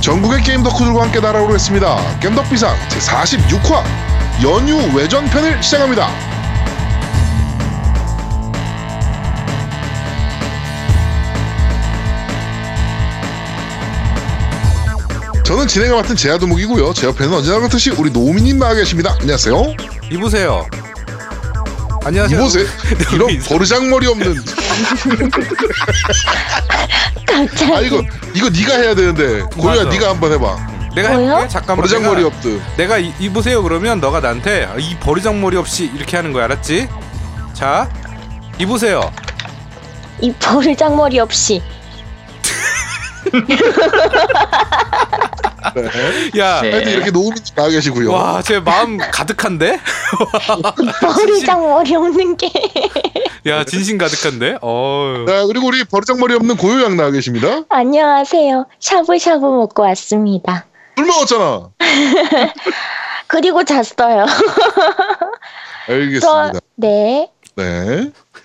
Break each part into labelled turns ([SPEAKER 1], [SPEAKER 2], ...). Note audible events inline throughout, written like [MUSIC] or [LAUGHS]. [SPEAKER 1] 전국의 게임 덕후들과 함께 날아오르겠습니다. 겜덕 비상 제 46화 연휴 외전편을 시작합니다. 저는 진행을 맡은 제아두목이고요. 제 옆에는 언제나 그렇듯이 우리 노우미님 나와 계십니다. 안녕하세요.
[SPEAKER 2] 이보세요. 안녕하세요. [LAUGHS] 네,
[SPEAKER 1] 이보세요. 이런 버르장머리 없는.
[SPEAKER 3] 갑자기
[SPEAKER 1] 아 이거 이거 네가 해야 되는데 고유야
[SPEAKER 2] 맞아.
[SPEAKER 1] 네가 한번 해봐.
[SPEAKER 2] 내가
[SPEAKER 3] 뭐요?
[SPEAKER 2] 해볼게. 잠깐만.
[SPEAKER 1] 버르장머리
[SPEAKER 2] 내가, [LAUGHS]
[SPEAKER 1] 없듯.
[SPEAKER 2] 내가 이, 이보세요 그러면 너가 나한테 이 버리장머리 없이 이렇게 하는 거야, 알았지? 자, 이보세요.
[SPEAKER 3] 이 버르장머리 없이
[SPEAKER 1] 네.
[SPEAKER 2] 야,
[SPEAKER 4] 네.
[SPEAKER 1] 하여튼 이렇게 노우미님 나와 계시고요.
[SPEAKER 2] 와, 제 마음 가득한데?
[SPEAKER 1] 아,
[SPEAKER 3] 버르장머리 없는 게 [LAUGHS]
[SPEAKER 2] 야, 진심 가득한데? 어.
[SPEAKER 1] 자, 그리고 우리 버르장머리 없는 고요양 나와 계십니다.
[SPEAKER 3] 안녕하세요 샤브샤브 먹고 왔습니다
[SPEAKER 1] 술 먹었잖아.
[SPEAKER 3] 그리고 잤어요
[SPEAKER 1] 알겠습니다.
[SPEAKER 3] [LAUGHS]
[SPEAKER 1] 네.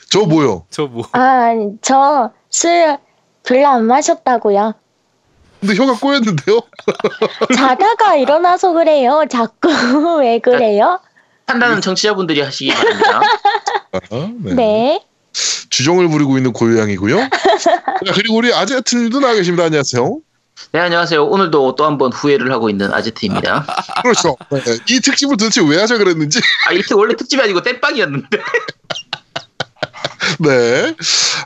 [SPEAKER 1] 저 뭐요?
[SPEAKER 2] 저 뭐?
[SPEAKER 3] 아, 저네아 저 술 별로 안 마셨다고요
[SPEAKER 1] 근데 혀가 꼬였는데요?
[SPEAKER 3] 자다가 [LAUGHS] 일어나서 그래요 자꾸 [LAUGHS] 왜 그래요
[SPEAKER 4] 판단은 정치자분들이 하시기
[SPEAKER 1] [LAUGHS]
[SPEAKER 4] 바랍니다.
[SPEAKER 1] 아, 네.
[SPEAKER 3] 네
[SPEAKER 1] 주정을 부리고 있는 고요양이고요. [LAUGHS] 자, 그리고 우리 아제트님도 나와 계십니다. 안녕하세요.
[SPEAKER 4] 네, 안녕하세요. 오늘도 또 한 번 후회를 하고 있는 아제트입니다.
[SPEAKER 1] 그렇죠. 네. 이 특집을 도대체 왜 하자 그랬는지. [LAUGHS]
[SPEAKER 4] 아, 이게 원래 특집이 아니고 땜빵이었는데.
[SPEAKER 1] 네.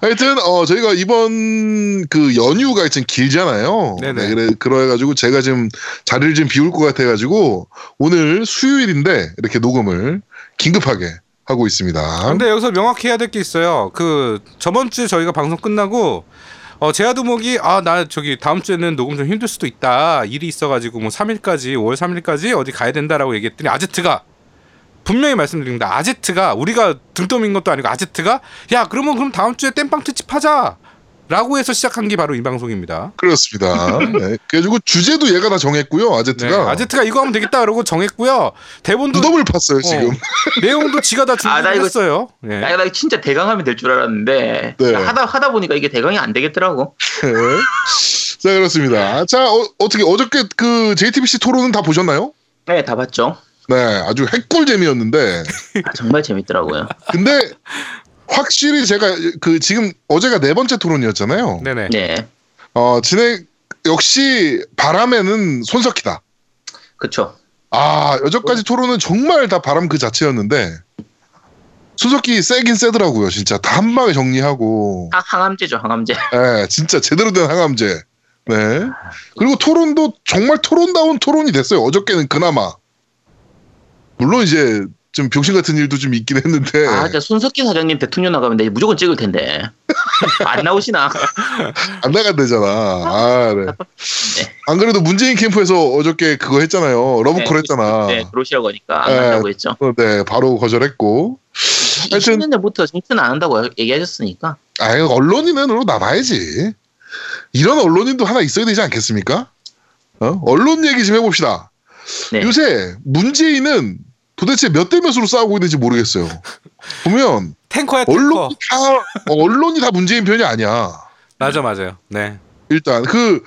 [SPEAKER 1] 하여튼 어 저희가 이번 그 연휴가 좀 길잖아요.
[SPEAKER 2] 네네.
[SPEAKER 1] 네, 그래 그래가지고 제가 지금 자리를 좀 비울 것 같아가지고 오늘 수요일인데 이렇게 녹음을 긴급하게 하고 있습니다.
[SPEAKER 2] 아, 근데 여기서 명확히 해야 될 게 있어요. 그 저번 주에 저희가 방송 끝나고 어 제아두목이 아 나 저기 다음 주에는 녹음 좀 힘들 수도 있다. 일이 있어가지고 뭐 3일까지 5월 3일까지 어디 가야 된다라고 얘기했더니 아제트가 분명히 말씀드립니다. 아제트가 우리가 등떠민 것도 아니고 아제트가 야 그러면 그럼 다음 주에 땜빵 특집 하자. 라고 해서 시작한 게 바로 이 방송입니다.
[SPEAKER 1] 그렇습니다. 네. 그래가지고 주제도 얘가 다 정했고요.
[SPEAKER 2] 네,
[SPEAKER 1] 아제트가
[SPEAKER 2] 아제트가 이거 하면 되겠다 그러고 정했고요. 대본도
[SPEAKER 1] 무덤을 팠어요 지금.
[SPEAKER 2] 어, 내용도 지가 다
[SPEAKER 4] 아, 나 이거-
[SPEAKER 2] 준비했어요. 예.
[SPEAKER 4] 아, 나 진짜 대강하면 될 줄 알았는데
[SPEAKER 1] 네.
[SPEAKER 4] 하다 하다 보니까 이게 대강이 안 되겠더라고.
[SPEAKER 1] 네. 자 그렇습니다. 자 어, 떻게 어저께 그 JTBC 토론은 다 보셨나요?
[SPEAKER 4] 네, 다 봤죠.
[SPEAKER 1] 네, 아주 핵꿀 재미였는데.
[SPEAKER 4] 아, 정말 재밌더라고요.
[SPEAKER 1] 근데 확실히 제가 그 지금 어제가 네 번째 토론이었잖아요.
[SPEAKER 2] 네네.
[SPEAKER 4] 네,
[SPEAKER 1] 어, 진행 역시 바람에는 손석희다.
[SPEAKER 4] 그쵸.
[SPEAKER 1] 아, 여전까지 토론은 정말 다 바람 그 자체였는데 손석희 세긴 세더라고요. 진짜 다 한 방에 정리하고.
[SPEAKER 4] 아, 항암제죠, 항암제.
[SPEAKER 1] 예, 진짜 제대로 된 항암제. 네. 그리고 토론도 정말 토론다운 토론이 됐어요. 어저께는 그나마. 물론 이제 좀 병신 같은 일도 좀 있긴 했는데.
[SPEAKER 4] 아, 진짜 손석희 사장님 대통령 나가면 내 무조건
[SPEAKER 1] [LAUGHS]
[SPEAKER 4] 찍을 텐데. 안 나오시나?
[SPEAKER 1] 안 나간대잖아. 아, 네. 안 그래도 문재인 캠프에서 어저께 그거 했잖아요. 러브콜
[SPEAKER 4] 네,
[SPEAKER 1] 했잖아.
[SPEAKER 4] 네, 그러시라고 하니까 안
[SPEAKER 1] 네.
[SPEAKER 4] 한다고 했죠.
[SPEAKER 1] 어, 네, 바로 거절했고. 하여튼-
[SPEAKER 4] 20년대부터 정치는 안 한다고 얘기하셨으니까.
[SPEAKER 1] 아, 이거 언론인으로 남아야지. 이런 언론인도 하나 있어야 되지 않겠습니까? 어? 언론 얘기 좀 해봅시다.
[SPEAKER 4] 네.
[SPEAKER 1] 요새 문재인은 도대체 몇 대 몇으로 싸우고 있는지 모르겠어요. 보면
[SPEAKER 2] 탱커야 탱커.
[SPEAKER 1] 언론이 다 어, 언론이 다 문재인 편이 아니야.
[SPEAKER 2] 맞아 맞아요. 네.
[SPEAKER 1] 일단 그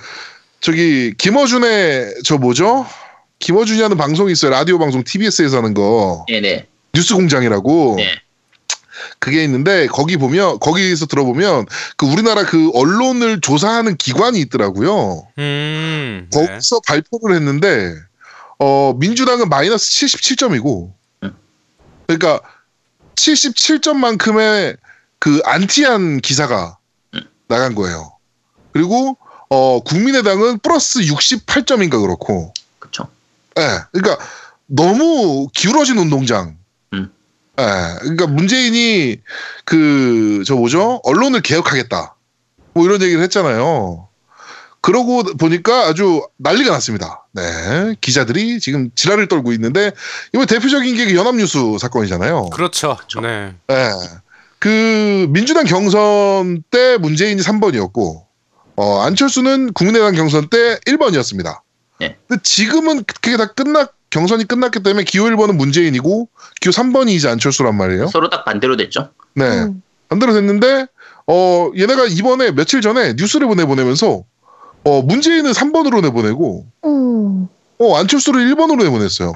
[SPEAKER 1] 저기 김어준의 저 뭐죠? 김어준이 하는 방송이 있어요. 라디오 방송 TBS에서 하는 거
[SPEAKER 4] 네, 네,
[SPEAKER 1] 뉴스 공장이라고.
[SPEAKER 4] 네.
[SPEAKER 1] 그게 있는데 거기 보면 거기서 들어보면 그 우리나라 그 언론을 조사하는 기관이 있더라고요.
[SPEAKER 2] 음. 네.
[SPEAKER 1] 거기서 발표를 했는데 어 민주당은 마이너스 77점이고
[SPEAKER 4] 음.
[SPEAKER 1] 그러니까 77점만큼의 그 안티한 기사가
[SPEAKER 4] 음.
[SPEAKER 1] 나간 거예요. 그리고 어 국민의당은 플러스 68점인가 그렇고
[SPEAKER 4] 그쵸.
[SPEAKER 1] 예. 그러니까 너무 기울어진 운동장.
[SPEAKER 4] 음.
[SPEAKER 1] 예. 그러니까 문재인이 그 저 뭐죠? 언론을 개혁하겠다. 뭐 이런 얘기를 했잖아요. 그러고 보니까 아주 난리가 났습니다. 네. 기자들이 지금 지랄을 떨고 있는데 이번 대표적인 게그 연합뉴스 사건이잖아요.
[SPEAKER 2] 그렇죠. 네.
[SPEAKER 1] 예. 그 민주당 경선 때 문재인이 3번이었고 어, 안철수는 국민의당 경선 때 1번이었습니다.
[SPEAKER 4] 네.
[SPEAKER 1] 근데 지금은 그게 다 끝났 경선이 끝났기 때문에 기호 1번은 문재인이고 기호 3번이 이제 안철수란 말이에요.
[SPEAKER 4] 서로 딱 반대로 됐죠.
[SPEAKER 1] 네.
[SPEAKER 3] 음.
[SPEAKER 1] 반대로 됐는데 어 얘네가 이번에 며칠 전에 뉴스를 보내보내면서 어, 문재인은 3번으로 내보내고,
[SPEAKER 3] 음.
[SPEAKER 1] 어, 안철수를 1번으로 내보냈어요.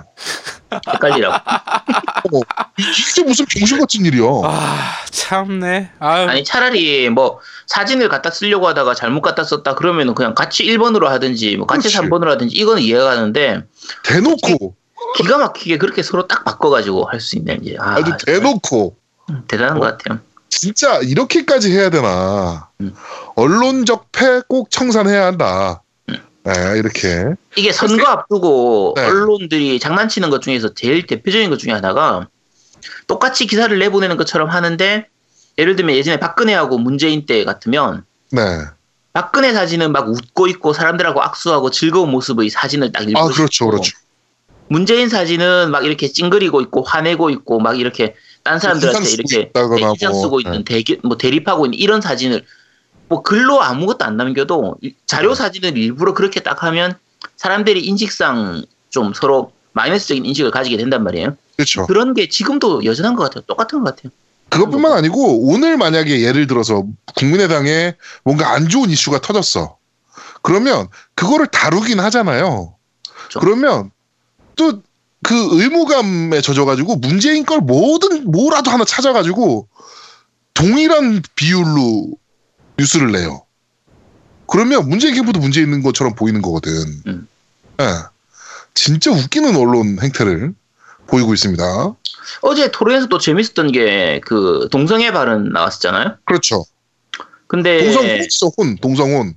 [SPEAKER 4] 헷갈리라고.
[SPEAKER 1] 이게 무슨 병신 같은 일이야.
[SPEAKER 2] 아 참네. 아유
[SPEAKER 4] 아니 차라리 뭐 사진을 갖다 쓰려고 하다가 잘못 갖다 썼다 그러면은 그냥 같이 1번으로 하든지 뭐 같이
[SPEAKER 1] 그렇지.
[SPEAKER 4] 3번으로 하든지 이건 이해가 가는데
[SPEAKER 1] 대놓고,
[SPEAKER 4] 기가 막히게 그렇게 서로 딱 바꿔가지고 할 수 있네 이제. 아,
[SPEAKER 1] 아주 대놓고,
[SPEAKER 4] 정말 대단한
[SPEAKER 1] 어?
[SPEAKER 4] 것 같아요.
[SPEAKER 1] 진짜 이렇게까지 해야 되나.
[SPEAKER 4] 음.
[SPEAKER 1] 언론적 패 꼭 청산해야 한다. 네, 이렇게.
[SPEAKER 4] 이게 선거 앞두고
[SPEAKER 1] 네.
[SPEAKER 4] 언론들이 장난치는 것 중에서 제일 대표적인 것 중에 하나가 똑같이 기사를 내보내는 것처럼 하는데 예를 들면 예전에 박근혜하고 문재인 때 같으면
[SPEAKER 1] 네.
[SPEAKER 4] 박근혜 사진은 막 웃고 있고 사람들하고 악수하고 즐거운 모습의 사진을 딱 일부러
[SPEAKER 1] 아, 그렇죠,
[SPEAKER 4] 찍고
[SPEAKER 1] 그렇죠.
[SPEAKER 4] 문재인 사진은 막 이렇게 찡그리고 있고 화내고 있고 막 이렇게 딴
[SPEAKER 1] 인상
[SPEAKER 4] 사람들한테
[SPEAKER 1] 쓰고
[SPEAKER 4] 이렇게
[SPEAKER 1] 있다거나
[SPEAKER 4] 네, 인상
[SPEAKER 1] 뭐,
[SPEAKER 4] 쓰고 있는 대기 뭐 대립하고 있는 이런 사진을 뭐 글로 아무것도 안 남겨도 이- 자료
[SPEAKER 1] 네.
[SPEAKER 4] 사진을 일부러 그렇게 딱 하면 사람들이 인식상 좀 서로 마이너스적인 인식을 가지게 된단 말이에요.
[SPEAKER 1] 그렇죠.
[SPEAKER 4] 그런 게 지금도 여전한 것 같아요. 똑같은 것 같아요. 그렇죠.
[SPEAKER 1] 그것뿐만 아니고 오늘 만약에 예를 들어서 국민의당에 뭔가 안 좋은 이슈가 터졌어. 그러면 그거를 다루긴 하잖아요.
[SPEAKER 4] 그렇죠.
[SPEAKER 1] 그러면 또 그 의무감에 젖어가지고 문재인 걸 뭐든 뭐라도 하나 찾아가지고 동일한 비율로 뉴스를 내요. 그러면 문재인 캠프도 문제 있는 것처럼 보이는 거거든.
[SPEAKER 4] 음.
[SPEAKER 1] 예. 진짜 웃기는 언론 행태를 보이고 있습니다.
[SPEAKER 4] 어제 토론에서 또 재밌었던 게 그 동성애 발언 나왔었잖아요.
[SPEAKER 1] 그렇죠.
[SPEAKER 4] 근데
[SPEAKER 1] 동성혼이죠, 혼. 동성혼.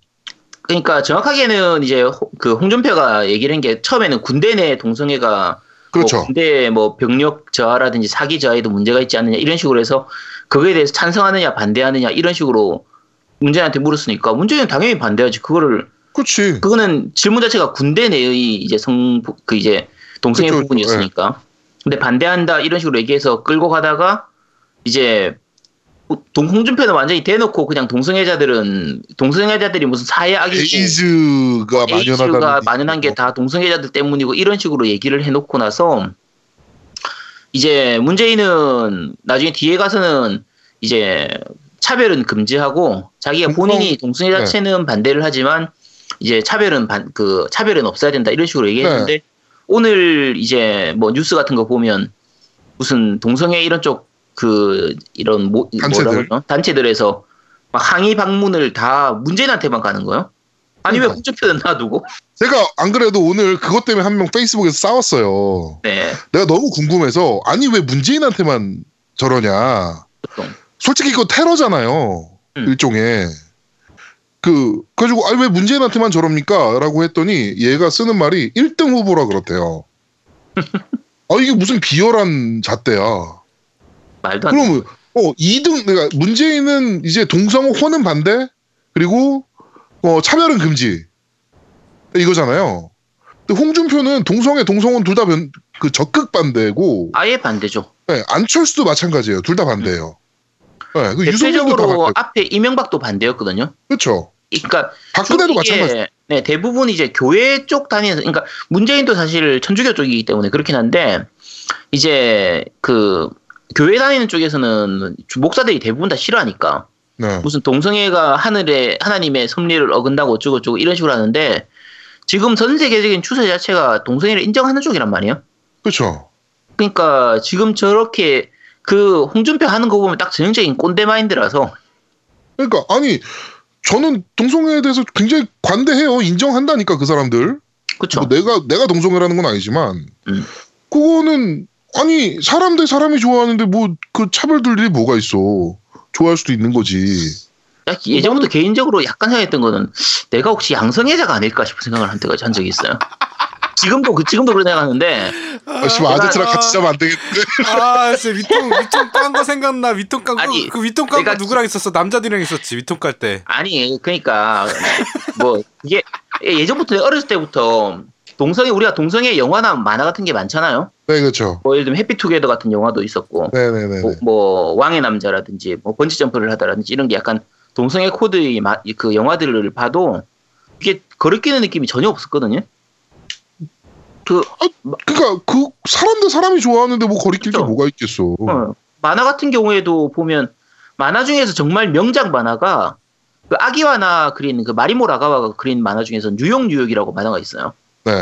[SPEAKER 4] 그러니까 정확하게는 이제 호- 그 홍준표가 얘기를 한 게 처음에는 군대 내 동성애가
[SPEAKER 1] 그렇죠.
[SPEAKER 4] 뭐 군대 뭐 병력 저하라든지 사기 저하에도 문제가 있지 않느냐 이런 식으로 해서 그거에 대해서 찬성하느냐 반대하느냐 이런 식으로 문재인한테 물었으니까 문재인은 당연히 반대하지 그거를
[SPEAKER 1] 그렇지.
[SPEAKER 4] 그거는 질문 자체가 군대 내의 이제 성 그 이제 동성애
[SPEAKER 1] 그쵸, 그쵸,
[SPEAKER 4] 부분이었으니까
[SPEAKER 1] 네.
[SPEAKER 4] 근데 반대한다 이런 식으로 얘기해서 끌고 가다가 이제 동 홍준표는 완전히 대놓고 그냥 동성애자들은 동성애자들이 무슨 사회 악이고
[SPEAKER 1] 에이즈가 뭐 만연하다는
[SPEAKER 4] 예,
[SPEAKER 1] 어.
[SPEAKER 4] 에이즈가
[SPEAKER 1] 얘기.
[SPEAKER 4] 그 만연한 게 다 동성애자들 때문이고 이런 식으로 얘기를 해놓고 나서 이제 문재인은 나중에 뒤에 가서는 이제 차별은 금지하고 자기가
[SPEAKER 1] 동성-
[SPEAKER 4] 본인이 동성애
[SPEAKER 1] 네.
[SPEAKER 4] 자체는 반대를 하지만 이제 차별은 반, 그 차별은 없어야 된다 이런 식으로
[SPEAKER 1] 네.
[SPEAKER 4] 얘기했는데 오늘 이제 뭐 뉴스 같은 거 보면 무슨 동성애 이런 쪽 그 이런 뭐,
[SPEAKER 1] 단체들.
[SPEAKER 4] 뭐라 그러죠? 단체들에서 막 항의 방문을 다 문재인한테만 가는 거요? 아니 왜
[SPEAKER 1] 그러니까.
[SPEAKER 4] 홍준표는 놔두고? [LAUGHS]
[SPEAKER 1] 제가 안 그래도 오늘 그것 때문에 한 명 페이스북에서 싸웠어요.
[SPEAKER 4] 네.
[SPEAKER 1] 내가 너무 궁금해서 아니 왜 문재인한테만 저러냐.
[SPEAKER 4] 보통.
[SPEAKER 1] 솔직히 이거 테러잖아요.
[SPEAKER 4] 음.
[SPEAKER 1] 일종의. 그 그래가지고 아니 왜 문재인한테만 저럽니까? 라고 했더니 얘가 쓰는 말이 1등 후보라
[SPEAKER 4] [LAUGHS]
[SPEAKER 1] 그렇대요. 아 이게 무슨 비열한 잣대야.
[SPEAKER 4] 말도 안 돼.
[SPEAKER 1] 그러면 어 2등 내가 문재인은 이제 동성호 혼은 반대 그리고 어 차별은 금지 이거잖아요. 근데 홍준표는 동성애 동성혼 둘 다 그 적극 반대고
[SPEAKER 4] 아예 반대죠.
[SPEAKER 1] 네, 안철수도 마찬가지예요. 둘 다 반대예요. 네, 그 유승민도 다
[SPEAKER 4] 대표적으로
[SPEAKER 1] 반대.
[SPEAKER 4] 앞에 이명박도 반대였거든요.
[SPEAKER 1] 그렇죠.
[SPEAKER 4] 그러니까
[SPEAKER 1] 박근혜도
[SPEAKER 4] 이게,
[SPEAKER 1] 마찬가지.
[SPEAKER 4] 네, 대부분 이제 교회 쪽 다니는 그러니까 문재인도 사실 천주교 쪽이기 때문에 그렇긴 한데 이제 그 교회 다니는 쪽에서는 주- 목사들이 대부분 다 싫어하니까
[SPEAKER 1] 네.
[SPEAKER 4] 무슨 동성애가 하늘에 하나님의 섭리를 어긴다고 어쩌고저쩌고 이런 식으로 하는데 지금 전 세계적인 추세 자체가 동성애를 인정하는 쪽이란 말이에요.
[SPEAKER 1] 그렇죠.
[SPEAKER 4] 그러니까 지금 저렇게 그 홍준표 하는 거 보면 딱 전형적인 꼰대 마인드라서
[SPEAKER 1] 그러니까 아니 저는 동성애에 대해서 굉장히 관대해요. 인정한다니까 그 사람들.
[SPEAKER 4] 그쵸
[SPEAKER 1] 뭐 내가 내가 동성애라는 건 아니지만
[SPEAKER 4] 그렇죠. 음.
[SPEAKER 1] 그거는 아니 사람 대 사람이 좋아하는데 뭐 그 차별될 일이 뭐가 있어 좋아할 수도 있는 거지
[SPEAKER 4] 딱 예전부터 개인적으로 약간 생각했던 거는 내가 혹시 양성애자가 아닐까 싶은 생각을 한 때가 한 적이 있어요. 지금도 그 지금도 그런 생각하는데
[SPEAKER 1] 아씨 아저씨랑 같이 자면 안 되겠는데 [LAUGHS]
[SPEAKER 2] 아 진짜 위통 위통 깐 거 생각나 위통 깐거
[SPEAKER 4] 아니,
[SPEAKER 2] 그 위통 깐 거
[SPEAKER 4] 내가
[SPEAKER 2] 누구랑 있었어 남자들이랑 있었지 위통 깔 때.
[SPEAKER 4] 아니 그러니까 뭐 이게 예전부터 내가 어렸을 때부터 동성애 우리가 동성애 영화나 만화 같은 게 많잖아요.
[SPEAKER 1] 네 그렇죠
[SPEAKER 4] 뭐 예를 들면 해피투게더 같은 영화도 있었고
[SPEAKER 1] 네네네
[SPEAKER 4] 뭐, 뭐 왕의 남자라든지 뭐 번지 점프를 하다라든지 이런 게 약간 동성애 코드의 마- 그 영화들을 봐도 이게 거리끼는 느낌이 전혀 없었거든요. 그
[SPEAKER 1] 그러니까 그 사람 대 사람이 좋아하는데 뭐 거리낄 게
[SPEAKER 4] 그렇죠.
[SPEAKER 1] 뭐가 있겠어
[SPEAKER 4] 어, 만화 같은 경우에도 보면 만화 중에서 정말 명작 만화가 그 아기와나 그린 그 마리모 라가와가 그린 만화 중에서 뉴욕 뉴욕이라고 만화가 있어요.
[SPEAKER 1] 네.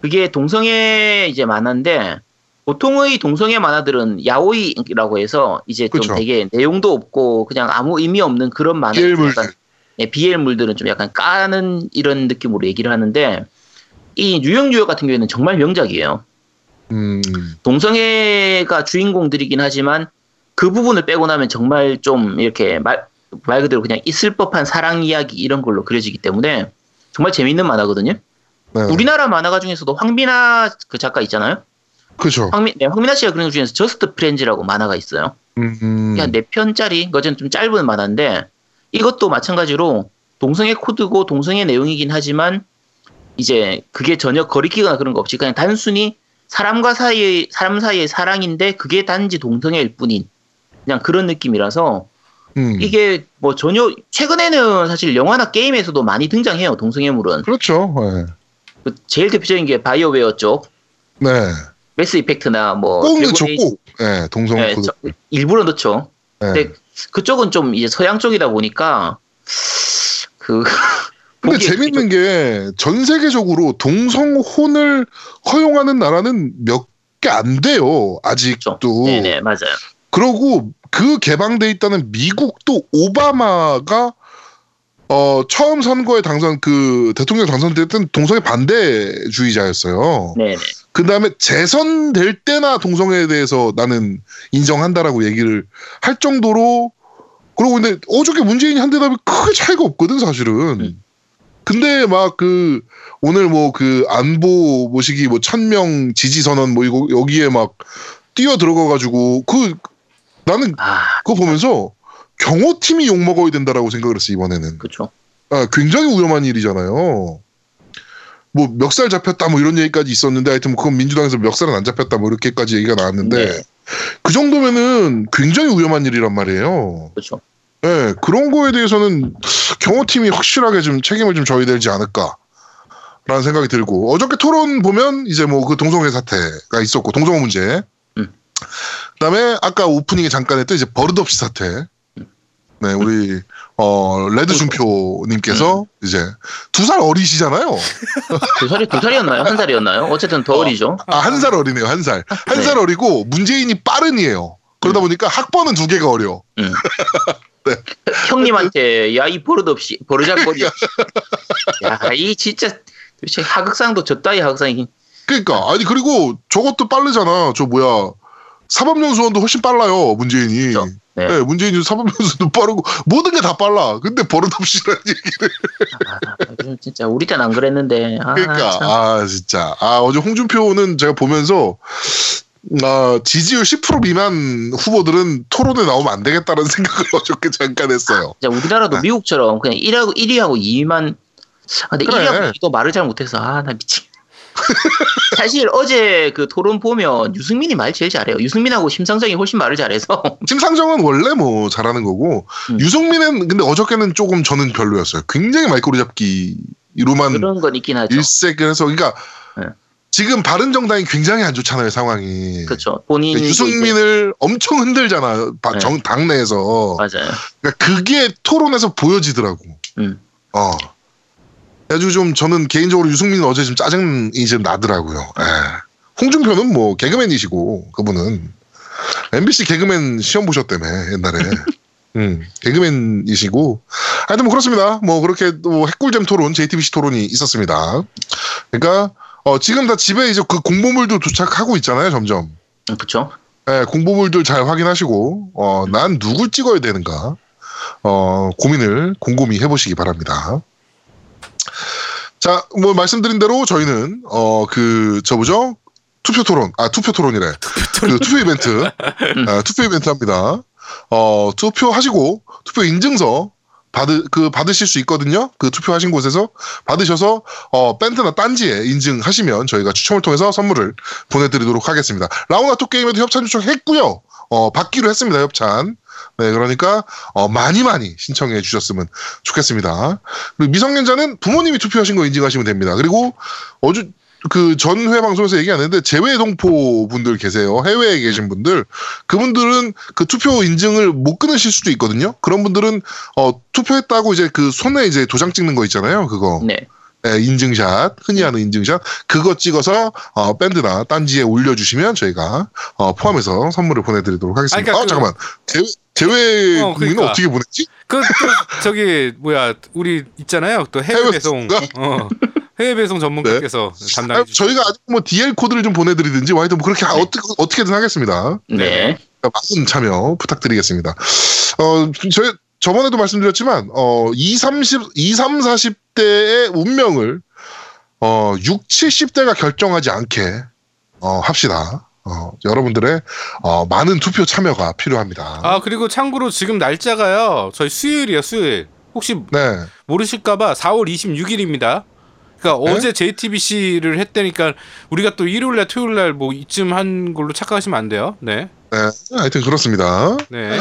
[SPEAKER 4] 그게 동성애 이제 만화인데 보통의 동성애 만화들은 야오이라고 해서 이제 좀
[SPEAKER 1] 그쵸.
[SPEAKER 4] 되게 내용도 없고 그냥 아무 의미 없는 그런 만화
[SPEAKER 1] BL물들.
[SPEAKER 4] 네, BL물들은 좀 약간 까는 이런 느낌으로 얘기를 하는데 이 뉴욕 뉴욕 같은 경우에는 정말 명작이에요.
[SPEAKER 1] 음.
[SPEAKER 4] 동성애가 주인공들이긴 하지만 그 부분을 빼고 나면 정말 좀 이렇게 말, 말 그대로 그냥 있을 법한 사랑 이야기 이런 걸로 그려지기 때문에 정말 재밌는 만화거든요.
[SPEAKER 1] 네.
[SPEAKER 4] 우리나라 만화가 중에서도 황미나 그 작가 있잖아요.
[SPEAKER 1] 그렇죠.
[SPEAKER 4] 황미, 네, 황미나 씨가 그린 것 중에서 저스트 프렌즈라고 만화가 있어요.
[SPEAKER 1] 음. 음.
[SPEAKER 4] 그냥 네 편짜리, 어제는 좀 짧은 만화인데 이것도 마찬가지로 동성애 코드고 동성애 내용이긴 하지만 이제 그게 전혀 거리끼거나 그런 거 없이 그냥 단순히 사람과 사이의 사람 사이의 사랑인데 그게 단지 동성애일 뿐인 그냥 그런 느낌이라서
[SPEAKER 1] 음.
[SPEAKER 4] 이게 뭐 전혀 최근에는 사실 영화나 게임에서도 많이 등장해요 동성애물은
[SPEAKER 1] 그렇죠. 네.
[SPEAKER 4] 그 제일 대표적인 게 바이오웨어 쪽
[SPEAKER 1] 네.
[SPEAKER 4] 메스 이펙트나 뭐
[SPEAKER 1] 꼭
[SPEAKER 4] 드래곤
[SPEAKER 1] 넣죠. 꼭. 네. 동성
[SPEAKER 4] 네,
[SPEAKER 1] 코드.
[SPEAKER 4] 저- 일부러 넣죠
[SPEAKER 1] 네.
[SPEAKER 4] 네. 그쪽은 좀 이제 서양 쪽이다 보니까 그
[SPEAKER 1] 근데
[SPEAKER 4] 보기에
[SPEAKER 1] 재밌는 게 전 세계적으로 동성혼을 허용하는 나라는 몇 개 안 돼요. 아직도.
[SPEAKER 4] 그렇죠. 네네 맞아요.
[SPEAKER 1] 그러고 그 개방돼 있다는 미국도 오바마가 어 처음 선거에 당선 그 대통령 당선될 때는 동성애 반대주의자였어요.
[SPEAKER 4] 네네
[SPEAKER 1] 그 다음에 재선 될 때나 동성애에 대해서 나는 인정한다라고 얘기를 할 정도로 그러고 근데 어저께 문재인이 한 대답이 크게 차이가 없거든 사실은.
[SPEAKER 4] 음.
[SPEAKER 1] 근데 막 그 오늘 뭐 그 안보 모시기 뭐 천명 지지 선언 뭐 이거 여기에 막 뛰어 들어가가지고 그 나는
[SPEAKER 4] 아
[SPEAKER 1] 그거 보면서 경호팀이 욕 먹어야 된다라고 생각을 했어 이번에는.
[SPEAKER 4] 그렇죠.
[SPEAKER 1] 아, 굉장히 위험한 일이잖아요. 뭐 멱살 잡혔다 뭐 이런 얘기까지 있었는데 하여튼 뭐 그건 민주당에서 멱살은 안 잡혔다 뭐 이렇게까지 얘기가 나왔는데
[SPEAKER 4] 네.
[SPEAKER 1] 그 정도면은 굉장히 위험한 일이란 말이에요.
[SPEAKER 4] 그렇죠.
[SPEAKER 1] 예, 그런 거에 대해서는 경호팀이 확실하게 좀 책임을 좀 져야 되지 않을까. 라는 생각이 들고 어저께 토론 보면 이제 뭐 그 동성애 사태가 있었고 동성애 문제
[SPEAKER 4] 음.
[SPEAKER 1] 그다음에 아까 오프닝에 잠깐 했던 이제 버릇없이 사태 네 우리 어 레드 준표님께서 이제 두 살 어리시잖아요
[SPEAKER 4] 두그 살이 두 살이었나요? 한 살이었나요? 어쨌든 더
[SPEAKER 1] 어.
[SPEAKER 4] 어리죠.
[SPEAKER 1] 아, 한 살 어리네요, 한 살. 한 살 어리고, 문재인이 빠른이에요. 그러다 보니까 학번은 두 개가 어려.
[SPEAKER 4] 형님한테 야 이 버릇 없이 버르장거리 없이 야이 진짜 도대체 하극상도 저따위 하극상이
[SPEAKER 1] 그러니까, 아니, 그리고 저것도 빠르잖아. 저 뭐야. 사법연수원도 훨씬 빨라요, 문재인이.
[SPEAKER 4] 그렇죠. 네.
[SPEAKER 1] 네, 문재인이 사법연수도 빠르고, 모든 게 다 빨라. 근데 버릇없이라는 얘기.
[SPEAKER 4] 아, 요즘 진짜 우리 때는 안 그랬는데 아,
[SPEAKER 1] 그러니까,
[SPEAKER 4] 참.
[SPEAKER 1] 아, 진짜. 아, 어제 홍준표는 제가 보면서, 아, 지지율 10% 미만 후보들은 토론에 나오면 안 되겠다는 [LAUGHS] 생각을 어저께 잠깐 했어요.
[SPEAKER 4] 진짜 우리나라도
[SPEAKER 1] 아.
[SPEAKER 4] 미국처럼 그냥 1하고 1위하고 2위만 아, 근데
[SPEAKER 1] 그래.
[SPEAKER 4] 1위하고 2위도 말을 잘 못해서 아 나
[SPEAKER 1] [LAUGHS]
[SPEAKER 4] 미치 사실 어제 그 토론 보면 유승민이 말 제일 잘해요 유승민하고 심상정이 훨씬 말을 잘해서 [LAUGHS]
[SPEAKER 1] 심상정은 원래 뭐 잘하는 거고
[SPEAKER 4] 음.
[SPEAKER 1] 유승민은 근데 어저께는 조금 저는 별로였어요. 굉장히 말꼬리 잡기로만
[SPEAKER 4] 그런 건 있긴 하죠
[SPEAKER 1] 일색해서 그러니까
[SPEAKER 4] 그렇죠. 네.
[SPEAKER 1] 지금 바른 정당이 굉장히 안 좋잖아요 상황이.
[SPEAKER 4] 그렇죠 본인
[SPEAKER 1] 그러니까 유승민을 엄청 흔들잖아 바-
[SPEAKER 4] 네.
[SPEAKER 1] 정- 당내에서.
[SPEAKER 4] 맞아요
[SPEAKER 1] 그러니까 그게 토론에서 보여지더라고.
[SPEAKER 4] 음.
[SPEAKER 1] 어. 아주 좀 저는 개인적으로 유승민은 어제 좀 짜증이 좀 나더라고요. 예. 홍준표는 뭐 개그맨이시고 그분은 MBC 개그맨 시험 보셨다며 옛날에. 음, 개그맨이시고 하여튼 뭐 그렇습니다. 뭐 그렇게 또 핵꿀잼 토론, JTBC 토론이 있었습니다. 그러니까 어, 지금 다 집에 이제 그 공보물도 도착하고 있잖아요, 점점.
[SPEAKER 4] 그렇죠
[SPEAKER 1] 예, 공보물들 잘 확인하시고 어, 난 누굴 찍어야 되는가 어, 고민을 곰곰이 해보시기 바랍니다. 자, 뭐 말씀드린 대로 저희는 어, 그저 뭐죠 투표 토론, 아 투표 토론이래. 그 투표 이벤트, 아, 투표 이벤트 합니다. 어, 투표하시고 투표 인증서 받으 그 받으실 수 있거든요. 그 투표하신 곳에서 받으셔서 어, 밴드나 딴지에 인증하시면 저희가 추첨을 통해서 선물을 보내드리도록 하겠습니다. 라우나토 게임에도 협찬 요청했고요. 어, 받기로 했습니다. 협찬. 네, 그러니까 어, 많이 많이 신청해 주셨으면 좋겠습니다. 그리고 미성년자는 부모님이 투표하신 거 인증하시면 됩니다. 그리고 어제 그 전회 방송에서 얘기 안 했는데 제외 동포 분들 계세요. 해외에 계신 분들 그분들은 그 투표 인증을 못 끊으실 수도 있거든요. 그런 분들은 어, 투표했다고 이제 그 손에 이제 도장 찍는 거 있잖아요. 그거
[SPEAKER 4] 네.
[SPEAKER 1] 예, 인증샷 흔히 하는 인증샷 그거 찍어서 어, 밴드나 딴지에 올려주시면 저희가 어, 포함해서 선물을 보내드리도록 하겠습니다.
[SPEAKER 2] 그러니까
[SPEAKER 1] 아
[SPEAKER 2] 그-
[SPEAKER 1] 잠깐만 제외 제외
[SPEAKER 2] 어,
[SPEAKER 1] 국민은
[SPEAKER 2] 그러니까.
[SPEAKER 1] 어떻게 보냈지?
[SPEAKER 2] 그, 또 저기, 뭐야, 우리 있잖아요. 또 해외,
[SPEAKER 1] 해외
[SPEAKER 2] 배송.
[SPEAKER 1] 배송가?
[SPEAKER 2] 어, 해외 배송 전문가께서
[SPEAKER 1] 아,
[SPEAKER 2] 담당해 주시죠.
[SPEAKER 1] 저희가 아직 뭐 DL 코드를 좀 보내드리든지 하여튼 뭐 그렇게 하-
[SPEAKER 4] 네.
[SPEAKER 1] 어떻게 어떻게든 하겠습니다.
[SPEAKER 4] 네.
[SPEAKER 1] 그러니까 많은 참여 부탁드리겠습니다. 어, 저희 저번에도 말씀드렸지만 어, 2, 30, 2, 3, 40대의 운명을 어, 6, 70대가 결정하지 않게 어, 합시다. 어, 여러분들의 어, 많은 투표 참여가 필요합니다.
[SPEAKER 2] 아, 그리고 참고로 지금 날짜가요. 저희 수요일이에요, 수요일. 혹시
[SPEAKER 1] 네.
[SPEAKER 2] 모르실까봐 4월 26일입니다. 그러니까
[SPEAKER 1] 네?
[SPEAKER 2] 어제 JTBC를 했다니까 우리가 또 일요일 날 토요일 날 뭐 이쯤 한 걸로 착각하시면 안 돼요. 네.
[SPEAKER 1] 네, 하여튼 그렇습니다.
[SPEAKER 2] 네.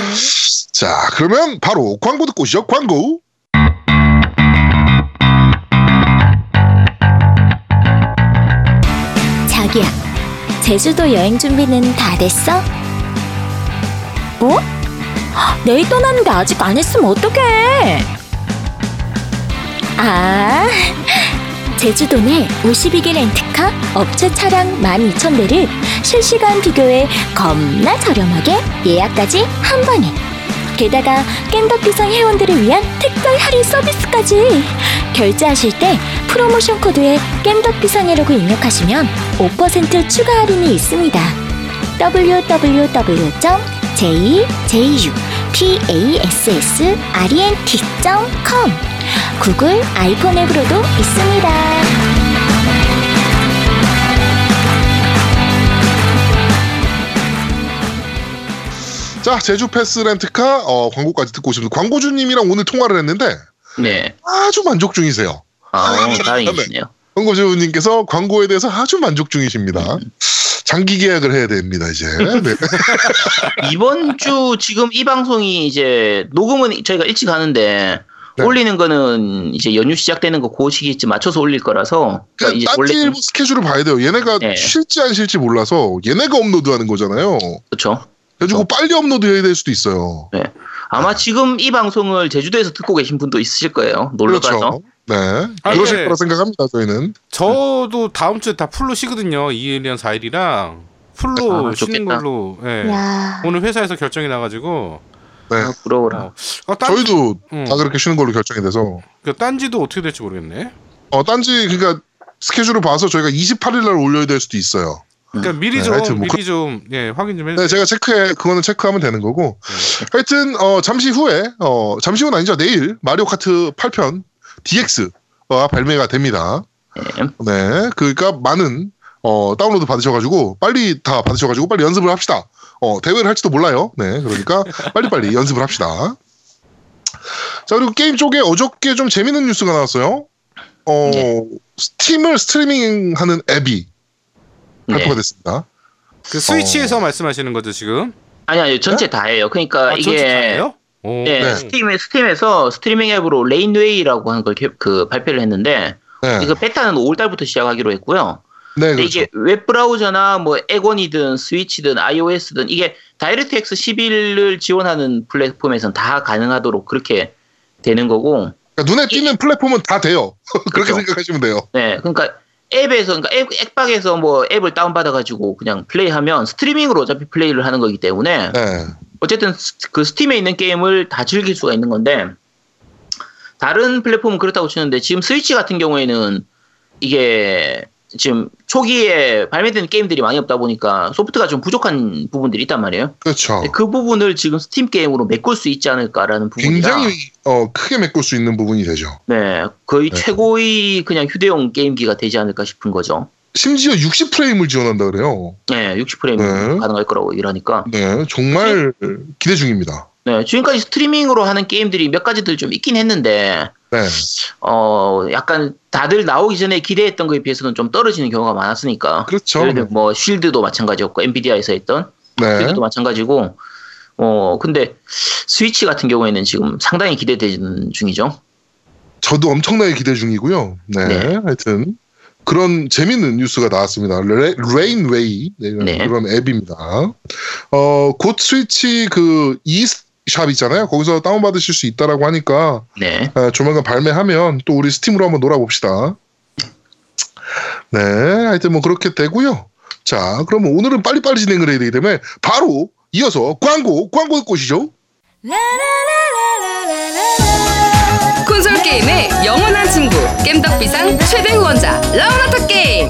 [SPEAKER 1] 자, 그러면 바로 광고 듣고 오시죠. 광고.
[SPEAKER 3] 자기야, 제주도 여행 준비는 다 됐어? 뭐? 내일 떠나는데 아직 안 했으면 어떡해? 아, 제주도 내 52개 렌트카 업체 차량 12,000대를 실시간 비교해 겁나 저렴하게 예약까지 한 번에. 게다가 깸덕비상 회원들을 위한 특별 할인 서비스까지. 결제하실 때 프로모션 코드에 깸덕비상이라고 입력하시면 5% 추가 할인이 있습니다. e www.jjupassrent.com 구글 아이폰 앱으로도 있습니다.
[SPEAKER 1] 자, 제주 패스 렌트카 어, 광고까지 듣고 오시면 광고주님이랑 오늘 통화를 했는데
[SPEAKER 4] 네.
[SPEAKER 1] 아주 만족 중이세요.
[SPEAKER 4] 아, 다행이시네요.
[SPEAKER 1] 홍고재우님께서 광고에 대해서 아주 만족 중이십니다.
[SPEAKER 4] 음.
[SPEAKER 1] 장기 계약을 해야 됩니다
[SPEAKER 4] [LAUGHS]
[SPEAKER 1] 이제. 네.
[SPEAKER 4] 이번 주 지금 이 방송이 이제 녹음은 저희가 일찍 하는데
[SPEAKER 1] 네.
[SPEAKER 4] 올리는 거는 이제 연휴 시작되는 거 그 시기쯤 맞춰서 올릴 거라서 그러니까
[SPEAKER 1] 그러니까
[SPEAKER 4] 이제
[SPEAKER 1] 딴지
[SPEAKER 4] 원래
[SPEAKER 1] 일부 스케줄을 봐야 돼요. 얘네가
[SPEAKER 4] 네.
[SPEAKER 1] 쉴지 안 쉴지 몰라서 얘네가 업로드하는 거잖아요.
[SPEAKER 4] 그렇죠.
[SPEAKER 1] 그래가지고 빨리 업로드해야 될 수도 있어요.
[SPEAKER 4] 아마 지금 이 방송을 제주도에서 듣고 계신 분도 있으실 거예요. 놀러 가서.
[SPEAKER 1] 그렇죠. 네.
[SPEAKER 2] 아,
[SPEAKER 1] 그러실
[SPEAKER 2] 네.
[SPEAKER 1] 거라 생각합니다. 저희는.
[SPEAKER 2] 저도 다음 주에 다 풀로 쉬거든요. 2일이랑 4일이랑 풀로 쉬는
[SPEAKER 4] 아, 좋겠다.
[SPEAKER 2] 걸로. 예.
[SPEAKER 5] 네.
[SPEAKER 3] 야,
[SPEAKER 2] 오늘 회사에서 결정이 나가지고.
[SPEAKER 1] 네.
[SPEAKER 4] 아, 부러워라.
[SPEAKER 2] 아, 딴,
[SPEAKER 1] 저희도
[SPEAKER 2] 음,
[SPEAKER 1] 다 그렇게 쉬는 걸로 결정이 돼서.
[SPEAKER 2] 그 딴지도 어떻게 될지 모르겠네.
[SPEAKER 1] 어 딴지 그러니까 스케줄을 봐서 저희가 28일 날 올려야 될 수도 있어요.
[SPEAKER 2] 그러니까 미리
[SPEAKER 1] 네,
[SPEAKER 2] 좀
[SPEAKER 1] 하여튼 뭐
[SPEAKER 2] 미리 좀 예, 확인 좀
[SPEAKER 1] 네,
[SPEAKER 2] 해주세요.
[SPEAKER 1] 제가 체크해 그거는 체크하면 되는 거고.
[SPEAKER 4] 네.
[SPEAKER 1] 하여튼 어, 잠시 후에 어, 잠시 후는 아니죠. 내일 마리오 카트 8편 DX가 발매가 됩니다.
[SPEAKER 4] 네.
[SPEAKER 1] 네, 그러니까 많은 어, 다운로드 받으셔가지고 빨리 다 받으셔가지고 빨리 연습을 합시다. 어, 대회를 할지도 몰라요. 네, 그러니까 빨리 빨리 [LAUGHS] 연습을 합시다. 자 그리고 게임 쪽에 어저께 좀 재밌는 뉴스가 나왔어요. 어,
[SPEAKER 4] 네.
[SPEAKER 1] 스팀을 스트리밍하는 앱이 발표가
[SPEAKER 4] 네.
[SPEAKER 1] 됐습니다. 어.
[SPEAKER 2] 그 스위치에서 말씀하시는 거죠 지금?
[SPEAKER 4] 아니 아니 전체 다예요. 그러니까
[SPEAKER 2] 아,
[SPEAKER 4] 이게
[SPEAKER 2] 전체 다예요? 오.
[SPEAKER 4] 네,
[SPEAKER 1] 네.
[SPEAKER 4] 스팀에, 스팀에서 스트리밍 앱으로 레인웨이라고 하는 걸 개- 그 발표를 했는데
[SPEAKER 1] 네,
[SPEAKER 4] 이거 베타는 5월달부터 시작하기로 했고요.
[SPEAKER 1] 네
[SPEAKER 4] 근데
[SPEAKER 1] 그렇죠.
[SPEAKER 4] 이게 웹 브라우저나 뭐 액원이든 스위치든 iOS든 이게 다이렉트X 11을 지원하는 플랫폼에선 다 가능하도록 그렇게 되는 거고.
[SPEAKER 1] 그러니까 눈에 띄는 플랫폼은 다 돼요. [LAUGHS] 그렇게
[SPEAKER 4] 예. 그렇죠.
[SPEAKER 1] 생각하시면 돼요.
[SPEAKER 4] 네, 그러니까 앱에서 그러니까 앱, 액박에서 뭐 앱을 다운받아가지고 그냥 플레이하면 스트리밍으로 어차피 플레이를 하는 거기 때문에
[SPEAKER 1] 네.
[SPEAKER 4] 어쨌든 스- 그 스팀에 있는 게임을 다 즐길 수가 있는 건데 다른 플랫폼은 그렇다고 치는데 지금 스위치 같은 경우에는 이게 지금 초기에 발매되는 게임들이 많이 없다 보니까 소프트가 좀 부족한 부분들이 있단 말이에요.
[SPEAKER 1] 그렇죠.
[SPEAKER 4] 근데 그 부분을 지금 스팀 게임으로 메꿀 수 있지 않을까라는 부분이라
[SPEAKER 1] 굉장히 어, 크게 메꿀 수 있는 부분이 되죠.
[SPEAKER 4] 네 거의
[SPEAKER 1] 네.
[SPEAKER 4] 최고의 그냥 휴대용 게임기가 되지 않을까 싶은 거죠.
[SPEAKER 1] 심지어 60프레임을 지원한다 그래요.
[SPEAKER 4] 네, 60프레임
[SPEAKER 1] 네.
[SPEAKER 4] 가능할 거라고 얘기하니까
[SPEAKER 1] 네, 정말 기대 중입니다.
[SPEAKER 4] 네 지금까지 스트리밍으로 하는 게임들이 몇 가지들 좀 있긴 했는데
[SPEAKER 1] 네,
[SPEAKER 4] 어, 약간 다들 나오기 전에 기대했던 거에 비해서는 좀 떨어지는 경우가 많았으니까.
[SPEAKER 1] 그렇죠.
[SPEAKER 4] 예를 들어 뭐 쉴드도 마찬가지였고 엔비디아에서 했던
[SPEAKER 1] 네,
[SPEAKER 4] 쉴드도 마찬가지고. 어, 근데 스위치 같은 경우에는 지금 상당히 기대되는 중이죠.
[SPEAKER 1] 저도 엄청나게 기대 중이고요. 네,
[SPEAKER 4] 네.
[SPEAKER 1] 하여튼 그런 재밌는 뉴스가 나왔습니다. 레, 레인웨이 네, 이런,
[SPEAKER 4] 네.
[SPEAKER 1] 이런 앱입니다. 어, 곧 스위치 그 이샵 있잖아요. 거기서 다운 받으실 수 있다라고 하니까
[SPEAKER 4] 네.
[SPEAKER 1] 아, 조만간 발매하면 또 우리 스팀으로 한번 놀아봅시다. 네, 하여튼 뭐 그렇게 되고요. 자, 그러면 오늘은 빨리빨리 진행을 해야 되기 때문에 바로 이어서 광고, 광고의 꽃이죠.
[SPEAKER 6] 콘솔 게임의 영원한 친구 겜덕비상 최대 후원자 라운하터 게임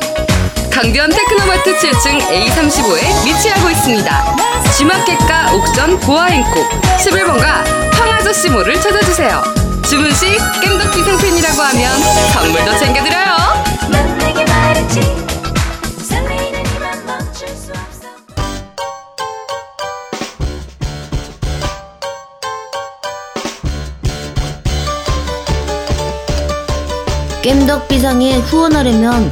[SPEAKER 6] 강변 테크노마트 7층 A35에 위치하고 있습니다 G마켓과 옥션 보아행콕 11번가 황아저씨몰을 찾아주세요 주문 시 겜덕비상 팬이라고 하면 선물도 챙겨드려요
[SPEAKER 7] 넌 내게 말했지 설레이는 이만 멈출 수 없어
[SPEAKER 8] 겜덕 비상에 후원하려면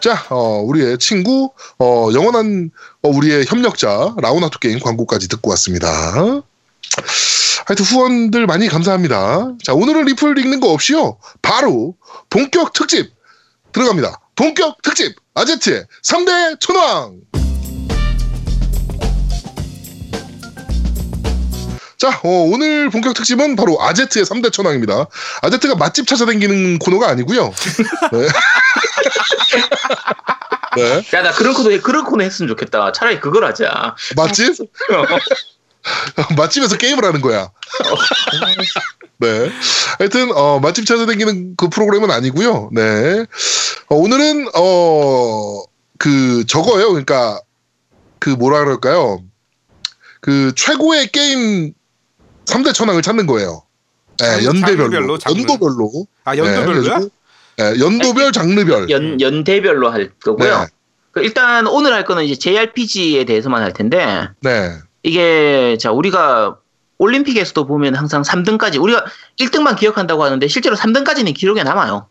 [SPEAKER 1] 자, 어, 우리의 친구, 어, 영원한 어, 우리의 협력자 라우나토 게임 광고까지 듣고 왔습니다. 하여튼 후원들 많이 감사합니다. 자, 오늘은 리플 읽는 거 없이요. 바로 본격 특집 들어갑니다. 본격 특집 아제트의 3대 천왕. 자, 어, 오늘 본격 특집은 바로 아제트의 3대 천왕입니다. 아제트가 맛집 찾아다니는 코너가 아니고요. 네. 네.
[SPEAKER 4] 야, 나 그런 코너, 그런 코너 했으면 좋겠다. 차라리 그걸 하자.
[SPEAKER 1] 맛집?
[SPEAKER 2] [LAUGHS]
[SPEAKER 1] 맛집에서 게임을 하는 거야. 네. 하여튼 어, 맛집 찾아다니는 그 프로그램은 아니고요. 네. 어, 오늘은 어 그 저거예요. 그러니까 그 뭐라 그럴까요? 그 최고의 게임 3대 천왕을 찾는 거예요. 네,
[SPEAKER 2] 장- 장르별로,
[SPEAKER 1] 연대별로,
[SPEAKER 2] 장르.
[SPEAKER 1] 연도별로.
[SPEAKER 2] 아 연도별로야?
[SPEAKER 1] 네, 그래가지고, 네, 연도별, 장르별.
[SPEAKER 4] 연, 연대별로 할 거고요.
[SPEAKER 1] 음. 네.
[SPEAKER 4] 그 일단 오늘 할 거는 이제 JRPG에 대해서만 할 텐데,
[SPEAKER 1] 네.
[SPEAKER 4] 이게, 자, 우리가 올림픽에서도 보면 항상 3등까지, 우리가 1등만 기억한다고 하는데, 실제로 3등까지는 기록에 남아요.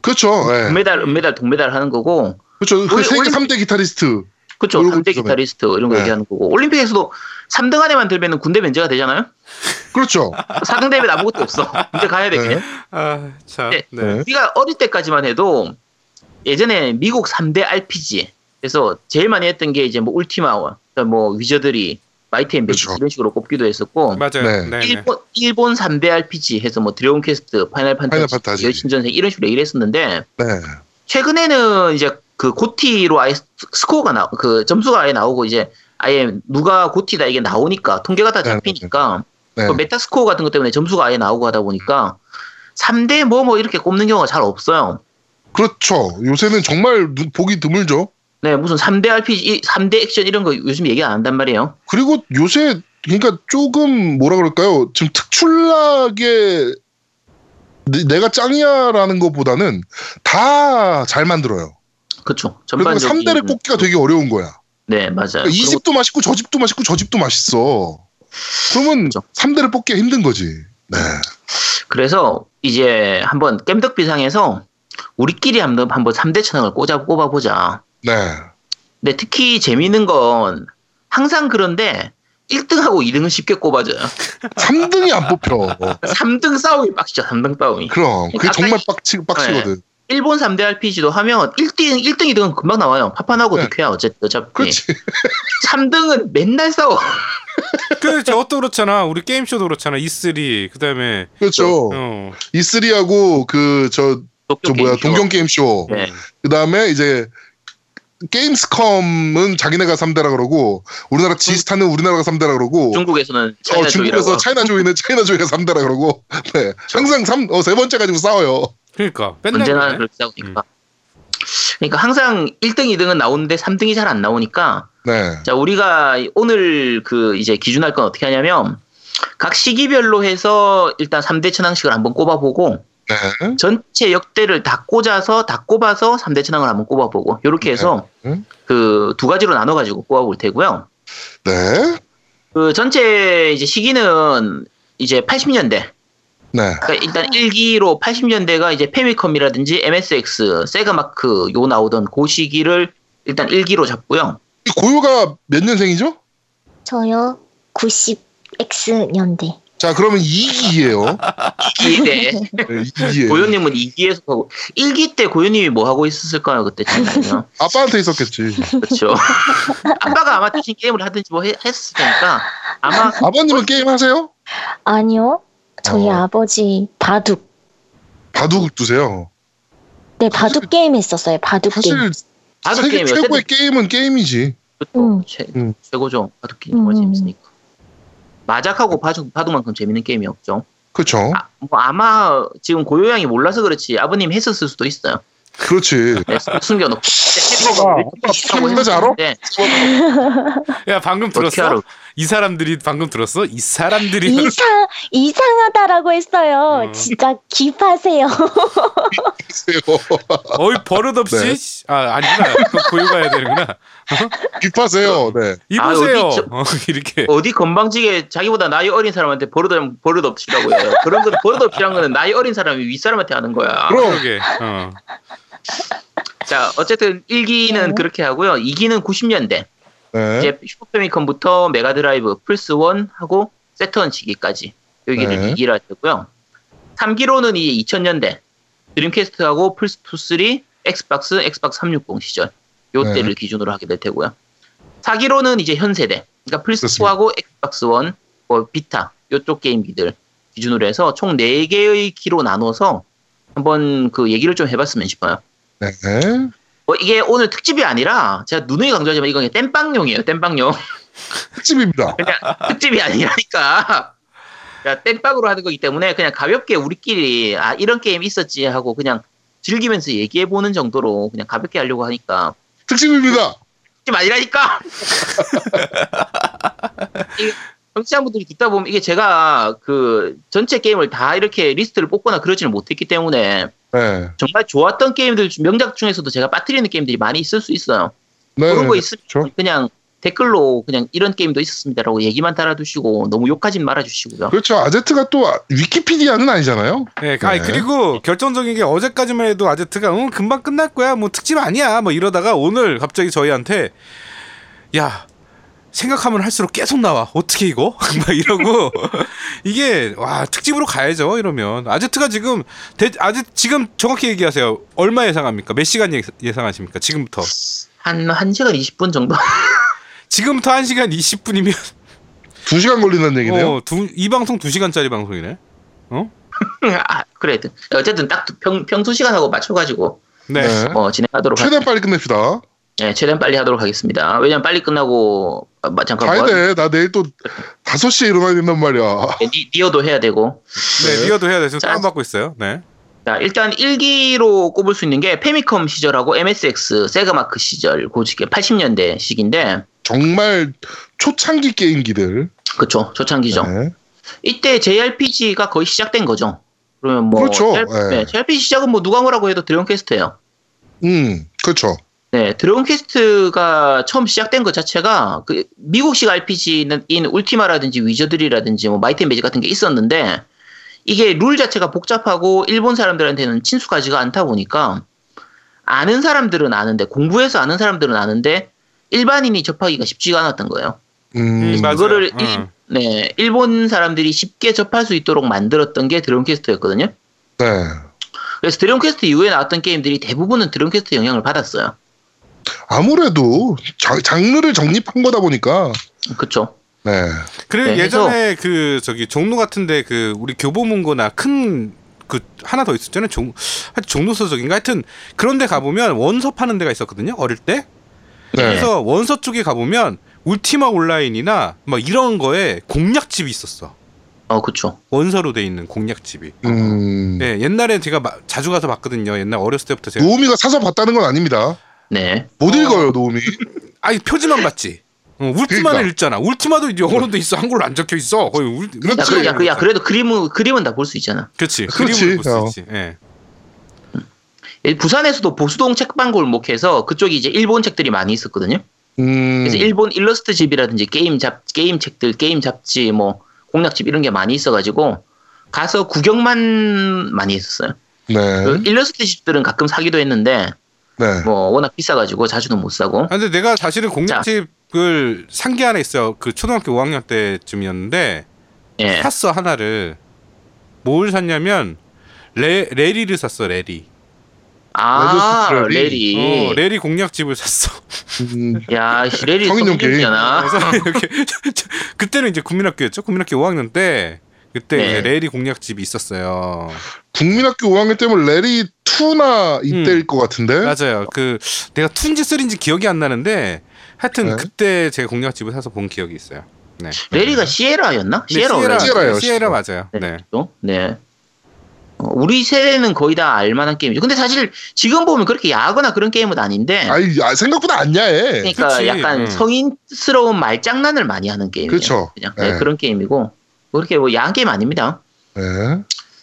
[SPEAKER 1] 그렇죠. 네.
[SPEAKER 4] 금메달, 은메달, 동메달 하는 거고,
[SPEAKER 1] 그렇죠. 그
[SPEAKER 4] 올림-
[SPEAKER 1] 세계
[SPEAKER 4] 올림-
[SPEAKER 1] 3대 기타리스트.
[SPEAKER 4] 그쵸,
[SPEAKER 1] 그리고
[SPEAKER 4] 3대
[SPEAKER 1] 그다음에-
[SPEAKER 4] 기타리스트, 이런 거
[SPEAKER 1] 네.
[SPEAKER 4] 얘기하는 거고, 올림픽에서도 3등 안에만 들면 군대 면제가 되잖아요?
[SPEAKER 1] 그렇죠.
[SPEAKER 4] 4등 되면 아무것도 없어. 군대 가야
[SPEAKER 1] 네,
[SPEAKER 4] 돼, 그냥.
[SPEAKER 2] 아 참.
[SPEAKER 4] 네.
[SPEAKER 2] 네.
[SPEAKER 4] 우리가 어릴 때까지만 해도 예전에 미국 3대 RPG 그래서 제일 많이 했던 게 이제 뭐 울티마와 뭐 위저들이 마이티 앤 매직
[SPEAKER 1] 그쵸.
[SPEAKER 4] 이런 식으로 꼽기도 했었고
[SPEAKER 2] 맞아요.
[SPEAKER 1] 네.
[SPEAKER 2] 네. 네.
[SPEAKER 4] 일본 일본 3대 RPG 해서 뭐 드래곤 퀘스트, 파이널
[SPEAKER 1] 파이널
[SPEAKER 4] 판타지,
[SPEAKER 1] 판타지.
[SPEAKER 4] 열신전생 이런 식으로 얘기를 했었는데
[SPEAKER 1] 네.
[SPEAKER 4] 최근에는 이제 그 고티로 아예 스코어가 나, 그 점수가 아예 나오고 이제 아예 누가 고티다 이게 나오니까 통계가 다
[SPEAKER 1] 네,
[SPEAKER 4] 잡히니까
[SPEAKER 1] 네.
[SPEAKER 4] 그 메타스코어 같은 것 때문에 점수가 아예 나오고 하다 보니까 3대 뭐 뭐 이렇게 꼽는 경우가 잘 없어요.
[SPEAKER 1] 그렇죠. 요새는 정말 눈- 보기 드물죠.
[SPEAKER 4] 네, 무슨 3대 RPG, 3대 액션 이런 거 요즘 얘기 안 한단 말이에요.
[SPEAKER 1] 그리고 요새 그러니까 조금 뭐라 그럴까요? 지금 특출나게 내- 내가 짱이야라는 것보다는 다 잘 만들어요.
[SPEAKER 4] 그쵸.
[SPEAKER 1] 그리고
[SPEAKER 4] 전반적인.
[SPEAKER 1] 3대를 꼽기가 되게 어려운 거야.
[SPEAKER 4] 네, 맞아요.
[SPEAKER 1] 그러니까 이
[SPEAKER 4] 그리고
[SPEAKER 1] 집도 맛있고 저 집도 맛있고 저 집도 맛있어. 그러면
[SPEAKER 4] 그렇죠.
[SPEAKER 1] 3대를 뽑기가 힘든 거지. 네.
[SPEAKER 4] 그래서 이제 한번 깸덕비상에서 우리끼리 한번, 한번 3대 천왕을 꽂아, 꼽아보자.
[SPEAKER 1] 네.
[SPEAKER 4] 근데 특히 재미있는 건 항상 그런데 1등하고 2등은 쉽게
[SPEAKER 1] [LAUGHS]
[SPEAKER 4] 꼽아져요.
[SPEAKER 1] 3등이 안
[SPEAKER 4] [LAUGHS]
[SPEAKER 1] 뽑혀.
[SPEAKER 4] 3등 싸움이 빡시죠, 3등 싸움이.
[SPEAKER 1] 그럼 그게
[SPEAKER 4] 아까
[SPEAKER 1] 정말
[SPEAKER 4] 이-
[SPEAKER 1] 빡치,
[SPEAKER 4] 네.
[SPEAKER 1] 빡치거든.
[SPEAKER 4] 일본 3대 RPG도 하면 1등, 1등, 2등은 금방 나와요. 파판하고
[SPEAKER 1] 네.
[SPEAKER 4] 득회야, 어쨌든. 어차피.
[SPEAKER 1] 그렇지.
[SPEAKER 4] 3등은 맨날 싸워.
[SPEAKER 2] 그 저것도 그렇잖아. 우리 게임쇼도 그렇잖아. E3 그다음에
[SPEAKER 1] 그렇죠.
[SPEAKER 4] 네.
[SPEAKER 2] 어.
[SPEAKER 1] E3하고 그 저 저
[SPEAKER 4] 도쿄
[SPEAKER 1] 뭐야
[SPEAKER 4] 게임쇼.
[SPEAKER 1] 동경 게임 쇼.
[SPEAKER 4] 네.
[SPEAKER 1] 그 다음에 이제 게임스컴은 자기네가 3대라 그러고 우리나라 지스타는 우리나라가 3대라 그러고
[SPEAKER 4] 중국에서는
[SPEAKER 1] 어,
[SPEAKER 4] 차이나 쪽이라고.
[SPEAKER 1] 중국에서 차이나 조이는 차이나 조이가 3대라 그러고 [LAUGHS] 네.
[SPEAKER 4] 그렇죠.
[SPEAKER 1] 항상 삼, 어, 세 번째 가지고 싸워요.
[SPEAKER 2] 그러니까 맨날
[SPEAKER 4] 언제나
[SPEAKER 2] 그러네.
[SPEAKER 4] 그렇게 싸우니까.
[SPEAKER 1] 음.
[SPEAKER 4] 그러니까 항상 1등, 2등은 나오는데 3등이 잘 안 나오니까
[SPEAKER 1] 네.
[SPEAKER 4] 자 우리가 오늘 그 이제 기준할 건 어떻게 하냐면 각 시기별로 해서 일단 3대 천왕식을 한번 꼽아보고
[SPEAKER 1] 네.
[SPEAKER 4] 전체 역대를 다 꽂아서 다 꼽아서 3대 천왕을 한번 꼽아보고 이렇게 해서
[SPEAKER 1] 네.
[SPEAKER 4] 그 두 가지로 나눠가지고 꼽아볼 테고요.
[SPEAKER 1] 네.
[SPEAKER 4] 그 전체 이제 시기는 이제 80년대.
[SPEAKER 1] 네.
[SPEAKER 4] 그러니까 일단 1기로 80년대가 이제 페미컴이라든지 MSX, 세가마크 요 나오던 그 시기를 일단 1기로 잡고요.
[SPEAKER 1] 이 고유가 몇 년생이죠?
[SPEAKER 5] 저요 90X년대
[SPEAKER 1] 자, 그러면 2기예요. 네,
[SPEAKER 4] 이때
[SPEAKER 1] 2기예요.
[SPEAKER 4] 아, 네. 고현님은 2기에서 하고 1기 때 고현님이 뭐 하고 있었을까요 그때
[SPEAKER 1] [LAUGHS]
[SPEAKER 4] 잠깐요.
[SPEAKER 1] 아빠한테 있었겠지. [LAUGHS]
[SPEAKER 4] 그렇죠. 아빠가 아마 대신 게임을 하든지 뭐 해- 했을 테니까
[SPEAKER 1] 음,
[SPEAKER 4] 아마
[SPEAKER 1] 아버님은 게임 하세요?
[SPEAKER 5] 아니요 저희
[SPEAKER 1] 어.
[SPEAKER 5] 아버지 바둑
[SPEAKER 1] 바둑 두세요.
[SPEAKER 5] 네 바둑 게임 했었어요 바둑 게임
[SPEAKER 1] 사실
[SPEAKER 4] 바둑
[SPEAKER 1] 세계
[SPEAKER 4] 게임이
[SPEAKER 1] 최고의
[SPEAKER 4] 어쨌든
[SPEAKER 1] 게임은 게임이지.
[SPEAKER 5] 음.
[SPEAKER 4] 최,
[SPEAKER 1] 음.
[SPEAKER 4] 최고죠. 바둑 게임 뭐가
[SPEAKER 5] 음.
[SPEAKER 4] 재밌으니까. 마작하고 바둑 바둑만큼 재밌는 게임이 없죠.
[SPEAKER 1] 그렇죠.
[SPEAKER 4] 아, 뭐 아마 지금 고요양이 몰라서 그렇지 아버님 했었을 수도 있어요.
[SPEAKER 1] 그렇지.
[SPEAKER 4] 네,
[SPEAKER 1] [LAUGHS]
[SPEAKER 4] 숨겨놓고.
[SPEAKER 1] 아빠가 생각하지 않아?
[SPEAKER 4] 네,
[SPEAKER 2] 야 방금
[SPEAKER 4] 어떻게
[SPEAKER 2] 들었어?
[SPEAKER 4] 알아?
[SPEAKER 2] 이 사람들이 방금 들었어? 이 사람들이
[SPEAKER 5] 이상 이상하다라고 네. 했어요
[SPEAKER 2] 음.
[SPEAKER 5] 진짜 깁하세요
[SPEAKER 1] [LAUGHS]
[SPEAKER 2] 어이 버릇없이
[SPEAKER 1] 네.
[SPEAKER 2] 씨, 아 아니구나 [LAUGHS] 그거 고유가야 되는구나
[SPEAKER 1] 깁하세요. 네.
[SPEAKER 4] 아,
[SPEAKER 2] 입으세요
[SPEAKER 4] 어디 저-
[SPEAKER 2] 어, [LAUGHS] 이렇게
[SPEAKER 4] 어디 건방지게 자기보다 나이 어린 사람한테 버릇 버릇 없이라고 해요. 그런 거 버릇 없이란 거는 나이 어린 사람이 윗 사람한테 하는 거야.
[SPEAKER 1] 그럼
[SPEAKER 2] 그러게 어.
[SPEAKER 4] 자 어쨌든 1기는 그렇게 하고요. 2기는 90년대
[SPEAKER 1] 네.
[SPEAKER 4] 이제 슈퍼패미컴부터 메가드라이브, 플스 1 하고 세턴 시기까지 여기를
[SPEAKER 1] 네.
[SPEAKER 4] 2기라 되고요. 3기로는 이 2000년대 드림캐스트하고 플스 2, 3, 엑스박스, 엑스박스 360 시절
[SPEAKER 1] 네.
[SPEAKER 4] 요때를 기준으로 하게 될 테고요. 4기로는 이제 현 세대, 그러니까 플스
[SPEAKER 1] 그렇습니다.
[SPEAKER 4] 2하고 엑스박스 1, 뭐 비타 요쪽 게임기들 기준으로 해서 총 4개의 기로 나눠서 한번 그 얘기를 좀 해봤으면 싶어요.
[SPEAKER 1] 네. 네.
[SPEAKER 4] 뭐 이게 오늘 특집이 아니라 제가 누누이 강조하지만 이건 그냥 땜빵용이에요. 땜빵용.
[SPEAKER 1] 특집입니다.
[SPEAKER 4] 그냥 특집이 아니라니까. 그러니까 땡빵으로 하는 거기 때문에 그냥 가볍게 우리끼리 아 이런 게임 있었지 하고 그냥 즐기면서 얘기해 보는 정도로 그냥 가볍게 하려고 하니까
[SPEAKER 1] 특집입니다.
[SPEAKER 4] 특집 아니라니까. [LAUGHS] 이 정치한 분들이 듣다 보면 이게 제가 그 전체 게임을 다 이렇게 리스트를 뽑거나 그러지는 못했기 때문에
[SPEAKER 1] 네.
[SPEAKER 4] 정말 좋았던 게임들 중- 명작 중에서도 제가 빠뜨리는 게임들이 많이 있을 수 있어요.
[SPEAKER 1] 네.
[SPEAKER 4] 그런
[SPEAKER 1] 네.
[SPEAKER 4] 거 있으면
[SPEAKER 1] 그렇죠.
[SPEAKER 4] 그냥 댓글로 그냥 이런 게임도 있었습니다라고 얘기만 달아두시고 너무 욕하진 말아주시고요.
[SPEAKER 1] 그렇죠. 아제트가 또 아- 위키피디아는 아니잖아요.
[SPEAKER 2] 네, 아니,
[SPEAKER 1] 네.
[SPEAKER 2] 그리고 결정적인 게 어제까지만 해도 아제트가 응 금방 끝날 거야 뭐 특집 아니야 뭐 이러다가 오늘 갑자기 저희한테 야 생각하면 할수록 계속 나와 어떻게 이거 [LAUGHS] 막 이러고 이게 와 특집으로 가야죠 이러면 아제트가 지금 대, 아제 지금 정확히 얘기하세요 얼마 예상합니까 몇 시간 예- 예상하십니까 지금부터
[SPEAKER 4] 한, 한 시간 20분 정도? [LAUGHS]
[SPEAKER 2] 지금부터 1 시간 2 0 분이면
[SPEAKER 1] 두 시간 걸린다는 얘기네요.
[SPEAKER 2] 어, 두, 이 방송 2 시간짜리 방송이네
[SPEAKER 4] 아, 그래. 어쨌든 딱 평, 평소 시간하고 맞춰가지고
[SPEAKER 2] 네.
[SPEAKER 1] 네.
[SPEAKER 4] 어, 진행하도록 하,
[SPEAKER 1] 최대한 빨리 끝냅시다.
[SPEAKER 4] 네, 최대한 빨리 하도록 하겠습니다. 왜냐면 빨리 끝나고, 아, 마- 잠깐,
[SPEAKER 1] 가야
[SPEAKER 4] 뭐,
[SPEAKER 1] 돼. 나 내일 또 5시에 일어나야 된단 말이야.
[SPEAKER 4] 네, 니- 니어도 해야 되고.
[SPEAKER 2] 네, 리어도 해야 돼. 지금
[SPEAKER 4] 자,
[SPEAKER 2] 다운받고 있어요. 네.
[SPEAKER 4] 자, 일단 1기로 꼽을 수 있는 게 페미컴 시절하고 MSX, 세가마크 시절, 고지게 80년대 시기인데,
[SPEAKER 1] 정말 초창기 게임기들.
[SPEAKER 4] 그쵸, 초창기죠.
[SPEAKER 1] 네.
[SPEAKER 4] 이때 JRPG가 거의 시작된 거죠. 그러면 뭐
[SPEAKER 1] 그렇죠.
[SPEAKER 4] JRPG,
[SPEAKER 1] 예.
[SPEAKER 4] JRPG 시작은 뭐 누가 뭐라고 해도 드래곤 퀘스트예요.
[SPEAKER 1] 음, 그렇죠.
[SPEAKER 4] 네, 드래곤 퀘스트가 처음 시작된 것 자체가 그 미국식 RPG인 울티마라든지 위저들이라든지 뭐 마이트 앤 매직 같은 게 있었는데 이게 룰 자체가 복잡하고 일본 사람들한테는 친숙하지가 않다 보니까 아는 사람들은 아는데 공부해서 아는 사람들은 아는데 일반인이 접하기가 쉽지가 않았던 거예요.
[SPEAKER 1] 음,
[SPEAKER 2] 음, 맞아요.
[SPEAKER 4] 그거를
[SPEAKER 2] 어.
[SPEAKER 4] 일, 네, 일본 사람들이 쉽게 접할 수 있도록 만들었던 게 드론 퀘스트였거든요.
[SPEAKER 1] 네.
[SPEAKER 4] 그래서 드론 퀘스트 이후에 나왔던 게임들이 대부분은 드론 퀘스트 영향을 받았어요.
[SPEAKER 1] 아무래도 자- 장르를 정립한 거다 보니까.
[SPEAKER 4] 그쵸?
[SPEAKER 1] 네.
[SPEAKER 2] 그리고
[SPEAKER 4] 네,
[SPEAKER 2] 예전에 그 저기 종로 같은데 그 우리 교보문고나 큰 그 하나 더 있었잖아요. 종 하여튼 종로서적인가 하여튼 그런데 가 보면 원서 파는 데가 있었거든요. 어릴 때.
[SPEAKER 1] 네.
[SPEAKER 2] 그래서 원서 쪽에 가 보면 울티마 온라인이나 막 이런 거에 공략집이 있었어.
[SPEAKER 4] 어, 그쵸.
[SPEAKER 2] 원서로 돼 있는 공략집이.
[SPEAKER 1] 음.
[SPEAKER 4] 네.
[SPEAKER 2] 예, 옛날에 제가 마- 자주 가서 봤거든요. 옛날 어렸을 때부터 제가
[SPEAKER 1] 노우미가 사서 봤다는 건 아닙니다.
[SPEAKER 4] 네.
[SPEAKER 1] 못
[SPEAKER 2] 어.
[SPEAKER 1] 읽어요, 노우미.
[SPEAKER 2] 아니 표지만 봤지. 어, 울티마는
[SPEAKER 1] 그러니까.
[SPEAKER 2] 읽잖아. 울티마도 영어로도 있어. 한글로 안 적혀 있어. 거의 울,
[SPEAKER 1] 그러니까 그렇지.
[SPEAKER 4] 야,
[SPEAKER 2] 울티마를
[SPEAKER 4] 그, 야, 그, 야
[SPEAKER 2] 읽잖아.
[SPEAKER 4] 그래도 그림은 그림은 다 볼 수 있잖아.
[SPEAKER 2] 그렇지.
[SPEAKER 1] 그렇지.
[SPEAKER 2] 그림을 볼수
[SPEAKER 1] 어.
[SPEAKER 2] 있지. 예.
[SPEAKER 4] 예, 부산에서도 보수동 책방 골목에서 그쪽이 이제 일본 책들이 많이 있었거든요.
[SPEAKER 1] 음.
[SPEAKER 4] 그래서 일본 일러스트 집이라든지 게임 잡 게임 책들, 게임 잡지 뭐 공략집 이런 게 많이 있어가지고 가서 구경만 많이 했었어요.
[SPEAKER 1] 네.
[SPEAKER 4] 그 일러스트 집들은 가끔 사기도 했는데
[SPEAKER 1] 네.
[SPEAKER 4] 뭐 워낙 비싸가지고 자주는 못 사고.
[SPEAKER 2] 아, 근데 내가 사실은 공략집을 산 게 하나 있어요. 그 초등학교 5학년 때쯤이었는데
[SPEAKER 4] 예.
[SPEAKER 2] 샀어 하나를 뭘 샀냐면 레, 레리를 샀어 레리.
[SPEAKER 4] 아
[SPEAKER 1] 레저스 트롤이.
[SPEAKER 4] 레리.
[SPEAKER 2] 어, 레리 공략집을 샀어. [LAUGHS]
[SPEAKER 1] 음,
[SPEAKER 4] 야 씨, 레리
[SPEAKER 1] 성인용
[SPEAKER 4] 성인용이잖아.
[SPEAKER 2] 그래서 이렇게 [LAUGHS] 그때는 이제 국민학교였죠. 국민학교 5학년 때 그때
[SPEAKER 4] 네.
[SPEAKER 2] 이제 레리 공략집이 있었어요.
[SPEAKER 1] 국민학교 5학년 때면 레리 2나 이때일 것
[SPEAKER 4] 네?
[SPEAKER 1] 같은데.
[SPEAKER 2] 맞아요. 그 내가 툰지 쓰린지 기억이 안 나는데 하여튼
[SPEAKER 1] 네.
[SPEAKER 2] 그때 제 공략집을 사서 본 기억이 있어요. 네.
[SPEAKER 4] 레리가 시에라였나?
[SPEAKER 2] 네,
[SPEAKER 4] 시에라
[SPEAKER 2] 시에라
[SPEAKER 4] 레리.
[SPEAKER 1] 시에라예요,
[SPEAKER 2] 시에라 맞아요.
[SPEAKER 4] 네.
[SPEAKER 2] 네.
[SPEAKER 4] 그죠? 네. 어, 우리 세대는 거의 다 알만한 게임이죠. 근데 사실 지금 보면 그렇게 야하거나 그런 게임은 아닌데,
[SPEAKER 1] 아이 아, 생각보다 안 야해.
[SPEAKER 4] 그러니까
[SPEAKER 2] 그치.
[SPEAKER 4] 약간
[SPEAKER 2] 음.
[SPEAKER 4] 성인스러운 말장난을 많이 하는 게임이에요.
[SPEAKER 1] 그쵸.
[SPEAKER 4] 냥 네,
[SPEAKER 1] 네.
[SPEAKER 4] 그런 게임이고 그렇게 뭐 야한 게임 아닙니다.
[SPEAKER 1] 네.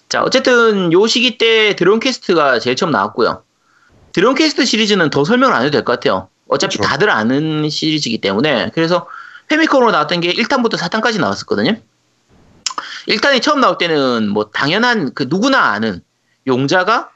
[SPEAKER 4] 자, 어쨌든 요 시기 때 드론 퀘스트가 제일 처음 나왔고요. 드론 퀘스트 시리즈는 더 설명을 안 해도 될 것 같아요. 어차피
[SPEAKER 1] 그쵸.
[SPEAKER 4] 다들 아는 시리즈이기 때문에 그래서 페미컴으로 나왔던 게 1탄부터 4탄까지 나왔었거든요. 1탄이 처음 나올 때는 뭐 당연한 그 누구나 아는 용자가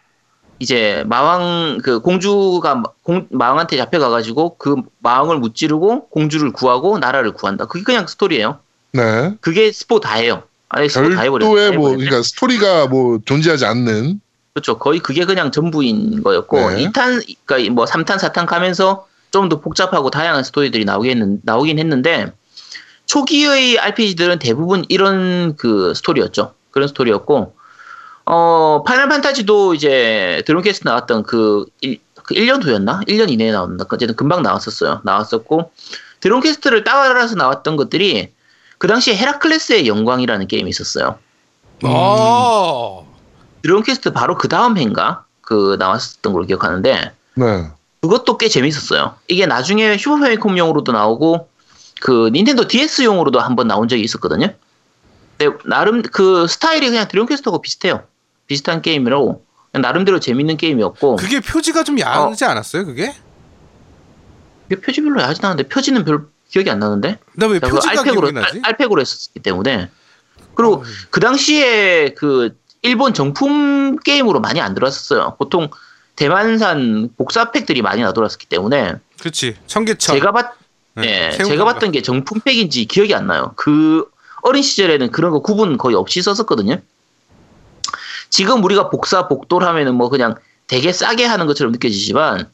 [SPEAKER 4] 이제 마왕 그 공주가 공- 마왕한테 잡혀가가지고 그 마왕을 무찌르고 공주를 구하고 나라를 구한다. 그게 그냥 스토리예요.
[SPEAKER 1] 네.
[SPEAKER 4] 그게 스포 다예요. 아니 스포 다 해버렸어요.
[SPEAKER 1] 별도의 뭐
[SPEAKER 4] 해버렸네.
[SPEAKER 1] 그러니까 스토리가 뭐 존재하지 않는
[SPEAKER 4] 그렇죠. 거의 그게 그냥 전부인 거였고
[SPEAKER 1] 네.
[SPEAKER 4] 이 2탄 그러니까 뭐 3탄 4탄 가면서 좀 더 복잡하고 다양한 스토리들이 나오긴, 나오긴 했는데 초기의 RPG들은 대부분 이런 그 스토리였죠. 그런 스토리였고 어 파이널 판타지도 이제 드론 퀘스트 나왔던 그, 일, 그 1년 후였나? 1년 이내에 나왔나? 어쨌든 금방 나왔었어요. 나왔었고 드론 퀘스트를 따라서 나왔던 것들이 그 당시에 헤라클레스의 영광이라는 게임이 있었어요.
[SPEAKER 2] 아,
[SPEAKER 4] 드론 퀘스트 바로 그 다음 해인가 그 나왔었던 걸로 기억하는데
[SPEAKER 1] 네.
[SPEAKER 4] 그것도 꽤 재밌었어요. 이게 나중에 슈퍼 패미컴용으로도 나오고 그 닌텐도 DS용으로도 한번 나온 적이 있었거든요. 근데 나름 그 스타일이 그냥 드론 퀘스트하고 비슷해요. 비슷한 게임이라고 그냥 나름대로 재밌는 게임이었고
[SPEAKER 2] 그게 표지가 좀 야하지 않았어요? 그게?
[SPEAKER 4] 이게 표지별로 야하진 않은데 표지는 별 기억이 안 나는데
[SPEAKER 2] 나 왜
[SPEAKER 4] 그러니까
[SPEAKER 2] 표지가
[SPEAKER 4] 그거
[SPEAKER 2] 기억이
[SPEAKER 4] 알팩으로
[SPEAKER 2] 나지? 아, 예.
[SPEAKER 4] 알, 팩으로 했었기 때문에 그리고 그 당시에 그 일본 정품 게임으로 많이 안 들어왔었어요. 보통 대만산 복사팩들이 많이 나돌았었기 때문에
[SPEAKER 2] 그렇지. 청계천.
[SPEAKER 4] 제가 봤 예, 제가 봤던 게 정품팩인지 기억이 안 나요. 그 어린 시절에는 그런 거 구분 거의 없이 썼었거든요. 지금 우리가 복사 복돌 하면은 뭐 그냥 되게 싸게 하는 것처럼 느껴지지만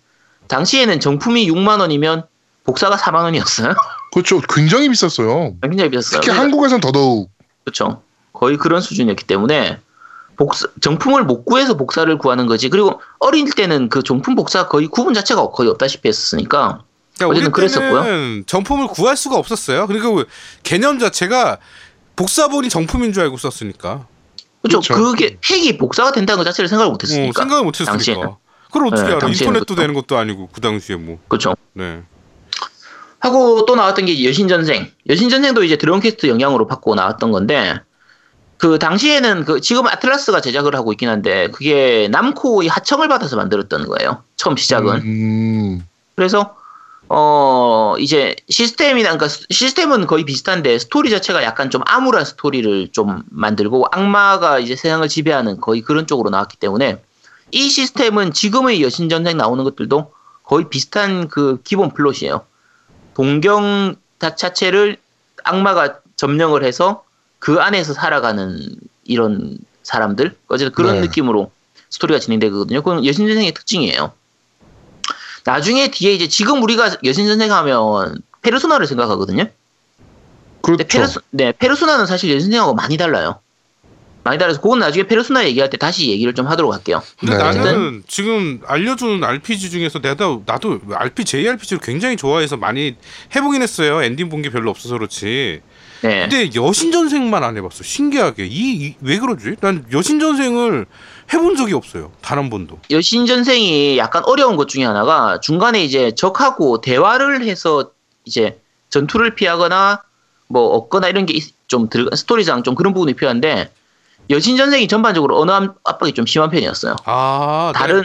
[SPEAKER 4] 당시에는 정품이 6만 원이면 복사가 4만 원이었어요. [LAUGHS]
[SPEAKER 1] 그렇죠. 굉장히 비쌌어요.
[SPEAKER 4] 굉장히 비쌌어요.
[SPEAKER 1] 특히 한국에선 더더욱.
[SPEAKER 4] 그렇죠. 거의 그런 수준이었기 때문에 복사, 정품을 못 구해서 복사를 구하는 거지. 그리고 어린 때는 그 정품 복사 거의 구분 자체가 거의 없다시피 했었으니까.
[SPEAKER 2] 그러니까 우리
[SPEAKER 4] 어쨌든
[SPEAKER 2] 때는 정품을 구할 수가 없었어요. 그러니까 그 개념 자체가 복사본이 정품인 줄 알고 썼으니까. 어,
[SPEAKER 4] 그렇죠.
[SPEAKER 1] 그쵸.
[SPEAKER 4] 그게 팩이 복사가 된다는 것 자체를 생각을 못
[SPEAKER 2] 어,
[SPEAKER 4] 했으니까.
[SPEAKER 2] 생각을 못
[SPEAKER 4] 당시에는.
[SPEAKER 2] 했으니까. 그걸 어떻게
[SPEAKER 4] 네,
[SPEAKER 2] 알아?
[SPEAKER 4] 당시에는
[SPEAKER 2] 인터넷도
[SPEAKER 4] 그렇죠.
[SPEAKER 2] 되는 것도 아니고 그 당시에 뭐.
[SPEAKER 4] 그렇죠.
[SPEAKER 2] 네.
[SPEAKER 4] 하고 또 나왔던 게 여신전생. 여신전생도 이제 드론캐스트 영향으로 받고 나왔던 건데 그 당시에는 그 지금 아틀라스가 제작을 하고 있긴 한데 그게 남코의 하청을 받아서 만들었던 거예요. 처음 시작은.
[SPEAKER 1] 음.
[SPEAKER 4] 그래서 어 이제 시스템이나 그러니까 스- 시스템은 거의 비슷한데 스토리 자체가 약간 좀 암울한 스토리를 좀 만들고 악마가 이제 세상을 지배하는 거의 그런 쪽으로 나왔기 때문에 이 시스템은 지금의 여신 전쟁 나오는 것들도 거의 비슷한 그 기본 플롯이에요. 동경 자- 자체를 악마가 점령을 해서 그 안에서 살아가는 이런 사람들 어쨌든 그런
[SPEAKER 1] 네.
[SPEAKER 4] 느낌으로 스토리가 진행되거든요. 그건 여신 전쟁의 특징이에요. 나중에 뒤에 이제 지금 우리가 여신 전생 하면 페르소나를 생각하거든요. 근데
[SPEAKER 1] 그렇죠.
[SPEAKER 4] 페르소, 네, 페르소나는 사실 여신 전생하고 많이 달라요. 많이 달라서 그건 나중에 페르소나 얘기할 때 다시 얘기를 좀 하도록 할게요.
[SPEAKER 2] 근데
[SPEAKER 1] 네.
[SPEAKER 2] 나는 지금 알려주는 RPG 중에서 내가 나도 RPG, JRPG를 굉장히 좋아해서 많이 해보긴 했어요. 엔딩 본 게 별로 없어서 그렇지.
[SPEAKER 4] 네.
[SPEAKER 2] 근데 여신전생만 안 해봤어. 신기하게 이 왜 그러지? 난 여신전생을 해본 적이 없어요. 단 한 번도.
[SPEAKER 4] 여신 전생이 약간 어려운 것 중에 하나가 중간에 이제 적하고 대화를 해서 이제 전투를 피하거나 뭐 얻거나 이런 게 좀 스토리상 좀 그런 부분이 필요한데 여신전생이 전반적으로 언어 압- 압박이 좀 심한 편이었어요.
[SPEAKER 2] 아
[SPEAKER 4] 다른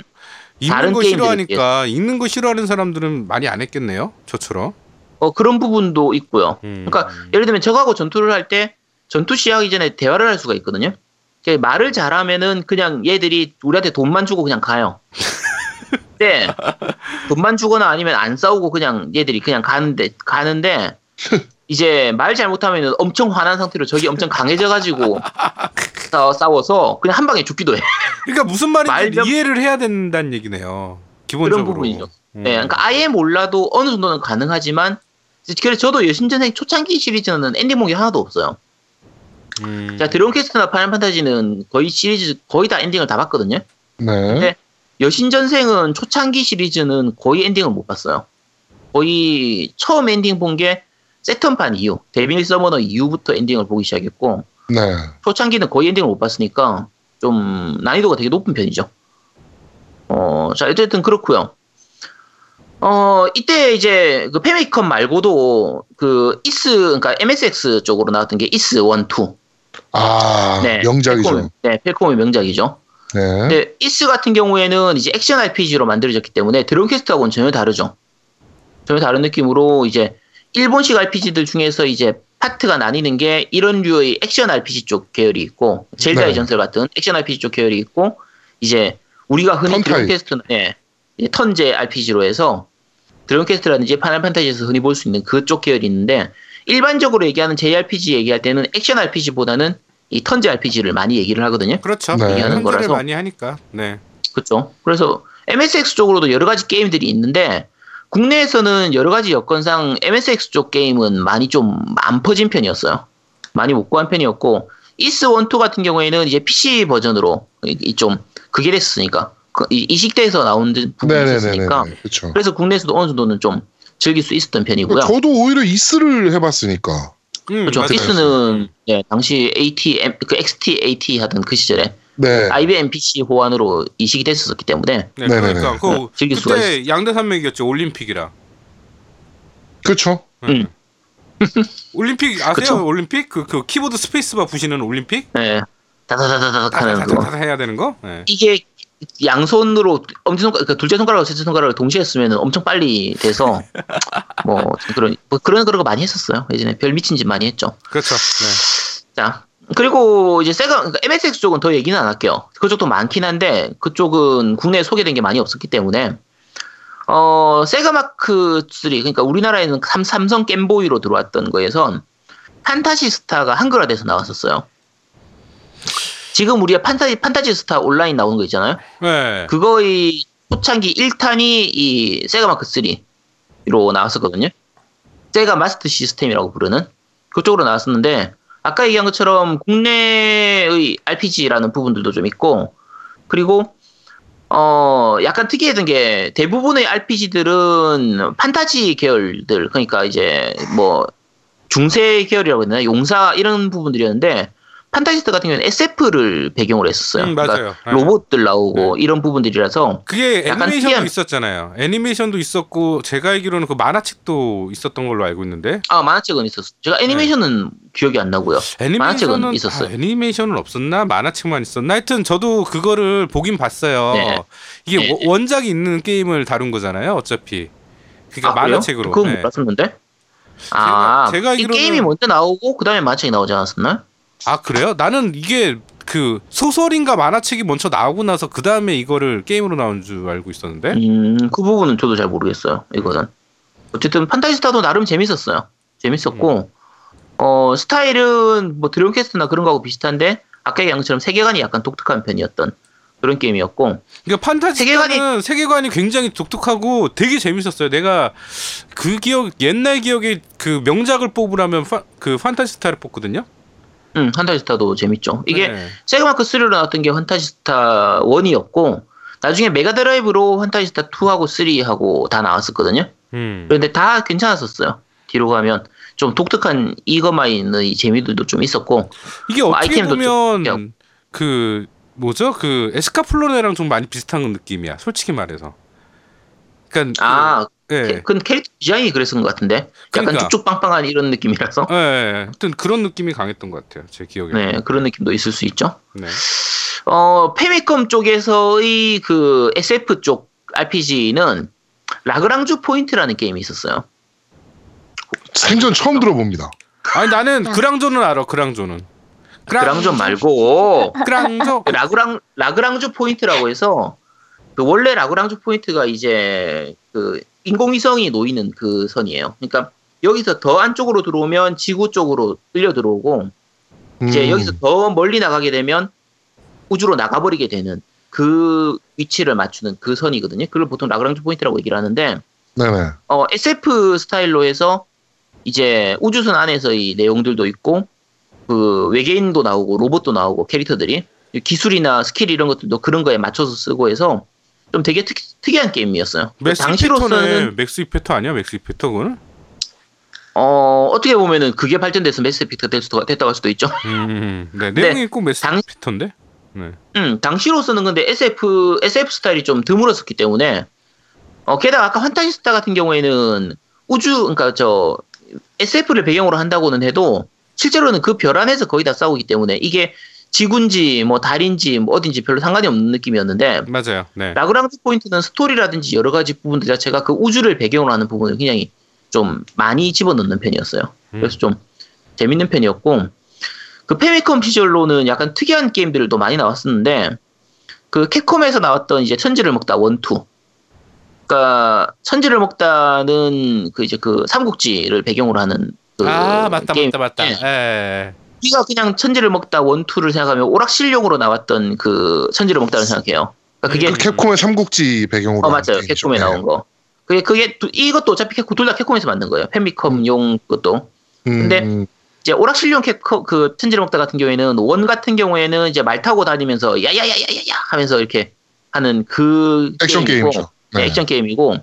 [SPEAKER 2] 읽는
[SPEAKER 4] 다른
[SPEAKER 2] 거
[SPEAKER 4] 게임들에
[SPEAKER 2] 싫어하니까 읽는 거 싫어하는 사람들은 많이 안 했겠네요. 저처럼.
[SPEAKER 4] 어, 그런 부분도 있고요.
[SPEAKER 2] 음.
[SPEAKER 4] 그러니까 예를 들면 저하고 전투를 할 때 전투 시작하기 전에 대화를 할 수가 있거든요. 그러니까 말을 잘하면은 그냥 얘들이 우리한테 돈만 주고
[SPEAKER 2] [LAUGHS]
[SPEAKER 4] 그냥 가요. 근데 돈만 주거나 아니면 안 싸우고 그냥 얘들이 그냥 가는데 가는데 이제 말 잘못하면은 엄청 화난 상태로 적이 엄청 강해져가지고 싸- 싸워서 그냥 한 방에 죽기도 해.
[SPEAKER 2] 그러니까 무슨 말인지
[SPEAKER 4] 말면-
[SPEAKER 2] 이해를 해야 된다는 얘기네요. 기본적으로.
[SPEAKER 4] 그런 부분이죠.
[SPEAKER 2] 음.
[SPEAKER 4] 네, 그러니까 아예 몰라도 어느 정도는 가능하지만 이제 그래서 저도 여신전생 초창기 시리즈는 엔딩곡이 하나도 없어요.
[SPEAKER 2] 음.
[SPEAKER 4] 자, 드론 퀘스트나 파이널 판타지는 거의 시리즈 거의 다 엔딩을 다 봤거든요.
[SPEAKER 1] 네.
[SPEAKER 4] 네. 여신전생은 초창기 시리즈는 거의 엔딩을 못 봤어요. 거의 처음 엔딩 본 게 세턴판 이후, 데빌 서머너 이후부터 엔딩을 보기 시작했고
[SPEAKER 1] 네.
[SPEAKER 4] 초창기는 거의 엔딩을 못 봤으니까 좀 난이도가 되게 높은 편이죠. 어, 자, 어쨌든 그렇고요. 어, 이때 이제 그 페미컴 말고도 그 이스 그러니까 MSX 쪽으로 나왔던 게 이스 1, 2.
[SPEAKER 1] 아, 명작이죠.
[SPEAKER 4] 네, 펠콤, 네, 펠콤의 명작이죠.
[SPEAKER 1] 네.
[SPEAKER 4] 근데 이스 같은 경우에는 이제 액션 RPG로 만들어졌기 때문에 드론 퀘스트하고는 전혀 다르죠. 전혀 다른 느낌으로 이제 일본식 RPG들 중에서 이제 파트가 나뉘는 게 이런 류의 액션 RPG 쪽 계열이 있고 젤다의
[SPEAKER 1] 네.
[SPEAKER 4] 전설 같은 액션 RPG 쪽 계열이 있고 이제 우리가 흔히
[SPEAKER 1] 턴
[SPEAKER 4] 드론
[SPEAKER 1] 타입.
[SPEAKER 4] 퀘스트 네, 이제 턴제 RPG로 해서 드론 퀘스트라든지 파널 판타지에서 흔히 볼 수 있는 그쪽 계열이 있는데 일반적으로 얘기하는 JRPG 얘기할 때는 액션 RPG보다는 이 턴제 RPG를 많이 얘기를 하거든요.
[SPEAKER 2] 그렇죠.
[SPEAKER 1] 네.
[SPEAKER 2] 네.
[SPEAKER 4] 얘기하는
[SPEAKER 2] 현질을
[SPEAKER 4] 거라서.
[SPEAKER 2] 많이 하니까. 네.
[SPEAKER 4] 그렇죠. 그래서 MSX 쪽으로도 여러 가지 게임들이 있는데 국내에서는 여러 가지 여건상 MSX 쪽 게임은 많이 좀 안 퍼진 편이었어요. 많이 못 구한 편이었고 이스 원투 같은 경우에는 이제 PC 버전으로 이- 이좀 그게 됐으니까 그 이- 이식돼서 나온 부분이
[SPEAKER 1] 네네네네.
[SPEAKER 4] 있었으니까
[SPEAKER 1] 그렇죠.
[SPEAKER 4] 그래서 국내에서도 어느 정도는 좀 즐길 수 있었던 편이고요.
[SPEAKER 1] 저도 오히려 이스를 해봤으니까.
[SPEAKER 2] 음,
[SPEAKER 4] 그렇죠.
[SPEAKER 2] 맞아요.
[SPEAKER 4] 피스는 예, 당시 ATM 그 XTAT 하던 그 시절에
[SPEAKER 1] 네.
[SPEAKER 4] IBM PC 호환으로 이식이 됐었기 때문에
[SPEAKER 2] 네,
[SPEAKER 1] 네네네.
[SPEAKER 2] 그러니까
[SPEAKER 4] 네,
[SPEAKER 2] 그
[SPEAKER 4] 즐길 수가
[SPEAKER 2] 그때 양대 산맥이었죠. 올림픽이라.
[SPEAKER 1] 그렇죠.
[SPEAKER 2] 네.
[SPEAKER 4] 음.
[SPEAKER 2] 올림픽 아세요?
[SPEAKER 4] 그쵸.
[SPEAKER 2] 올림픽 그, 그 키보드 스페이스바 부시는 올림픽?
[SPEAKER 4] 예. 다다다다닥 하는 그거.
[SPEAKER 2] 다다다다 아, 해야 되는 거? 네.
[SPEAKER 4] 이게 양손으로 엄지손가락, 그러니까 둘째 손가락과 셋째 손가락을 동시에 쓰면 엄청 빨리 돼서 뭐 그런 뭐 그런 그런 거 많이 했었어요. 예전에 별 미친 짓 많이 했죠.
[SPEAKER 2] 그렇죠. 네.
[SPEAKER 4] 자 그리고 이제 세가 그러니까 MSX 쪽은 더 얘기는 안 할게요. 그쪽도 많긴 한데 그쪽은 국내에 소개된 게 많이 없었기 때문에 어 세가 마크 3 그러니까 우리나라에는 삼, 삼성 겜보이로 들어왔던 거에선 판타지 스타가 한글화돼서 나왔었어요. 지금 우리가 판타지 판타지 스타 온라인 나오는 거 있잖아요.
[SPEAKER 2] 네.
[SPEAKER 4] 그거의 초창기 1탄이 이 세가 마크 3로 나왔었거든요. 세가 마스터 시스템이라고 부르는 그쪽으로 나왔었는데 아까 얘기한 것처럼 국내의 RPG라는 부분들도 좀 있고 그리고 어 약간 특이했던 게 대부분의 RPG들은 판타지 계열들 그러니까 이제 뭐 중세 계열이라고 했나 용사 이런 부분들이었는데 판타지스트 같은 경우는 SF를 배경으로 했었어요.
[SPEAKER 2] 음,
[SPEAKER 4] 그러니까
[SPEAKER 2] 맞아요. 네.
[SPEAKER 4] 로봇들 나오고 이런 부분들이라서
[SPEAKER 2] 그게
[SPEAKER 4] 약간
[SPEAKER 2] 애니메이션도
[SPEAKER 4] 특이한-
[SPEAKER 2] 있었잖아요. 애니메이션도 있었고 제가 알기로는 그 만화책도 있었던 걸로 알고 있는데
[SPEAKER 4] 아 만화책은 있었어. 제가
[SPEAKER 2] 네.
[SPEAKER 4] 애니메이션은 기억이 안 나고요.
[SPEAKER 2] 애니메이션은
[SPEAKER 4] 만화책은 있었어요.
[SPEAKER 2] 아, 애니메이션은 없었나 만화책만 있었나 하여튼 저도 그거를 보긴 봤어요.
[SPEAKER 4] 네.
[SPEAKER 2] 이게
[SPEAKER 4] 네.
[SPEAKER 2] 원- 원작이 있는 게임을 다룬 거잖아요. 어차피 그러니까
[SPEAKER 4] 아, 그래요?
[SPEAKER 2] 만화책으로.
[SPEAKER 4] 그건
[SPEAKER 2] 네.
[SPEAKER 4] 못 봤었는데. 아,
[SPEAKER 2] 제가
[SPEAKER 4] 이
[SPEAKER 2] 알기로는-
[SPEAKER 4] 게임이 먼저 나오고 그다음에 만화책이 나오지 않았었나?
[SPEAKER 2] 아 그래요? 나는 이게 그 소설인가 만화책이 먼저 나오고 나서 그 다음에 이거를 게임으로 나온 줄 알고 있었는데.
[SPEAKER 4] 음, 그 부분은 저도 잘 모르겠어요. 이거는. 어쨌든 판타지스타도 나름 재밌었어요.
[SPEAKER 2] 음.
[SPEAKER 4] 재밌었고 어 스타일은 뭐 드론캐스트나 그런 거하고 비슷한데 아까 얘기한 것처럼 세계관이 약간 독특한 편이었던 그런 게임이었고
[SPEAKER 2] 그러니까 판타지는 세계관이... 세계관이 굉장히 독특하고 되게 재밌었어요. 내가 그 기억 옛날 기억에 그 명작을 뽑으라면 파- 그 판타지스타를 뽑거든요.
[SPEAKER 4] 음, 판타지스타도 재밌죠. 이게
[SPEAKER 2] 네.
[SPEAKER 4] 세그마크 3로 나왔던 게 환타지스타 1이었고 나중에 메가드라이브로 환타지스타 2하고 3하고 다 나왔었거든요.
[SPEAKER 2] 음.
[SPEAKER 4] 그런데 다 괜찮았었어요. 뒤로 가면 좀 독특한 이거만의 재미들도 좀 있었고
[SPEAKER 2] 이게
[SPEAKER 4] 뭐
[SPEAKER 2] 어떻게
[SPEAKER 4] 아이템도
[SPEAKER 2] 보면
[SPEAKER 4] 좀-
[SPEAKER 2] 그 뭐죠? 그 에스카플로네랑 좀 많이 비슷한 느낌이야. 솔직히 말해서. 그러니까 그
[SPEAKER 4] 아
[SPEAKER 2] 예.
[SPEAKER 4] 그 캐릭터 디자인이 그랬은 것 같은데. 약간
[SPEAKER 2] 그러니까.
[SPEAKER 4] 쭉쭉 빵빵한 이런 느낌이라서.
[SPEAKER 2] 예, 예. 하여튼 그런 느낌이 강했던 것 같아요. 제 기억에. 네.
[SPEAKER 4] 네, 그런 느낌도 있을 수 있죠. 어, 페미컴 쪽에서의 그 SF 쪽 RPG는 라그랑주 포인트라는 게임이 있었어요.
[SPEAKER 1] 생전 처음 들어봅니다.
[SPEAKER 2] 아니 나는 그랑조는 알아. 그랑조는.
[SPEAKER 4] 음. 그랑조 말고
[SPEAKER 2] 그랑조.
[SPEAKER 4] 그 라그랑 라그랑주 포인트라고 해서 그 원래 라그랑주 포인트가 이제 그 인공위성이 놓이는 그 선이에요. 그러니까 여기서 더 안쪽으로 들어오면 지구 쪽으로 끌려 들어오고 이제
[SPEAKER 1] 음.
[SPEAKER 4] 여기서 더 멀리 나가게 되면 우주로 나가버리게 되는 그 위치를 맞추는 그 선이거든요. 그걸 보통 라그랑주 포인트라고 얘기를 하는데
[SPEAKER 1] 네네.
[SPEAKER 4] 어, SF 스타일로 해서 이제 우주선 안에서 이 내용들도 있고 그 외계인도 나오고 로봇도 나오고 캐릭터들이 기술이나 스킬 이런 것들도 그런 거에 맞춰서 쓰고 해서 좀 되게 특, 특이한 게임이었어요.
[SPEAKER 2] 맥스
[SPEAKER 4] 당시로서는
[SPEAKER 2] 이펙터는 맥스 이펙터 아니야? 맥스 이펙터 그는?
[SPEAKER 4] 어, 어떻게 보면은 그게 발전돼서 맥스 이펙터 될 수도, 됐다고 할 수도 있죠.
[SPEAKER 2] 음. 네. 내용이 꼭 맥스
[SPEAKER 4] 당-
[SPEAKER 2] 이펙터인데.
[SPEAKER 4] 음, 당시로서는 근데 SF, SF 스타일이 좀 드물었었기 때문에, 어, 게다가 아까 환타지 스타 같은 경우에는 우주, 그러니까 저, SF를 배경으로 한다고는 해도, 실제로는 그 별 안에서 거의 다 싸우기 때문에, 이게 지구인지, 뭐, 달인지, 뭐, 어딘지 별로 상관이 없는 느낌이었는데,
[SPEAKER 2] 맞아요. 네.
[SPEAKER 4] 라그랑주 포인트는 스토리라든지 여러 가지 부분들 자체가 그 우주를 배경으로 하는 부분을 굉장히 좀 많이 집어넣는 편이었어요.
[SPEAKER 2] 음.
[SPEAKER 4] 그래서 좀 재밌는 편이었고 그 페미컴 시절로는 약간 특이한 게임들도 많이 나왔었는데 그 캡콤에서 나왔던 이제 천지를 먹다 원투 그러니까 천지를 먹다는 그 이제 그 삼국지를 배경으로 하는 그
[SPEAKER 2] 아, 맞다
[SPEAKER 4] 게임.
[SPEAKER 2] 맞다 맞다.
[SPEAKER 4] 예.
[SPEAKER 2] 예.
[SPEAKER 4] 우리가 그냥 천지를 먹다 원투를 생각하면 오락실용으로 나왔던 그 천지를 먹다를 생각해요. 그게
[SPEAKER 1] 그 캡콤의 삼국지 배경으로.
[SPEAKER 4] 어
[SPEAKER 1] 하는
[SPEAKER 4] 맞아요
[SPEAKER 1] 게임이죠.
[SPEAKER 4] 캡콤에
[SPEAKER 1] 네.
[SPEAKER 4] 나온 거 그게 그게 두- 이것도 어차피 캡콤 둘다 캡콤에서 만든 거예요 팬미컴용 것도
[SPEAKER 1] 음,
[SPEAKER 4] 근데- 이제 오락실용 캡콤 그 천지를 먹다 같은 경우에는 원 같은 경우에는 이제 말 타고 다니면서 야야야야야야 하면서 이렇게 하는 그
[SPEAKER 1] 액션
[SPEAKER 4] 게임이고,
[SPEAKER 1] 게임이죠.
[SPEAKER 4] 네, 액션 게임이고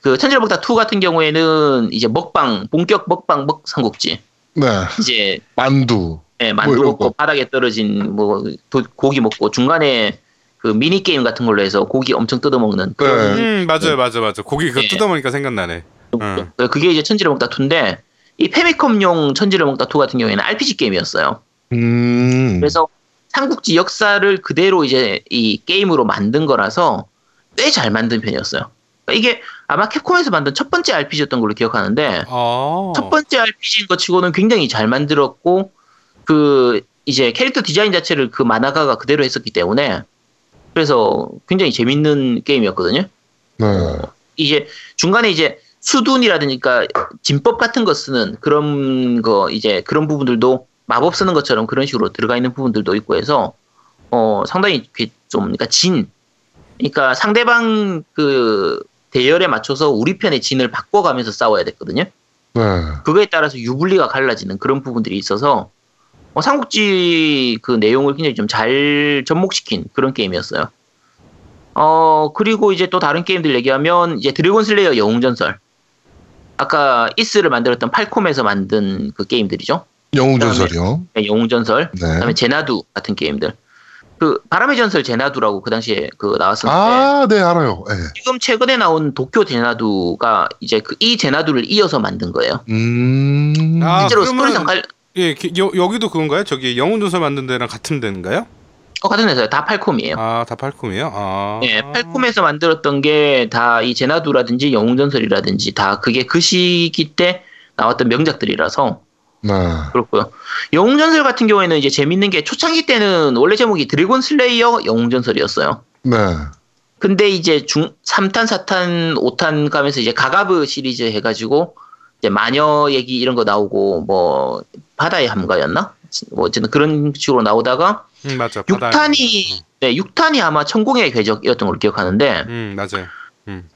[SPEAKER 4] 그 천지를 먹다 2 같은 경우에는 이제 먹방 본격 먹방 먹 삼국지
[SPEAKER 1] 네.
[SPEAKER 4] 이제
[SPEAKER 1] 만두.
[SPEAKER 4] 예, 만두
[SPEAKER 1] 뭐 이런
[SPEAKER 4] 먹고
[SPEAKER 1] 거.
[SPEAKER 4] 바닥에 떨어진 뭐 도- 고기 먹고 중간에 그 미니 게임 같은 걸로 해서 고기 엄청 뜯어 먹는 그런
[SPEAKER 1] 네.
[SPEAKER 2] 음, 맞아요. 맞아 맞아. 고기 그거
[SPEAKER 4] 예.
[SPEAKER 2] 뜯어보니까 생각나네. 음.
[SPEAKER 4] 그- 그게 이제 천지를 먹다 2인데 이 페미컴용 천지를 먹다 2 같은 경우에는 RPG 게임이었어요.
[SPEAKER 1] 음.
[SPEAKER 4] 그래서 삼국지 역사를 그대로 이제 이 게임으로 만든 거라서 꽤 잘 만든 편이었어요. 그러니까 이게 아마 캡콤에서 만든 첫 번째 RPG였던 걸로 기억하는데
[SPEAKER 2] 어.
[SPEAKER 4] 첫 번째 RPG인 것 치고는 굉장히 잘 만들었고 그 이제 캐릭터 디자인 자체를 그 만화가가 그대로 했었기 때문에 그래서 굉장히 재밌는 게임이었거든요.
[SPEAKER 1] 네.
[SPEAKER 4] 이제 중간에 이제 수둔이라든지 그러니까 진법 같은 거 쓰는 그런 거 이제 그런 부분들도 마법 쓰는 것처럼 그런 식으로 들어가 있는 부분들도 있고 해서 어 상당히 이렇게 좀 그러니까 진 그러니까 상대방 그 대열에 맞춰서 우리 편의 진을 바꿔가면서 싸워야 됐거든요.
[SPEAKER 1] 네.
[SPEAKER 4] 그거에 따라서 유불리가 갈라지는 그런 부분들이 있어서 어, 삼국지 그 내용을 굉장히 좀 잘 접목시킨 그런 게임이었어요. 어 그리고 이제 또 다른 게임들 얘기하면 이제 드래곤 슬레이어 영웅 전설 아까 이스를 만들었던 팔콤에서 만든 그 게임들이죠.
[SPEAKER 1] 영웅전설이요.
[SPEAKER 4] 영웅 전설
[SPEAKER 1] 네.
[SPEAKER 4] 그다음에 제나두 같은 게임들. 그 바람의 전설 제나두라고 그 당시에 그 나왔었는데
[SPEAKER 1] 아, 네, 알아요. 네.
[SPEAKER 4] 지금 최근에 나온 도쿄 제나두가 이제 그 이 제나두를 이어서 만든 거예요.
[SPEAKER 1] 음.
[SPEAKER 2] 아,
[SPEAKER 4] 실제로
[SPEAKER 2] 그러면은-
[SPEAKER 4] 스토리상 갈,
[SPEAKER 2] 예, 기- 여, 여기도 그건가요? 저기 영웅조사 만든 데랑 같은 데인가요?
[SPEAKER 4] 어, 같은 회사예요. 다 팔콤이에요.
[SPEAKER 2] 아, 다 팔콤이에요? 아.
[SPEAKER 4] 네, 팔콤에서 만들었던 게 다 이 제나두라든지 영웅전설이라든지 다 그게 그 시기 때 나왔던 명작들이라서
[SPEAKER 1] 네.
[SPEAKER 4] 그렇고요. 영웅전설 같은 경우에는 이제 재밌는 게 초창기 때는 원래 제목이 드래곤 슬레이어 영웅전설이었어요.
[SPEAKER 1] 네.
[SPEAKER 4] 근데 이제 중 3탄, 4탄, 5탄 가면서 이제 가가브 시리즈 해가지고 이제 마녀 얘기 이런 거 나오고 뭐 바다의 함가였나? 뭐 어쨌든 그런 식으로 나오다가
[SPEAKER 2] 음, 맞아. 바다에.
[SPEAKER 4] 6탄이 네, 6탄이 아마 천공의 궤적이었던 걸로 기억하는데
[SPEAKER 2] 음, 맞아요.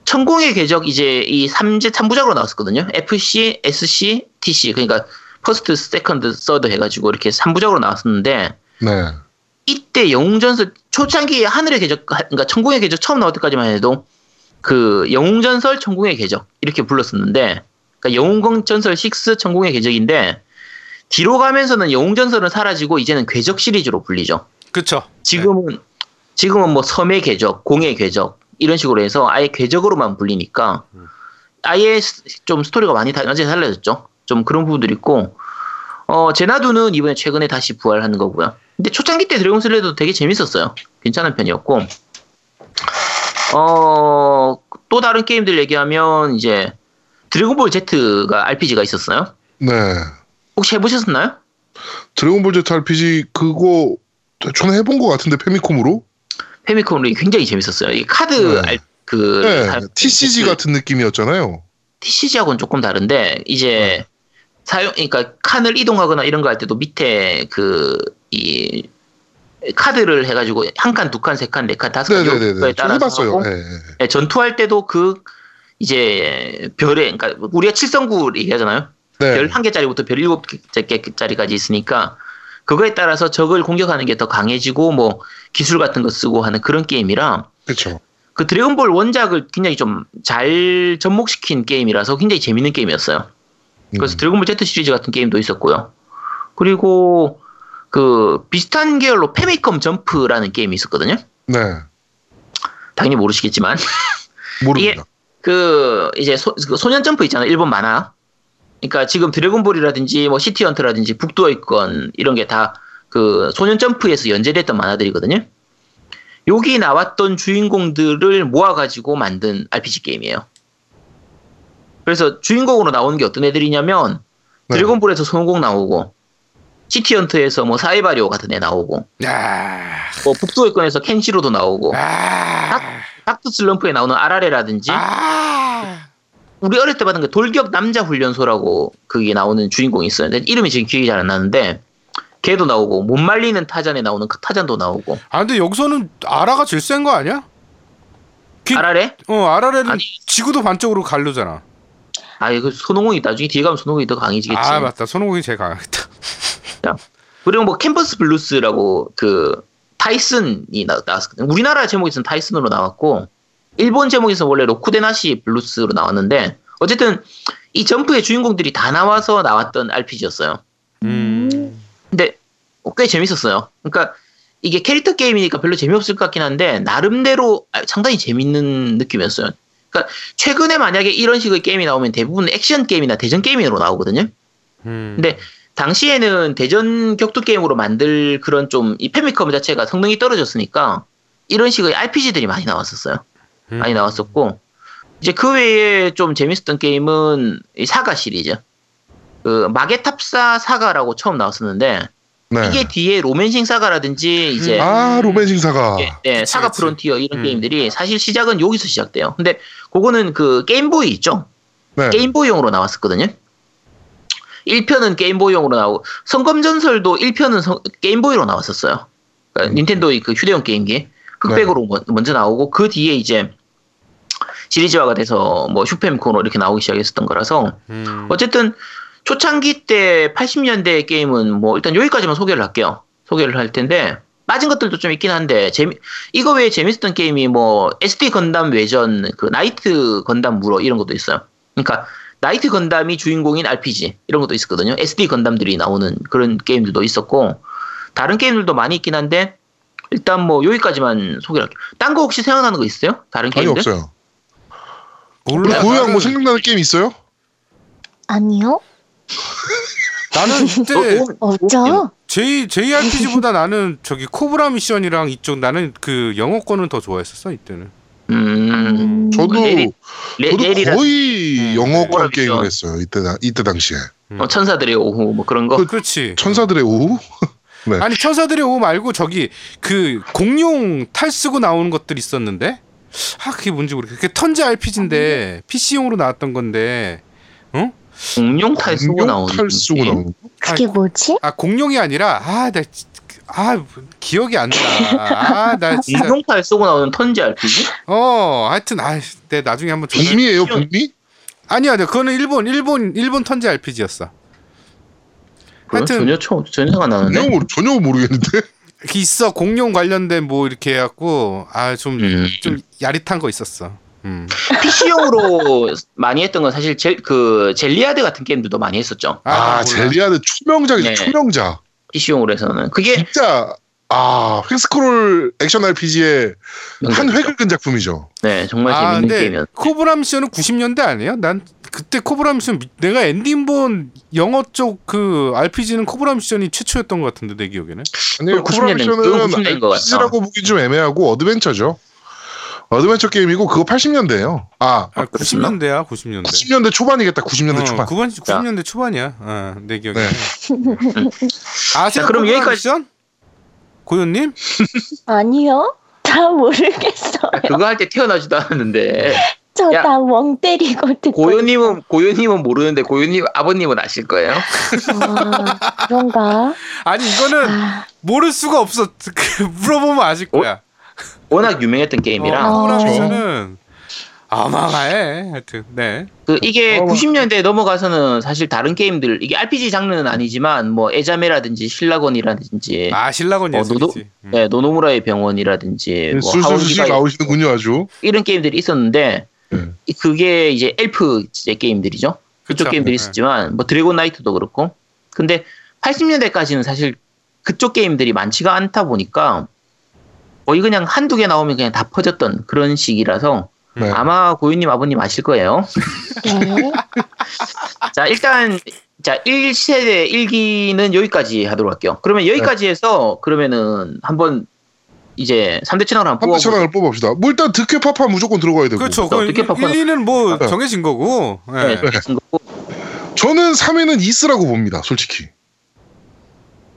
[SPEAKER 4] 천공의 궤적 이제 이 3제 3부작으로 나왔었거든요. FC, SC, TC 그러니까 퍼스트, 세컨드, 서드 해가지고 이렇게 3부작으로 나왔었는데
[SPEAKER 1] 네.
[SPEAKER 4] 이때 영웅전설 초창기 하늘의 궤적 그러니까 천공의 궤적 처음 나올 때까지만 해도 그 영웅전설 천공의 궤적 이렇게 불렀었는데 그러니까 영웅전설 6 천공의 궤적인데 뒤로 가면서는 영웅전설은 사라지고 이제는 궤적 시리즈로 불리죠.
[SPEAKER 2] 그쵸.
[SPEAKER 4] 지금은 지금은 뭐 섬의 궤적, 공의 궤적 이런 식으로 해서 아예 궤적으로만 불리니까 아예 스- 좀 스토리가 많이 다, 완전히 달라졌죠. 좀 그런 부분들이 있고, 어, 제나두는 이번에 최근에 다시 부활하는 거고요. 근데 초창기 때 드래곤 슬레이도 되게 재밌었어요. 괜찮은 편이었고, 어, 또 다른 게임들 얘기하면 이제 드래곤볼 Z가 RPG가 있었어요.
[SPEAKER 1] 네.
[SPEAKER 4] 혹시 해보셨나요?
[SPEAKER 1] 드래곤볼 Z RPG 그거 대충 해본 것 같은데 페미콤으로?
[SPEAKER 4] 페미컴으로 이게 굉장히 재밌었어요. 이 카드
[SPEAKER 1] 네.
[SPEAKER 4] 알- 그
[SPEAKER 1] 네.
[SPEAKER 4] 다-
[SPEAKER 1] TCG 같은 느낌이었잖아요.
[SPEAKER 4] TCG하고는 조금 다른데
[SPEAKER 1] 네.
[SPEAKER 4] 이제 사용 그러니까 칸을 이동하거나 이런 거 할 때도 밑에 그 이 카드를 해가지고 한 칸, 두 칸, 세 칸, 네 칸, 다섯 칸
[SPEAKER 1] 네네네네.
[SPEAKER 4] 정도에
[SPEAKER 1] 좀
[SPEAKER 4] 따라서
[SPEAKER 1] 해봤어요.
[SPEAKER 4] 하고
[SPEAKER 1] 네.
[SPEAKER 4] 네, 전투할 때도 그 이제 별에 그러니까 우리가 칠성구 얘기하잖아요. 별
[SPEAKER 1] 네.
[SPEAKER 4] 한 개짜리부터 별 일곱 개짜리까지 있으니까 그거에 따라서 적을 공격하는 게 더 강해지고 뭐 기술 같은 거 쓰고 하는 그런 게임이라
[SPEAKER 1] 그쵸.
[SPEAKER 4] 그 드래곤볼 원작을 굉장히 좀 잘 접목시킨 게임이라서 굉장히 재밌는 게임이었어요.
[SPEAKER 1] 음.
[SPEAKER 4] 그래서 드래곤볼 Z 시리즈 같은 게임도 있었고요. 그리고 그 비슷한 계열로 페미컴 점프라는 게임이 있었거든요.
[SPEAKER 1] 네.
[SPEAKER 4] 당연히 모르시겠지만
[SPEAKER 1] 모릅니다.
[SPEAKER 4] 그 이제 소, 그 소년 점프 있잖아요. 일본 만화. 그러니까 지금 드래곤볼이라든지 뭐 시티헌트라든지 북두어있건 이런 게 다 그 소년 점프에서 연재됐던 만화들이거든요. 여기 나왔던 주인공들을 모아가지고 만든 RPG 게임이에요. 그래서 주인공으로 나오는 게 어떤 애들이냐면
[SPEAKER 1] 네.
[SPEAKER 4] 드래곤볼에서 손오공 나오고 시티헌트에서 뭐 사이바리오 같은 애 나오고
[SPEAKER 2] 야,
[SPEAKER 4] 뭐 북두어있건에서 켄시로도 나오고
[SPEAKER 2] 아,
[SPEAKER 4] 닥터 슬럼프에 나오는 아라레라든지
[SPEAKER 2] 아,
[SPEAKER 4] 우리 어릴 때 받은 게 돌격 남자 훈련소라고 그게 나오는 주인공이 있어요. 근데 이름이 지금 기억이 잘 안 나는데 걔도 나오고 못 말리는 타잔에 나오는 그 타잔도 나오고
[SPEAKER 2] 아 근데 여기서는 아라가 제일 센 거 아니야? 그-
[SPEAKER 4] 아라레?
[SPEAKER 2] 어, 아라레는
[SPEAKER 4] 아니.
[SPEAKER 2] 지구도 반쪽으로 갈르잖아.
[SPEAKER 4] 아 이거 손오공이 나중에 뒤에 가면 손오공이 더 강해지겠지.
[SPEAKER 2] 아 맞다, 손오공이 제일 강하겠다.
[SPEAKER 4] 그리고 뭐 캠퍼스 블루스라고 그 타이슨이 나, 나왔거든요. 우리나라 제목에서는 타이슨으로 나왔고 일본 제목에서 원래 로쿠데나시 블루스로 나왔는데 어쨌든 이 점프의 주인공들이 다 나와서 나왔던 RPG였어요.
[SPEAKER 2] 음,
[SPEAKER 4] 근데 꽤 재밌었어요. 그러니까 이게 캐릭터 게임이니까 별로 재미없을 것 같긴 한데 나름대로 아, 상당히 재밌는 느낌이었어요. 그러니까 최근에 만약에 이런 식의 게임이 나오면 대부분 액션 게임이나 대전 게임으로 나오거든요.
[SPEAKER 2] 음.
[SPEAKER 4] 근데 당시에는 대전 격투 게임으로 만들 그런 좀 이 페미컴 자체가 성능이 떨어졌으니까 이런 식의 RPG들이 많이 나왔었어요.
[SPEAKER 2] 음.
[SPEAKER 4] 많이 나왔었고 이제 그 외에 좀 재밌었던 게임은 이 사가 시리즈. 그 마게탑사 사가라고 처음 나왔었는데
[SPEAKER 1] 네.
[SPEAKER 4] 이게 뒤에 로맨싱 사가라든지 이제
[SPEAKER 1] 아, 로맨싱 사가.
[SPEAKER 4] 예, 네,
[SPEAKER 2] 음. 그치,
[SPEAKER 4] 사가
[SPEAKER 2] 그치.
[SPEAKER 4] 프론티어 이런
[SPEAKER 2] 음.
[SPEAKER 4] 게임들이 사실 시작은 여기서 시작돼요. 근데 그거는 그 게임보이 있죠.
[SPEAKER 1] 네.
[SPEAKER 4] 게임보이용으로 나왔었거든요. 1편은 게임보이용으로 나오고 성검전설도 1편은 게임보이로 나왔었어요. 그러니까 닌텐도의 그 휴대용 게임기 흑백으로 먼- 먼저 나오고 그 뒤에 이제 시리즈화가 돼서 뭐 슈퍼엠코노 이렇게 나오기 시작했었던 거라서
[SPEAKER 2] 음.
[SPEAKER 4] 어쨌든 초창기 때 80년대 게임은 뭐 일단 여기까지만 소개를 할게요. 소개를 할 텐데 빠진 것들도 좀 있긴 한데 재미 이거 외에 재밌었던 게임이 뭐 SD 건담 외전 그 나이트 건담 무어 이런 것도 있어요. 그러니까 나이트 건담이 주인공인 RPG 이런 것도 있었거든요. SD 건담들이 나오는 그런 게임들도 있었고 다른 게임들도 많이 있긴 한데 일단 뭐 여기까지만 소개를 할게요. 딴 거 혹시 생각나는 거 있어요? 다른
[SPEAKER 1] 아니
[SPEAKER 4] 게임들?
[SPEAKER 1] 없어요.
[SPEAKER 4] 네.
[SPEAKER 1] 우리
[SPEAKER 2] 몰라.
[SPEAKER 4] 음.
[SPEAKER 1] 고유양 뭐
[SPEAKER 2] 나는-
[SPEAKER 1] 생각나는 게임 있어요?
[SPEAKER 5] 아니요.
[SPEAKER 2] [LAUGHS] 나는 그때
[SPEAKER 5] 없죠?
[SPEAKER 2] J JRPG보다 나는 저기 코브라 미션이랑 이쪽 나는 그 영어권은 더 좋아했었어 이때는.
[SPEAKER 4] 음,
[SPEAKER 5] 음,
[SPEAKER 1] 저도
[SPEAKER 4] 내리- 레,
[SPEAKER 1] 저도
[SPEAKER 4] 레리라
[SPEAKER 1] 거의
[SPEAKER 2] 음.
[SPEAKER 1] 영어권
[SPEAKER 4] 뭐라
[SPEAKER 1] 게임을
[SPEAKER 4] 그러죠?
[SPEAKER 1] 했어요. 이때 당- 이때 당시에
[SPEAKER 4] 어, 천사들의 오후 뭐 그런 거.
[SPEAKER 2] 그, 그렇지.
[SPEAKER 1] 천사들의 오후. 네.
[SPEAKER 2] 아니 천사들의 오후 말고 저기 그 공룡 탈 쓰고 나오는 것들 있었는데 아 그게 뭔지 모르겠어. 그게 턴제 RPG인데 PC용으로 나왔던 건데
[SPEAKER 4] 공룡 탈 쓰고
[SPEAKER 1] 공룡
[SPEAKER 4] 나오는.
[SPEAKER 1] 탈 쓰고
[SPEAKER 4] 게임?
[SPEAKER 1] 나오는.
[SPEAKER 5] 그게 뭐지?
[SPEAKER 2] 아 공룡이 아니라 아나 아, 기억이 안 나. 아, 나 진짜.
[SPEAKER 4] 공룡 탈 쓰고 나오는 턴제 RPG?
[SPEAKER 2] 어, 하여튼, 아, 내 나중에 한번 전화-
[SPEAKER 4] 음,
[SPEAKER 1] 북미예요, 북미?
[SPEAKER 2] 아니야, 아니야, 그거는 일본, 일본, 일본 턴제 RPG였어.
[SPEAKER 4] 그건
[SPEAKER 2] 하여튼-
[SPEAKER 4] 전혀 처, 전혀 생각 안 나는데.
[SPEAKER 1] 전혀 모르- 전혀 모르겠는데.
[SPEAKER 2] 있어 공룡 관련된 뭐 이렇게 해갖고 아 좀 좀
[SPEAKER 4] 음.
[SPEAKER 2] 야릿한 거 있었어. 음.
[SPEAKER 4] PC용으로 많이 했던 건 사실 젤, 그 젤리아드 같은 게임들도 많이 했었죠.
[SPEAKER 1] 아,
[SPEAKER 2] 몰라.
[SPEAKER 1] 젤리아드 초명작이죠,
[SPEAKER 4] 네.
[SPEAKER 1] 초명작.
[SPEAKER 4] PC용으로 해서는 그게
[SPEAKER 1] 진짜 아, 횡스크롤 액션 RPG의 한 획을 끈 작품이죠.
[SPEAKER 4] 그러니까 네, 정말
[SPEAKER 2] 아
[SPEAKER 4] 재밌는
[SPEAKER 2] 근데
[SPEAKER 4] 게임이었.
[SPEAKER 2] 코브라 미션은 90년대 아니에요? 난 그때 코브라 미션 미- 내가 엔딩 본 영어 쪽 그 RPG는 코브라 미션이 최초였던 것 같은데 내 기억에는.
[SPEAKER 1] 아니요,
[SPEAKER 4] 그건 90년 된- 그건 90년 된
[SPEAKER 1] 코브라미션은
[SPEAKER 4] 것 같다.
[SPEAKER 1] RPG라고 보기 좀 애매하고 어드벤처죠. 어드벤처 게임이고 그거 80년대예요. 아,
[SPEAKER 2] 아, 90년대야 음, 90년대.
[SPEAKER 1] 90년대 초반이겠다. 90년대 초반.
[SPEAKER 2] 90년대 초반이야. 어, 내 기억에.
[SPEAKER 1] 네.
[SPEAKER 2] 아세요?
[SPEAKER 4] 자, 그럼
[SPEAKER 2] 코브라
[SPEAKER 4] 여기까지-
[SPEAKER 2] 미션? 고현님?
[SPEAKER 5] 아니요. 다
[SPEAKER 4] [LAUGHS]
[SPEAKER 5] 모르겠어요.
[SPEAKER 4] 그거 할 때 태어나지도 않았는데
[SPEAKER 5] 저
[SPEAKER 4] 야.
[SPEAKER 5] 다 멍 때리고 듣고.
[SPEAKER 4] 고현님은 고현님은 모르는데 고현님 아버님은 아실 거예요.
[SPEAKER 5] 아, 그런가?
[SPEAKER 2] 아니 이거는
[SPEAKER 5] 아,
[SPEAKER 2] 모를 수가 없어. [LAUGHS] 그, 물어보면 아실 거야.
[SPEAKER 4] 워낙 유명했던 게임이라
[SPEAKER 5] 어.
[SPEAKER 2] 코브라
[SPEAKER 5] 그렇죠.
[SPEAKER 2] 미션은 아망하에 하여튼 네.
[SPEAKER 4] 그 이게
[SPEAKER 1] 어,
[SPEAKER 4] 90년대 넘어가서는 사실 다른 게임들 이게 RPG 장르는 아니지만 뭐 에자메라든지 신라곤이라든지
[SPEAKER 2] 아 신라곤
[SPEAKER 4] 어,
[SPEAKER 2] 예술이지. 음.
[SPEAKER 4] 네, 노노무라의 병원이라든지
[SPEAKER 1] 네,
[SPEAKER 4] 뭐
[SPEAKER 1] 술술술
[SPEAKER 4] 하울기가
[SPEAKER 1] 나오시는군요, 아주.
[SPEAKER 4] 이런 게임들이 있었는데
[SPEAKER 1] 음.
[SPEAKER 4] 이- 그게 이제 엘프 이제 게임들이죠. 그쪽
[SPEAKER 2] 그쵸.
[SPEAKER 4] 게임들이
[SPEAKER 2] 네.
[SPEAKER 4] 있었지만 뭐 드래곤 나이트도 그렇고 근데 80년대까지는 사실 그쪽 게임들이 많지가 않다 보니까 거의 그냥 한두 개 나오면 그냥 다 퍼졌던 그런 시기라서
[SPEAKER 1] 네.
[SPEAKER 4] 음, 아마 고윤님 아버님
[SPEAKER 2] [LAUGHS]
[SPEAKER 4] 아실 거예요. [LAUGHS]
[SPEAKER 5] 네.
[SPEAKER 4] 자, 일단 자, 1세대 1기는 여기까지 하도록 할게요. 그러면 여기까지
[SPEAKER 1] 네.
[SPEAKER 4] 해서 그러면은 한번 이제 3대 천왕을 한번
[SPEAKER 1] 한대
[SPEAKER 4] 뽑아보고
[SPEAKER 1] 천왕을 뽑읍시다. 뭐 일단 득회 파파 무조건 들어가야 되고.
[SPEAKER 2] 그렇죠.
[SPEAKER 4] 그러니까
[SPEAKER 2] 그
[SPEAKER 4] 어떻게
[SPEAKER 2] 1,
[SPEAKER 4] 바꿔-
[SPEAKER 2] 2는 뭐
[SPEAKER 1] 네.
[SPEAKER 2] 정해진 거고. 예.
[SPEAKER 4] 네, 그런 거고.
[SPEAKER 1] 저는 3위는 이스라고 봅니다, 솔직히.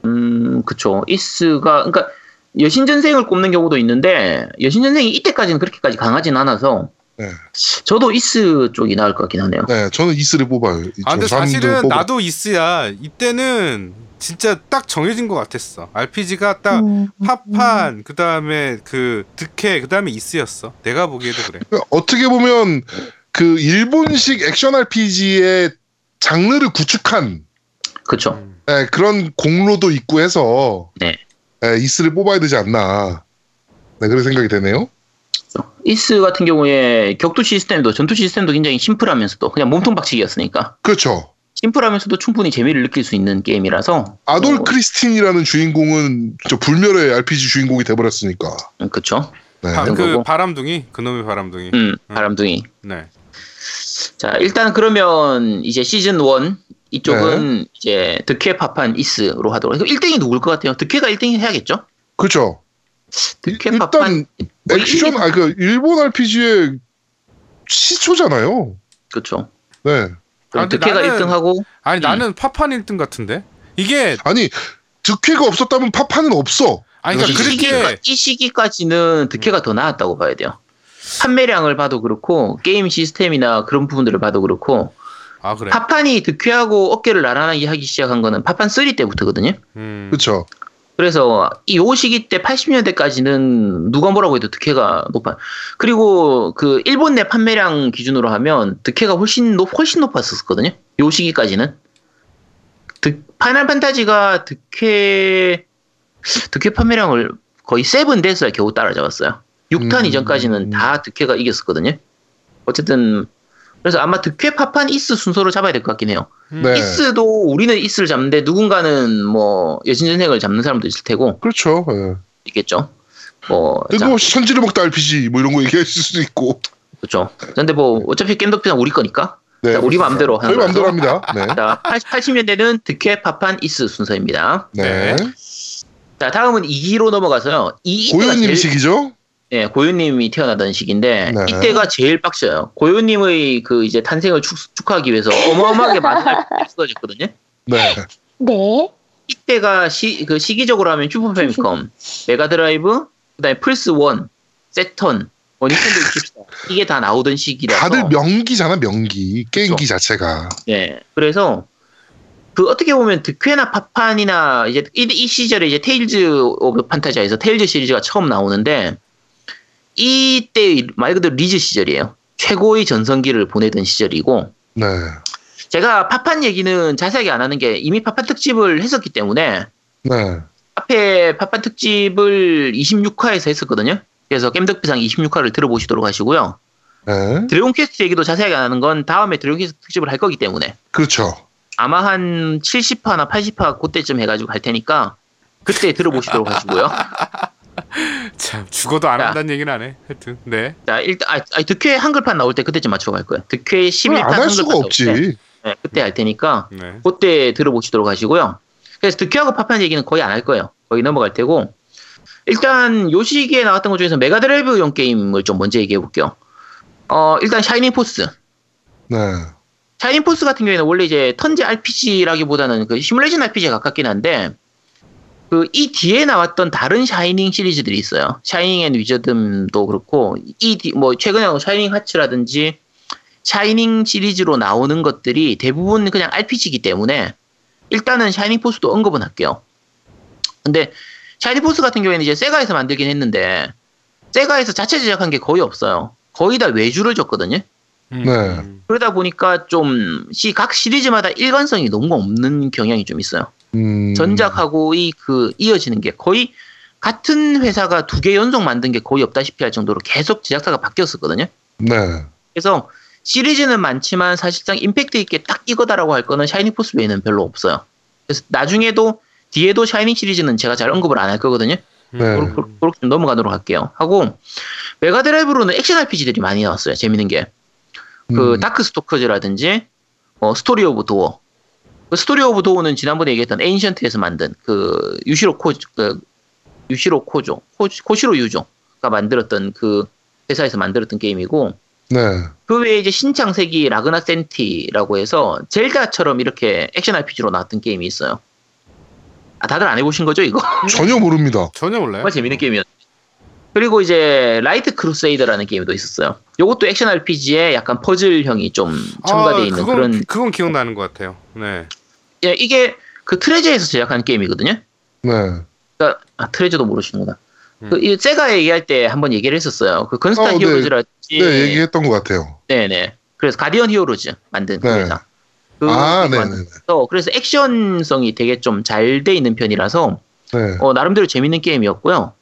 [SPEAKER 4] 음, 그쵸. 이스가 그러니까 여신전생을 꼽는 경우도 있는데 여신전생이 이때까지는 그렇게까지 강하진 않아서
[SPEAKER 1] 네.
[SPEAKER 4] 저도 이스 쪽이 나을 것 같긴 하네요.
[SPEAKER 1] 네, 저는 이스를 뽑아요.
[SPEAKER 2] 아 근데
[SPEAKER 1] 저 사람도
[SPEAKER 2] 사실은
[SPEAKER 1] 뽑을-
[SPEAKER 2] 나도 이스야. 이때는 진짜 딱 정해진 것 같았어. RPG가 딱
[SPEAKER 5] 음,
[SPEAKER 2] 파판 그다음에 그 득해 그다음에 이스였어. 내가 보기에도 그래.
[SPEAKER 1] 그러니까 어떻게 보면 그 일본식 액션 RPG의 장르를 구축한
[SPEAKER 4] 그쵸.
[SPEAKER 1] 예, 그런 공로도 있고 해서
[SPEAKER 4] 네.
[SPEAKER 1] 예, 이스를 뽑아야 되지 않나. 네, 그런 생각이 되네요.
[SPEAKER 4] 이스 같은 경우에 격투 시스템도 전투 시스템도 굉장히 심플하면서도 그냥 몸통 박치기였으니까
[SPEAKER 1] 그렇죠.
[SPEAKER 4] 심플하면서도 충분히 재미를 느낄 수 있는 게임이라서
[SPEAKER 1] 아돌
[SPEAKER 4] 어,
[SPEAKER 1] 크리스틴이라는 주인공은 진짜 불멸의 RPG 주인공이 돼버렸으니까.
[SPEAKER 4] 음, 그쵸.
[SPEAKER 1] 네.
[SPEAKER 2] 바,
[SPEAKER 4] 그런
[SPEAKER 2] 그
[SPEAKER 4] 거고.
[SPEAKER 2] 바람둥이 그놈의 바람둥이.
[SPEAKER 4] 음, 바람둥이.
[SPEAKER 2] 네.
[SPEAKER 4] 자, 일단 그러면 이제 시즌 1 이쪽은
[SPEAKER 1] 네.
[SPEAKER 4] 이제 득회 파판 이스로 하도록. 해서 1등이 누굴 것 같아요? 득회가 1등 해야겠죠?
[SPEAKER 1] 그렇죠.
[SPEAKER 4] 득회
[SPEAKER 1] 일단
[SPEAKER 4] 파판 뭐
[SPEAKER 1] 액션
[SPEAKER 4] 일이-
[SPEAKER 1] 아 그 일본 RPG의 시초잖아요.
[SPEAKER 4] 그렇죠.
[SPEAKER 1] 네.
[SPEAKER 4] 그럼
[SPEAKER 2] 아, 근데
[SPEAKER 4] 득회가
[SPEAKER 2] 나는-
[SPEAKER 4] 1등하고
[SPEAKER 2] 아니
[SPEAKER 4] 음.
[SPEAKER 2] 나는 파판 1등 같은데. 이게
[SPEAKER 1] 아니 득회가 없었다면 파파는
[SPEAKER 4] 음.
[SPEAKER 1] 없어.
[SPEAKER 2] 아니 그러니까
[SPEAKER 4] 이, 시기까,
[SPEAKER 2] 그렇게
[SPEAKER 4] 이 시기까지는 득회가 더 나았다고 봐야 돼요. 판매량을 봐도 그렇고 게임 시스템이나 그런 부분들을 봐도 그렇고
[SPEAKER 2] 아 그래.
[SPEAKER 4] 파판이 득회하고 어깨를 나란하게 하기 시작한 거는 파판 3 때부터거든요.
[SPEAKER 2] 음.
[SPEAKER 1] 그렇죠.
[SPEAKER 4] 그래서 이 시기 때 80년대까지는 누가 뭐라고 해도 득회가 높아. 그리고 그 일본 내 판매량 기준으로 하면 득회가 훨씬 높 훨씬 높았었거든요. 요 시기까지는. 득 파이널 판타지가 득회 득회 판매량을 거의 세븐 데스에 겨우 따라잡았어요. 6탄
[SPEAKER 1] 음.
[SPEAKER 4] 이전까지는 다 득회가 이겼었거든요. 어쨌든 그래서 아마 득회 파판 이스 순서로 잡아야 될 것 같긴 해요.
[SPEAKER 1] 네.
[SPEAKER 4] 이스도 우리는 이스를 잡는데 누군가는 뭐 여신전생을 잡는 사람도 있을 테고
[SPEAKER 1] 그렇죠. 예.
[SPEAKER 4] 있겠죠. 뭐 자,
[SPEAKER 1] 뜬금없이 천지를 먹다 RPG 뭐 이런 거 얘기하실 수도 있고.
[SPEAKER 4] 그렇죠. 근데 뭐 어차피 겜덕비상 우리 거니까
[SPEAKER 1] 네.
[SPEAKER 4] 자, 우리 마음대로 하는
[SPEAKER 1] 저희 마음대로
[SPEAKER 4] 거라서
[SPEAKER 1] 합니다. 네.
[SPEAKER 4] [LAUGHS] 자, 80, 년대는 득회 파판 이스 순서입니다.
[SPEAKER 1] 네.
[SPEAKER 4] 자 다음은 2기로 넘어가서요. 이 이때가
[SPEAKER 1] 고현님
[SPEAKER 4] 제일-
[SPEAKER 1] 식이죠?
[SPEAKER 4] 예, 고요님이 태어나던 시기인데
[SPEAKER 1] 네.
[SPEAKER 4] 이때가 제일 빡쳐요. 고요님의 그 이제 탄생을 축, 축하하기 위해서 어마어마하게 많은 활동이 쏟아졌거든요.
[SPEAKER 1] 네.
[SPEAKER 5] 네.
[SPEAKER 4] 이때가 시, 그 시기적으로 하면 슈퍼패미컴, 메가드라이브, 그다음에 플스 1, 세턴, 뭐 닌텐도 64 이게 다 나오던 시기라서 그렇죠.
[SPEAKER 1] 다들 명기잖아, 명기. 게임기 자체가.
[SPEAKER 4] 네, 그래서 그 어떻게 보면 득회나 파판이나 이제 이, 이 시절에 이제 테일즈 오브 판타지에서 테일즈 시리즈가 처음 나오는데 이때 말 그대로 리즈 시절이에요. 최고의 전성기를 보내던 시절이고
[SPEAKER 1] 네.
[SPEAKER 4] 제가 파판 얘기는 자세하게 안 하는 게 이미 파판 특집을 했었기 때문에
[SPEAKER 1] 네.
[SPEAKER 4] 앞에 파판 특집을 26화에서 했었거든요. 그래서 겜덕비상 26화를 들어보시도록 하시고요.
[SPEAKER 1] 네.
[SPEAKER 4] 드래곤 퀘스트 얘기도 자세하게 안 하는 건 다음에 드래곤 퀘스트 특집을 할 거기 때문에
[SPEAKER 1] 그렇죠.
[SPEAKER 4] 아마 한 70화나 80화 그때쯤 해가지고 할 테니까 그때
[SPEAKER 1] [LAUGHS]
[SPEAKER 4] 들어보시도록 하시고요.
[SPEAKER 2] [LAUGHS] 참 죽어도 안
[SPEAKER 4] 야.
[SPEAKER 2] 한다는 얘기는 안 해. 하여튼 네.
[SPEAKER 4] 자, 일단 아, 아니, 득회 한글판 나올 때 그때쯤 맞춰 갈 거예요. 득회 11판
[SPEAKER 1] 안 할
[SPEAKER 4] 한글판
[SPEAKER 1] 수가
[SPEAKER 4] 나올 때.
[SPEAKER 1] 없지.
[SPEAKER 4] 네, 그때 할 테니까
[SPEAKER 2] 네.
[SPEAKER 4] 그때 들어보시도록 하시고요. 그래서 득회하고 파편 얘기는 거의 안 할 거예요. 거의 넘어갈 테고 일단 요 시기에 나왔던 것 중에서 메가드라이브용 게임을 좀 먼저 얘기해 볼게요. 어 일단 샤이닝 포스.
[SPEAKER 1] 네.
[SPEAKER 4] 샤이닝 포스 같은 경우에는 원래 이제 턴제 RPG라기보다는 그 시뮬레이션 RPG에 가깝긴 한데 그 이 뒤에 나왔던 다른 샤이닝 시리즈들이 있어요. 샤이닝 앤 위저듬도 그렇고 이 뭐 최근에 나온 샤이닝 하츠라든지 샤이닝 시리즈로 나오는 것들이 대부분 그냥 RPG이기 때문에 일단은 샤이닝 포스도 언급은 할게요. 근데 샤이닝 포스 같은 경우에는 이제 세가에서 만들긴 했는데 세가에서 자체 제작한 게 거의 없어요. 거의 다 외주를 줬거든요.
[SPEAKER 2] 음.
[SPEAKER 1] 네.
[SPEAKER 4] 그러다 보니까 좀, 시, 각 시리즈마다 일관성이 너무 없는 경향이 좀 있어요.
[SPEAKER 1] 음.
[SPEAKER 4] 전작하고 이, 그, 이어지는 게 거의 같은 회사가 두 개 연속 만든 게 거의 없다시피 할 정도로 계속 제작사가 바뀌었었거든요.
[SPEAKER 1] 네.
[SPEAKER 4] 그래서 시리즈는 많지만 사실상 임팩트 있게 딱 이거다라고 할 거는 샤이닝 포스 외에는 별로 없어요. 그래서 나중에도, 뒤에도 샤이닝 시리즈는 제가 잘 언급을 안 할 거거든요.
[SPEAKER 1] 네.
[SPEAKER 2] 음.
[SPEAKER 4] 그렇게, 그렇게 좀 넘어가도록 할게요. 하고, 메가드라이브로는 액션 RPG들이 많이 나왔어요. 재밌는 게. 그
[SPEAKER 1] 음.
[SPEAKER 4] 다크 스토커즈라든지 어, 스토리 오브 도어. 그 스토리 오브 도어는 지난번에 얘기했던 에인션트에서 만든 그 유시로 코 그, 유시로 코조 코, 코시로 유조가 만들었던 그 회사에서 만들었던 게임이고
[SPEAKER 1] 네.
[SPEAKER 4] 그 외에 이제 신창세기 라그나 센티라고 해서 젤다처럼 이렇게 액션 RPG로 나왔던 게임이 있어요. 아 다들 안 해보신 거죠 이거?
[SPEAKER 1] 전혀 모릅니다.
[SPEAKER 2] 전혀 몰라요.
[SPEAKER 4] 정말 재밌는 게임이었죠. 그리고 이제 라이트 크루세이더라는 게임도 있었어요. 요것도 액션 RPG에 약간 퍼즐형이 좀 첨가되어
[SPEAKER 2] 아,
[SPEAKER 4] 있는
[SPEAKER 2] 그건,
[SPEAKER 4] 그런
[SPEAKER 2] 그건 기억나는 것 같아요. 네.
[SPEAKER 4] 예, 이게 그 트레저에서 제작한 게임이거든요.
[SPEAKER 1] 네.
[SPEAKER 4] 그러니까 아, 트레저도 모르시는구나.
[SPEAKER 2] 음.
[SPEAKER 4] 그, 이 세가 얘기할 때 한번 얘기를 했었어요. 그 건스타
[SPEAKER 1] 어, 네.
[SPEAKER 4] 히어로즈라든지
[SPEAKER 1] 네, 얘기했던 것 같아요.
[SPEAKER 4] 네네. 그래서 가디언 히어로즈 만든
[SPEAKER 1] 네.
[SPEAKER 4] 겁니다. 그
[SPEAKER 1] 아, 네, 네,
[SPEAKER 4] 만들어서 그래서 액션성이 되게 좀 잘 돼 있는 편이라서
[SPEAKER 1] 네.
[SPEAKER 4] 어, 나름대로 재밌는 게임이었고요.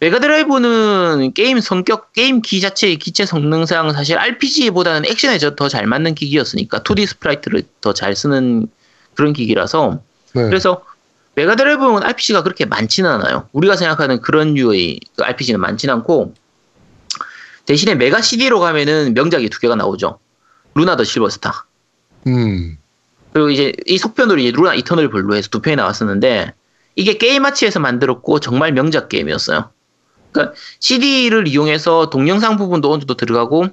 [SPEAKER 4] 메가드라이브는 게임 성격, 게임 기 자체의 기체 성능상 사실 RPG보다는 액션에 더 잘 맞는 기기였으니까 2D 스프라이트를 더 잘 쓰는 그런 기기라서
[SPEAKER 1] 네.
[SPEAKER 4] 그래서 메가드라이브는 RPG가 그렇게 많지는 않아요. 우리가 생각하는 그런 류의 RPG는 많진 않고 대신에 메가 CD로 가면은 명작이 두 개가 나오죠. 루나 더 실버스타
[SPEAKER 1] 음.
[SPEAKER 4] 그리고 이제 이 속편으로 이제 루나 이터널 블루에서 두 편이 나왔었는데 이게 게임마치에서 만들었고 정말 명작 게임이었어요. 그러니까 CD를 이용해서 동영상 부분도 어느 정도 들어가고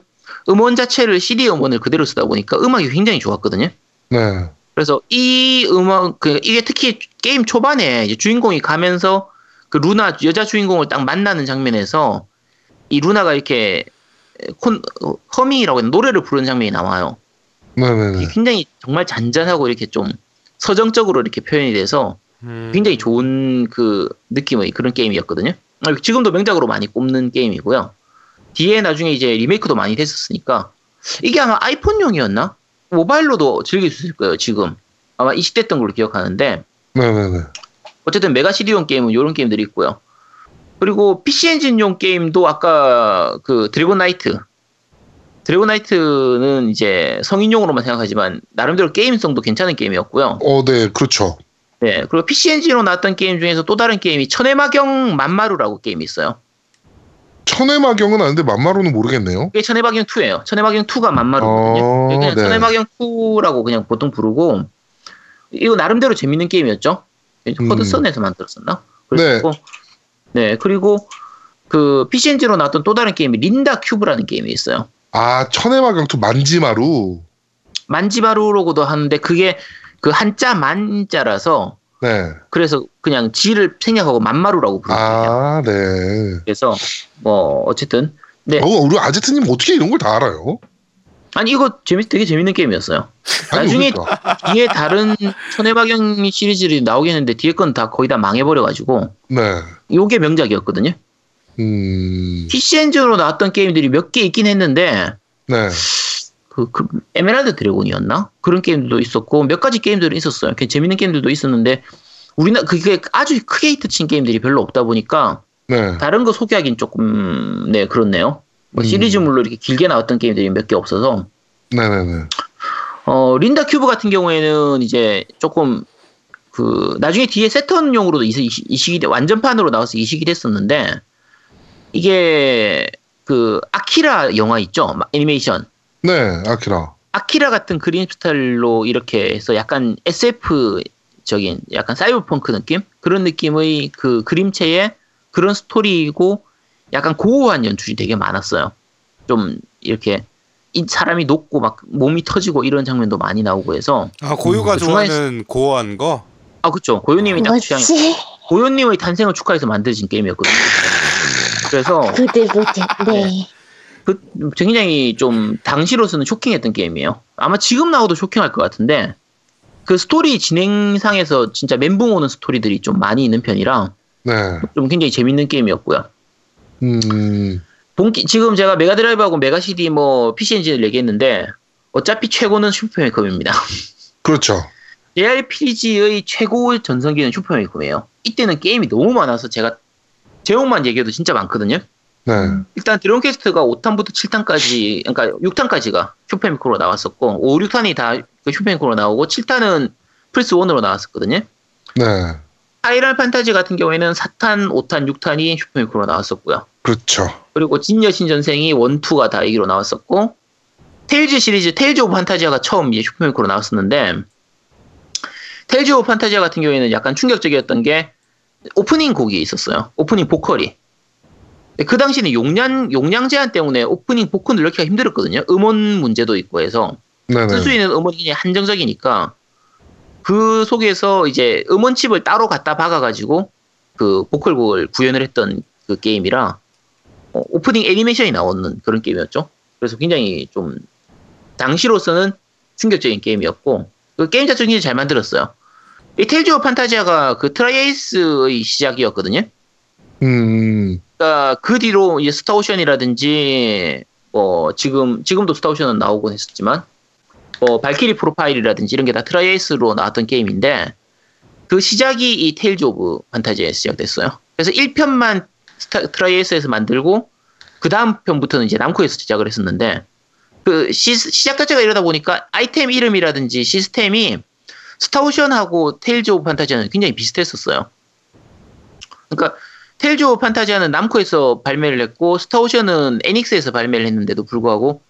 [SPEAKER 4] 음원 자체를 CD 음원을 그대로 쓰다 보니까 음악이 굉장히 좋았거든요.
[SPEAKER 1] 네.
[SPEAKER 4] 그래서 이 음악 그 이게 특히 게임 초반에 이제 주인공이 가면서 그 루나 여자 주인공을 딱 만나는 장면에서 이 루나가 이렇게 콘 어, 허밍이라고 해야 되나? 노래를 부르는 장면이 나와요.
[SPEAKER 1] 네네네.
[SPEAKER 4] 이게 굉장히 정말 잔잔하고 이렇게 좀 서정적으로 이렇게 표현이 돼서
[SPEAKER 2] 음.
[SPEAKER 4] 굉장히 좋은 그 느낌의 그런 게임이었거든요. 아, 지금도 명작으로 많이 꼽는 게임이고요. 뒤에 나중에 이제 리메이크도 많이 됐었으니까 이게 아마 아이폰용이었나? 모바일로도 즐길 수 있을 거예요. 지금 아마 이식됐던 걸로 기억하는데
[SPEAKER 1] 네네네.
[SPEAKER 4] 어쨌든 메가 시리온 게임은 이런 게임들이 있고요. 그리고 PC 엔진용 게임도 아까 그 드래곤 나이트. 드래곤 나이트는 이제 성인용으로만 생각하지만 나름대로 게임성도 괜찮은 게임이었고요.
[SPEAKER 1] 어, 네. 그렇죠.
[SPEAKER 4] 네. 그리고 PC 엔진으로 나왔던 게임 중에서 또 다른 게임이 천해마경 만마루라고 게임이 있어요.
[SPEAKER 1] 천의 마경은 아는데 만마로는 모르겠네요.
[SPEAKER 4] 그게 천해마경 2예요. 천해마경 2가 만마루거든요.
[SPEAKER 1] 어,
[SPEAKER 4] 그냥
[SPEAKER 1] 네.
[SPEAKER 4] 천해마경 2라고 그냥 보통 부르고 이거 나름대로 재밌는 게임이었죠.
[SPEAKER 1] 음.
[SPEAKER 4] 허드선에서 만들었었나? 그리고 네 그리고 그 PC 엔진으로 나왔던 또 다른 게임이 린다 큐브라는 게임이 있어요.
[SPEAKER 1] 아, 천의 마경 투 만지마루.
[SPEAKER 4] 만지바루라고도 하는데 그게 그 한자 만자라서
[SPEAKER 1] 네.
[SPEAKER 4] 그래서 그냥 지를 생략하고 만마루라고 부르거든요.
[SPEAKER 1] 아, 네.
[SPEAKER 4] 그래서 뭐 어쨌든 네
[SPEAKER 1] 어, 우리 아제트님 어떻게 이런 걸 다 알아요?
[SPEAKER 4] 아니 이거 재밌 되게 재밌는 게임이었어요.
[SPEAKER 1] 아니,
[SPEAKER 4] 나중에-
[SPEAKER 1] 그러니까.
[SPEAKER 4] 뒤에 다른 천해박영 시리즈들이 나오긴 했는데 뒤에 건 다 거의 다 망해버려가지고
[SPEAKER 1] 네.
[SPEAKER 4] 요게 명작이었거든요.
[SPEAKER 1] 음.
[SPEAKER 4] PC 엔진으로 나왔던 게임들이 몇 개 있긴 했는데
[SPEAKER 1] 네.
[SPEAKER 4] 그, 그 에메랄드 드래곤이었나 그런 게임들도 있었고 몇 가지 게임들이 있었어요. 꽤 재밌는 게임들도 있었는데 우리나 그게 아주 크게 히트친 게임들이 별로 없다 보니까
[SPEAKER 1] 네.
[SPEAKER 4] 다른 거 소개하긴 조금 네 그렇네요. 뭐
[SPEAKER 1] 음.
[SPEAKER 4] 시리즈물로 이렇게 길게 나왔던 게임들이 몇 개 없어서
[SPEAKER 1] 네네네.
[SPEAKER 4] 어 린다 큐브 같은 경우에는 이제 조금 그 나중에 뒤에 세턴용으로도 이시- 이시- 이식이 돼- 완전판으로 나와서 이식이 됐었는데 이게 그 아키라 영화 있죠 마- 애니메이션
[SPEAKER 1] 네, 아키라.
[SPEAKER 4] 아키라 같은 그림 스타일로 이렇게 해서 약간 SF적인 약간 사이버펑크 느낌 그런 느낌의 그 그림체에 그런 스토리이고 약간 고고한 연출이 되게 많았어요. 좀 이렇게 이 사람이 녹고 막 몸이 터지고 이런 장면도 많이 나오고 해서
[SPEAKER 2] 아 고유가
[SPEAKER 4] 음, 중간에-
[SPEAKER 2] 좋아하는 고어한 거.
[SPEAKER 4] 아 그쵸 고요님이 딱 취향이
[SPEAKER 5] 뭐지?
[SPEAKER 4] 고요님의 탄생을 축하해서 만들어진 게임이었거든요. 아, 그래서
[SPEAKER 5] 부들부들. 네.
[SPEAKER 4] 그 굉장히 좀 당시로서는 쇼킹했던 게임이에요. 아마 지금 나와도 쇼킹할 것 같은데 그 스토리 진행상에서 진짜 멘붕 오는 스토리들이 좀 많이 있는 편이라
[SPEAKER 1] 네.
[SPEAKER 4] 좀 굉장히 재밌는 게임이었고요.
[SPEAKER 1] 음,
[SPEAKER 4] 본기 지금 제가 메가드라이브하고 메가시디 뭐 PC 엔진을 얘기했는데 어차피 최고는 슈퍼메이컴입니다. [LAUGHS]
[SPEAKER 1] 그렇죠.
[SPEAKER 4] JRPG의 최고 전성기는 슈퍼메이컴이에요. 이때는 게임이 너무 많아서 제가 제목만 얘기해도 진짜 많거든요.
[SPEAKER 1] 네.
[SPEAKER 4] 일단 드론 퀘스트가 5탄부터 7탄까지, 그러니까 6탄까지가 슈퍼미코로 나왔었고, 5, 6탄이 다그 슈퍼미코로 나오고, 7탄은 플스 1으로 나왔었거든요.
[SPEAKER 1] 네.
[SPEAKER 4] 파이널 판타지 같은 경우에는 4탄, 5탄, 6탄이 슈퍼미코로 나왔었고요.
[SPEAKER 1] 그렇죠.
[SPEAKER 4] 그리고 진여신 전생이 1, 2가 다 얘기로 나왔었고, 테일즈 시리즈, 테일즈 오브 판타지아가 처음 이제 슈퍼미코로 나왔었는데, 테일즈 오브 판타지아 같은 경우에는 약간 충격적이었던 게, 오프닝 곡이 있었어요. 오프닝 보컬이. 근데 그 당시는 용량, 용량 제한 때문에 오프닝 보컬 넣기가 힘들었거든요. 음원 문제도 있고 해서.
[SPEAKER 1] 네네.
[SPEAKER 4] 쓸 수 있는 음원이 그냥 한정적이니까 그 속에서 이제 음원칩을 따로 갖다 박아가지고 그 보컬곡을 구현을 했던 그 게임이라 어, 오프닝 애니메이션이 나오는 그런 게임이었죠. 그래서 굉장히 좀 당시로서는 충격적인 게임이었고 그 게임 자체는 굉장히 잘 만들었어요. 이 테일즈 오브 판타지아가 그 트라이에이스의 시작이었거든요.
[SPEAKER 1] 음,
[SPEAKER 4] 그러니까 그 뒤로 이제 스타오션이라든지 뭐 지금 지금도 스타오션은 나오곤 했었지만 뭐 발키리 프로파일이라든지 이런 게 다 트라이에이스로 나왔던 게임인데 그 시작이 이 테일즈 오브 판타지에 시작됐어요. 그래서 1편만 스타, 트라이에이스에서 만들고 그 다음 편부터는 이제 남코에서 제작을 했었는데 그 시, 시작 자체가 이러다 보니까 아이템 이름이라든지 시스템이 스타오션하고 테일즈 오브 판타지는 굉장히 비슷했었어요. 그러니까 테일즈 오브 판타지아는 남코에서 발매를 했고 스타오션은 애닉스에서 발매를 했는데도 불구하고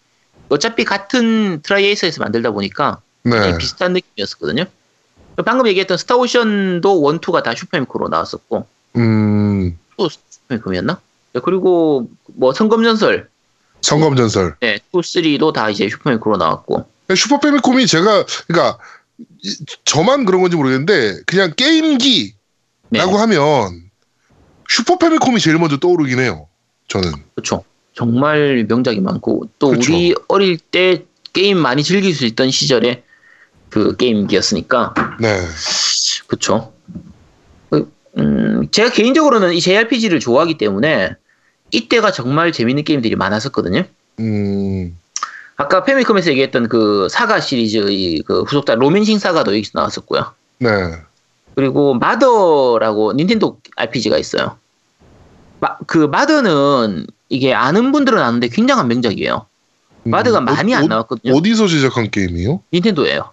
[SPEAKER 4] 어차피 같은 트라이에이스에서 만들다 보니까
[SPEAKER 1] 네.
[SPEAKER 4] 굉장히 비슷한 느낌이었었거든요. 방금 얘기했던 스타오션도 원투가다 슈퍼미코로 나왔었고
[SPEAKER 1] 음,
[SPEAKER 4] 또 슈퍼미코였나? 네, 그리고 뭐 성검전설
[SPEAKER 1] 성검전설. 네,
[SPEAKER 4] 네, 2, 3도 다 이제 슈퍼미코로 나왔고
[SPEAKER 1] 슈퍼 패미콤이 제가, 그러니까, 이- 저만 그런 건지 모르겠는데, 그냥 게임기라고
[SPEAKER 4] 네,
[SPEAKER 1] 하면, 슈퍼 패미콤이 제일 먼저 떠오르긴 해요. 저는.
[SPEAKER 4] 그렇죠. 정말 명작이 많고 또
[SPEAKER 1] 그쵸.
[SPEAKER 4] 우리 어릴 때 게임 많이 즐길 수 있던 시절에 그 게임기였으니까
[SPEAKER 1] 네.
[SPEAKER 4] 그쵸. 그, 음, 제가 개인적으로는 이 JRPG를 좋아하기 때문에 이때가 정말 재밌는 게임들이 많았었거든요.
[SPEAKER 1] 음,
[SPEAKER 4] 아까 페미컴에서 얘기했던 그 사가 시리즈의 그 후속작 로맨싱 사가도 여기서 나왔었고요.
[SPEAKER 1] 네.
[SPEAKER 4] 그리고 마더라고 닌텐도 RPG가 있어요. 마- 그 마더는 이게 아는 분들은 아는데 굉장한 명작이에요.
[SPEAKER 1] 음,
[SPEAKER 4] 마더가
[SPEAKER 1] 어-
[SPEAKER 4] 많이 안
[SPEAKER 1] 어-
[SPEAKER 4] 나왔거든요.
[SPEAKER 1] 어디서 제작한 게임이요?
[SPEAKER 4] 닌텐도예요.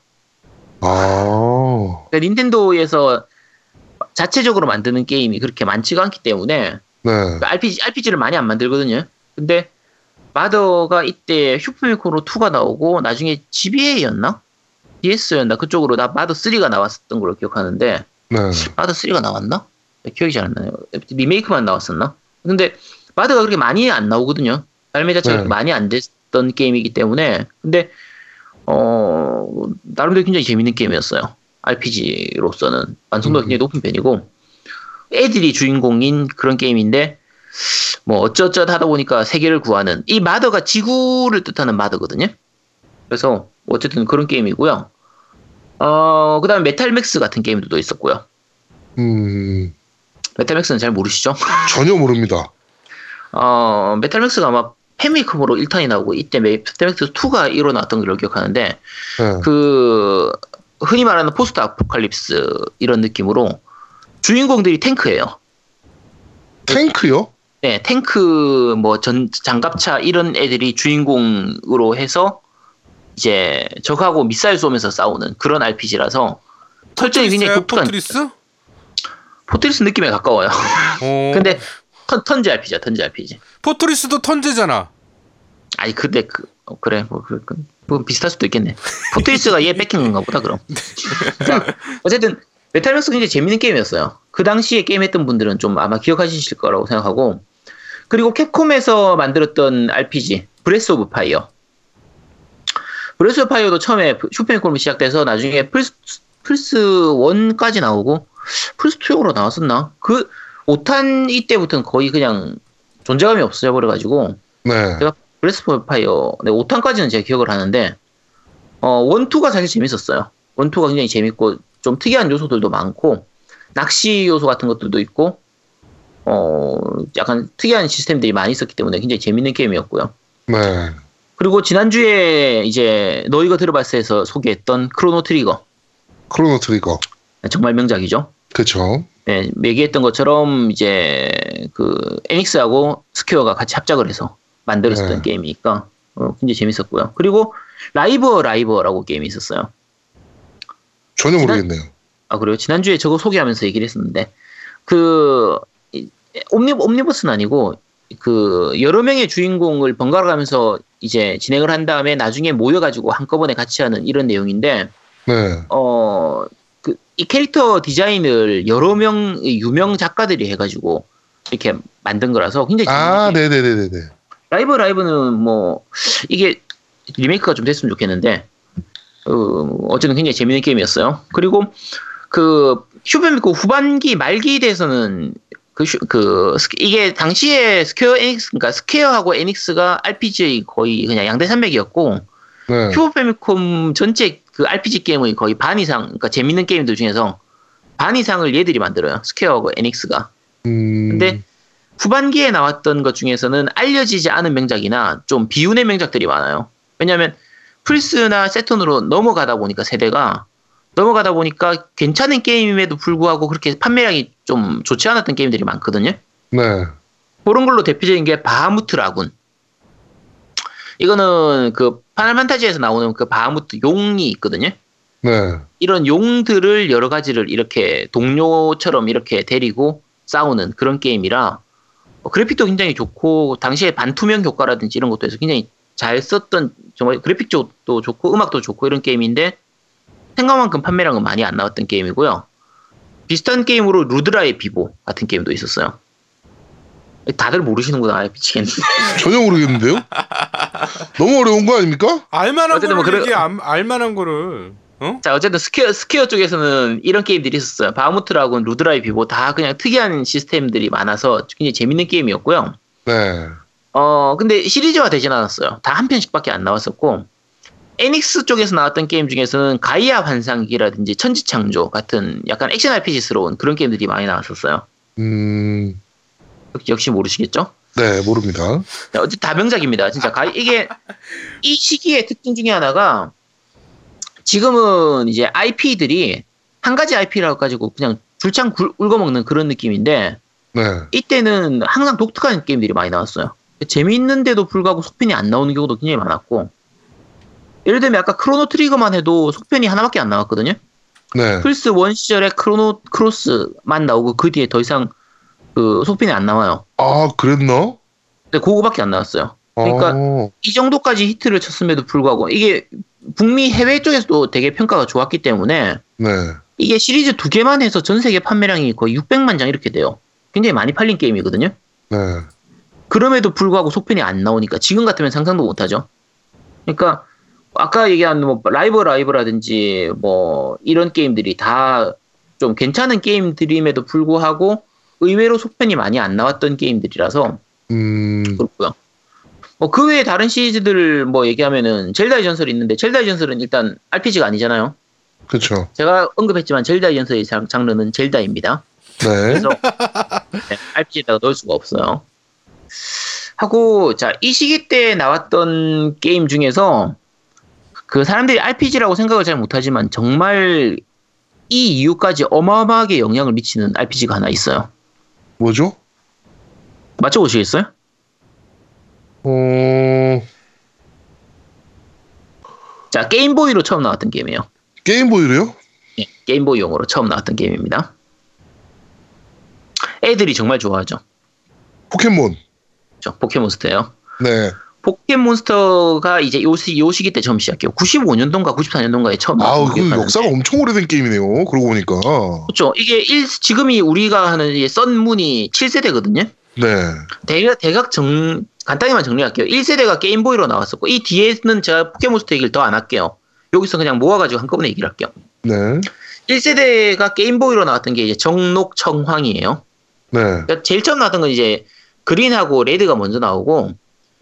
[SPEAKER 1] 아,
[SPEAKER 4] 그러니까 닌텐도에서 자체적으로 만드는 게임이 그렇게 많지가 않기 때문에
[SPEAKER 1] 네.
[SPEAKER 4] 그 RPG, RPG를 많이 안 만들거든요. 근데 마더가 이때 슈퍼미코로 2가 나오고 나중에 GBA였나? DS였나? 그쪽으로 나 마더 3가 나왔었던 걸로 기억하는데
[SPEAKER 1] 네.
[SPEAKER 4] 마더 3가 나왔나? 기억이 잘 안 나요. 리메이크만 나왔었나? 근데 마더가 그렇게 많이 안 나오거든요. 발매 자체가
[SPEAKER 1] 네.
[SPEAKER 4] 그렇게 많이 안 됐던 게임이기 때문에 근데 어 나름대로 굉장히 재밌는 게임이었어요. RPG로서는 완성도가
[SPEAKER 1] 음.
[SPEAKER 4] 굉장히 높은 편이고 애들이 주인공인 그런 게임인데 뭐 어쩌저쩌 하다 보니까 세계를 구하는 이 마더가 지구를 뜻하는 마더거든요. 그래서 어쨌든 그런 게임이고요. 어 그다음에 메탈맥스 같은 게임도 있었고요.
[SPEAKER 1] 음,
[SPEAKER 4] 메탈맥스는 잘 모르시죠? [LAUGHS]
[SPEAKER 1] 전혀 모릅니다.
[SPEAKER 4] 어, 메탈맥스가 아마 페미컴으로 1탄이 나오고 이때 메탈맥스 2가 일어났던 걸로 기억하는데
[SPEAKER 1] 네.
[SPEAKER 4] 그 흔히 말하는 포스트 아포칼립스 이런 느낌으로 주인공들이 탱크예요.
[SPEAKER 1] 탱크요?
[SPEAKER 4] 네, 탱크 뭐 전 장갑차 이런 애들이 주인공으로 해서 이제 적하고 미사일 쏘면서 싸우는 그런 RPG라서 설정이 굉장히
[SPEAKER 2] 포트리스야?
[SPEAKER 4] 독특한
[SPEAKER 2] 포트리스?
[SPEAKER 4] 포트리스 느낌에 가까워요. [LAUGHS]
[SPEAKER 2] 어.
[SPEAKER 4] 근데 턴, 턴제 RPG야, 턴제 RPG.
[SPEAKER 2] 포트리스도 턴제잖아.
[SPEAKER 4] 아니, 근데 그, 어, 그래, 뭐, 그, 그, 뭐 비슷할 수도 있겠네. 포트리스가 얘 뺏긴 건가 보다, 그럼. 자, 어쨌든, 메탈맥스 굉장히 재밌는 게임이었어요. 그 당시에 게임했던 분들은 좀 아마 기억하실 거라고 생각하고, 그리고 캡콤에서 만들었던 RPG, 브레스 오브 파이어. 브레스 오브 파이어도 처음에 슈퍼맨콤이 시작돼서 나중에 플스, 플스 1까지 나오고, 플스 2로 나왔었나? 그, 5탄 이때부터는 거의 그냥 존재감이 없어져 버려가지고,
[SPEAKER 1] 네.
[SPEAKER 4] 제가 브레스 오브 파이어 네, 5탄까지는 제가 기억을 하는데 어 1,2가 사실 재밌었어요. 1,2가 굉장히 재밌고 좀 특이한 요소들도 많고 낚시 요소 같은 것들도 있고 어 약간 특이한 시스템들이 많이 있었기 때문에 굉장히 재밌는 게임이었고요.
[SPEAKER 1] 네.
[SPEAKER 4] 그리고 지난주에 이제 너희가 들어봤어에서 소개했던 크로노 트리거
[SPEAKER 1] 크로노 트리거.
[SPEAKER 4] 정말 명작이죠.
[SPEAKER 1] 그쵸.
[SPEAKER 4] 네, 얘기했던 것처럼 이제 그 에닉스하고 스퀘어가 같이 합작을 해서 만들었었던
[SPEAKER 1] 네.
[SPEAKER 4] 게임이니까 어, 굉장히 재밌었고요. 그리고 라이버 라이버라고 게임이 있었어요.
[SPEAKER 1] 전혀 모르겠네요.
[SPEAKER 4] 아 그래요? 지난주에 저거 소개하면서 얘기를 했었는데 그 이- 옴니 옴니버스는 아니고 그 여러 명의 주인공을 번갈아 가면서 이제 진행을 한 다음에 나중에 모여가지고 한꺼번에 같이 하는 이런 내용인데
[SPEAKER 1] 네.
[SPEAKER 4] 어, 그, 이 캐릭터 디자인을 여러 명의 유명 작가들이 해가지고 이렇게 만든 거라서 굉장히
[SPEAKER 1] 아,
[SPEAKER 4] 재밌는 게임.
[SPEAKER 1] 네네네네네.
[SPEAKER 4] 라이브 라이브는 뭐 이게 리메이크가 좀 됐으면 좋겠는데 어, 어쨌든 굉장히 재밌는 게임이었어요. 그리고 그 슈퍼미코 후반기 말기에 대해서는 그, 슈- 그 스- 이게 당시에 스퀘어 에닉스 그러니까 스퀘어하고 에닉스가 RPG의 거의 그냥 양대 산맥이었고
[SPEAKER 1] 네.
[SPEAKER 4] 큐브 패미콤 전체 그 RPG 게임의 거의 반 이상, 그러니까 재밌는 게임들 중에서 반 이상을 얘들이 만들어요. 스퀘어하고 에닉스가.
[SPEAKER 1] 음,
[SPEAKER 4] 근데 후반기에 나왔던 것 중에서는 알려지지 않은 명작이나 좀 비운의 명작들이 많아요. 왜냐하면 플스나 세턴으로 넘어가다 보니까 세대가 넘어가다 보니까 괜찮은 게임임에도 불구하고 그렇게 판매량이 좀 좋지 않았던 게임들이 많거든요.
[SPEAKER 1] 네.
[SPEAKER 4] 그런 걸로 대표적인 게 바하무트 라군. 이거는 그 파널 판타지에서 나오는 그 바하무트 용이 있거든요.
[SPEAKER 1] 네.
[SPEAKER 4] 이런 용들을 여러 가지를 이렇게 동료처럼 이렇게 데리고 싸우는 그런 게임이라 어, 그래픽도 굉장히 좋고 당시에 반투명 효과라든지 이런 것도 해서 굉장히 잘 썼던 정말 그래픽도 좋고 음악도 좋고 이런 게임인데 생각만큼 판매량은 많이 안 나왔던 게임이고요. 비슷한 게임으로 루드라의 비보 같은 게임도 있었어요. 다들 모르시는구나 미치겠네.
[SPEAKER 1] 전혀 모르겠는데요? 너무 어려운 거 아닙니까?
[SPEAKER 2] 알만한 거를
[SPEAKER 4] 어쨌든 뭐 그래-
[SPEAKER 2] 얘기 안, 알만한 거를. 어?
[SPEAKER 4] 자 어쨌든 스퀘어, 스퀘어 쪽에서는 이런 게임들이 있었어요. 바우무트라고 루드라이 비보 다 그냥 특이한 시스템들이 많아서 굉장히 재밌는 게임이었고요.
[SPEAKER 1] 네.
[SPEAKER 4] 어 근데 시리즈화 되진 않았어요. 다 한 편씩밖에 안 나왔었고 에닉스 쪽에서 나왔던 게임 중에서는 가이아 환상기라든지 천지창조 같은 약간 액션 RPG스러운 그런 게임들이 많이 나왔었어요.
[SPEAKER 1] 음,
[SPEAKER 4] 역시 모르시겠죠?
[SPEAKER 1] 네, 모릅니다.
[SPEAKER 4] 야, 어쨌든 다명작입니다. 진짜 가- 이게 이 시기의 특징 중에 하나가 지금은 이제 IP들이 한 가지 IP라고 가지고 그냥 줄창 굴- 울거먹는 그런 느낌인데
[SPEAKER 1] 네.
[SPEAKER 4] 이때는 항상 독특한 게임들이 많이 나왔어요. 재미있는데도 불구하고 속편이 안 나오는 경우도 굉장히 많았고 예를 들면 아까 크로노 트리거만 해도 속편이 하나밖에 안 나왔거든요.
[SPEAKER 1] 네.
[SPEAKER 4] 플스 1 시절에 크로노 크로스만 나오고 그 뒤에 더 이상 그 속편이 안 나와요.
[SPEAKER 1] 아, 그랬나?
[SPEAKER 4] 근데 그거밖에 안 나왔어요. 그러니까
[SPEAKER 1] 아,
[SPEAKER 4] 이 정도까지 히트를 쳤음에도 불구하고 이게 북미 해외 쪽에서도 되게 평가가 좋았기 때문에
[SPEAKER 1] 네.
[SPEAKER 4] 이게 시리즈 두 개만 해서 전 세계 판매량이 거의 600만 장 이렇게 돼요. 굉장히 많이 팔린 게임이거든요.
[SPEAKER 1] 네.
[SPEAKER 4] 그럼에도 불구하고 속편이 안 나오니까 지금 같으면 상상도 못하죠. 그러니까 아까 얘기한 뭐 라이브 라이브라든지 뭐 이런 게임들이 다 좀 괜찮은 게임들임에도 불구하고 의외로 속편이 많이 안 나왔던 게임들이라서
[SPEAKER 1] 음,
[SPEAKER 4] 그렇고요. 어, 그 외에 다른 시리즈들 뭐 얘기하면은 젤다의 전설이 있는데 젤다의 전설은 일단 RPG가 아니잖아요.
[SPEAKER 1] 그쵸.
[SPEAKER 4] 제가 언급했지만 젤다의 전설의 장, 장르는 젤다입니다.
[SPEAKER 1] 네.
[SPEAKER 4] 그래서 네, RPG에다가 넣을 수가 없어요. 하고 자 이 시기 때 나왔던 게임 중에서 그 사람들이 RPG라고 생각을 잘 못하지만 정말 이 이유까지 어마어마하게 영향을 미치는 RPG가 하나 있어요.
[SPEAKER 1] 뭐죠?
[SPEAKER 4] 맞춰보시겠어요?
[SPEAKER 1] 어,
[SPEAKER 4] 자 게임보이로 처음 나왔던 게임이에요.
[SPEAKER 1] 게임보이로요?
[SPEAKER 4] 예. 예, 게임보이용으로 처음 나왔던 게임입니다. 애들이 정말 좋아하죠.
[SPEAKER 1] 포켓몬.
[SPEAKER 4] 그렇죠? 포켓몬스터예요.
[SPEAKER 1] 네.
[SPEAKER 4] 포켓몬스터가 이제 요, 시, 요 시기 때 처음 시작해요. 95년도인가 94년도인가에 처음
[SPEAKER 1] 아우,
[SPEAKER 4] 나왔던
[SPEAKER 1] 그
[SPEAKER 4] 기억하는데.
[SPEAKER 1] 역사가 엄청 오래된 게임이네요. 그러고 보니까.
[SPEAKER 4] 그렇죠. 이게 일- 지금이 우리가 하는 이 썬문이 7세대거든요.
[SPEAKER 1] 네.
[SPEAKER 4] 대각, 대각 정, 간단히만 정리할게요. 1세대가 게임보이로 나왔었고, 이 뒤에는 제가 포켓몬스터 얘기를 더 안 할게요. 여기서 그냥 모아가지고 한꺼번에 얘기를 할게요.
[SPEAKER 1] 네.
[SPEAKER 4] 1세대가 게임보이로 나왔던 게 이제 정록청황이에요.
[SPEAKER 1] 네.
[SPEAKER 4] 그러니까 제일 처음 나왔던 건 이제 그린하고 레드가 먼저 나오고,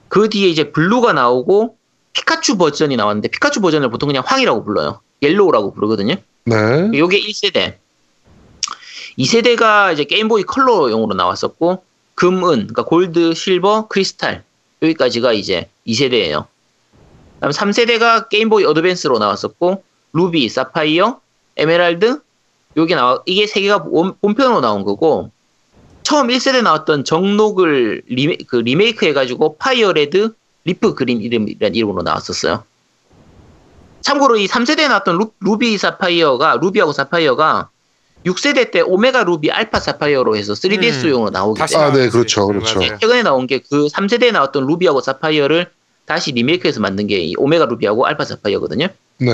[SPEAKER 4] 그 뒤에 이제 블루가 나오고, 피카츄 버전이 나왔는데, 피카츄 버전을 보통 그냥 황이라고 불러요. 옐로우라고 부르거든요.
[SPEAKER 1] 네.
[SPEAKER 4] 요게 1세대. 2세대가 이제 게임보이 컬러용으로 나왔었고, 금, 은, 그러니까 골드, 실버, 크리스탈. 여기까지가 이제 2세대예요. 다음 3세대가 게임보이 어드밴스로 나왔었고, 루비, 사파이어, 에메랄드, 요게 나와, 이게 세 개가 원- 본편으로 나온 거고, 처음 1세대 나왔던 정록을 리메, 그 리메이크 해가지고, 파이어레드, 리프 그린 이름이란 이름으로 나왔었어요. 참고로 이 3세대에 나왔던 루, 루비 사파이어가 루비하고 사파이어가 6세대 때 오메가 루비 알파 사파이어로 해서 3DS용으로 나오기
[SPEAKER 2] 음, 다시
[SPEAKER 1] 아,
[SPEAKER 4] 때문에
[SPEAKER 1] 네,
[SPEAKER 2] 나왔지.
[SPEAKER 1] 그렇죠, 그렇죠.
[SPEAKER 2] 맞아요.
[SPEAKER 4] 최근에 나온 게 그 3세대에 나왔던 루비하고 사파이어를 다시 리메이크해서 만든 게 이 오메가 루비하고 알파 사파이어거든요.
[SPEAKER 1] 네.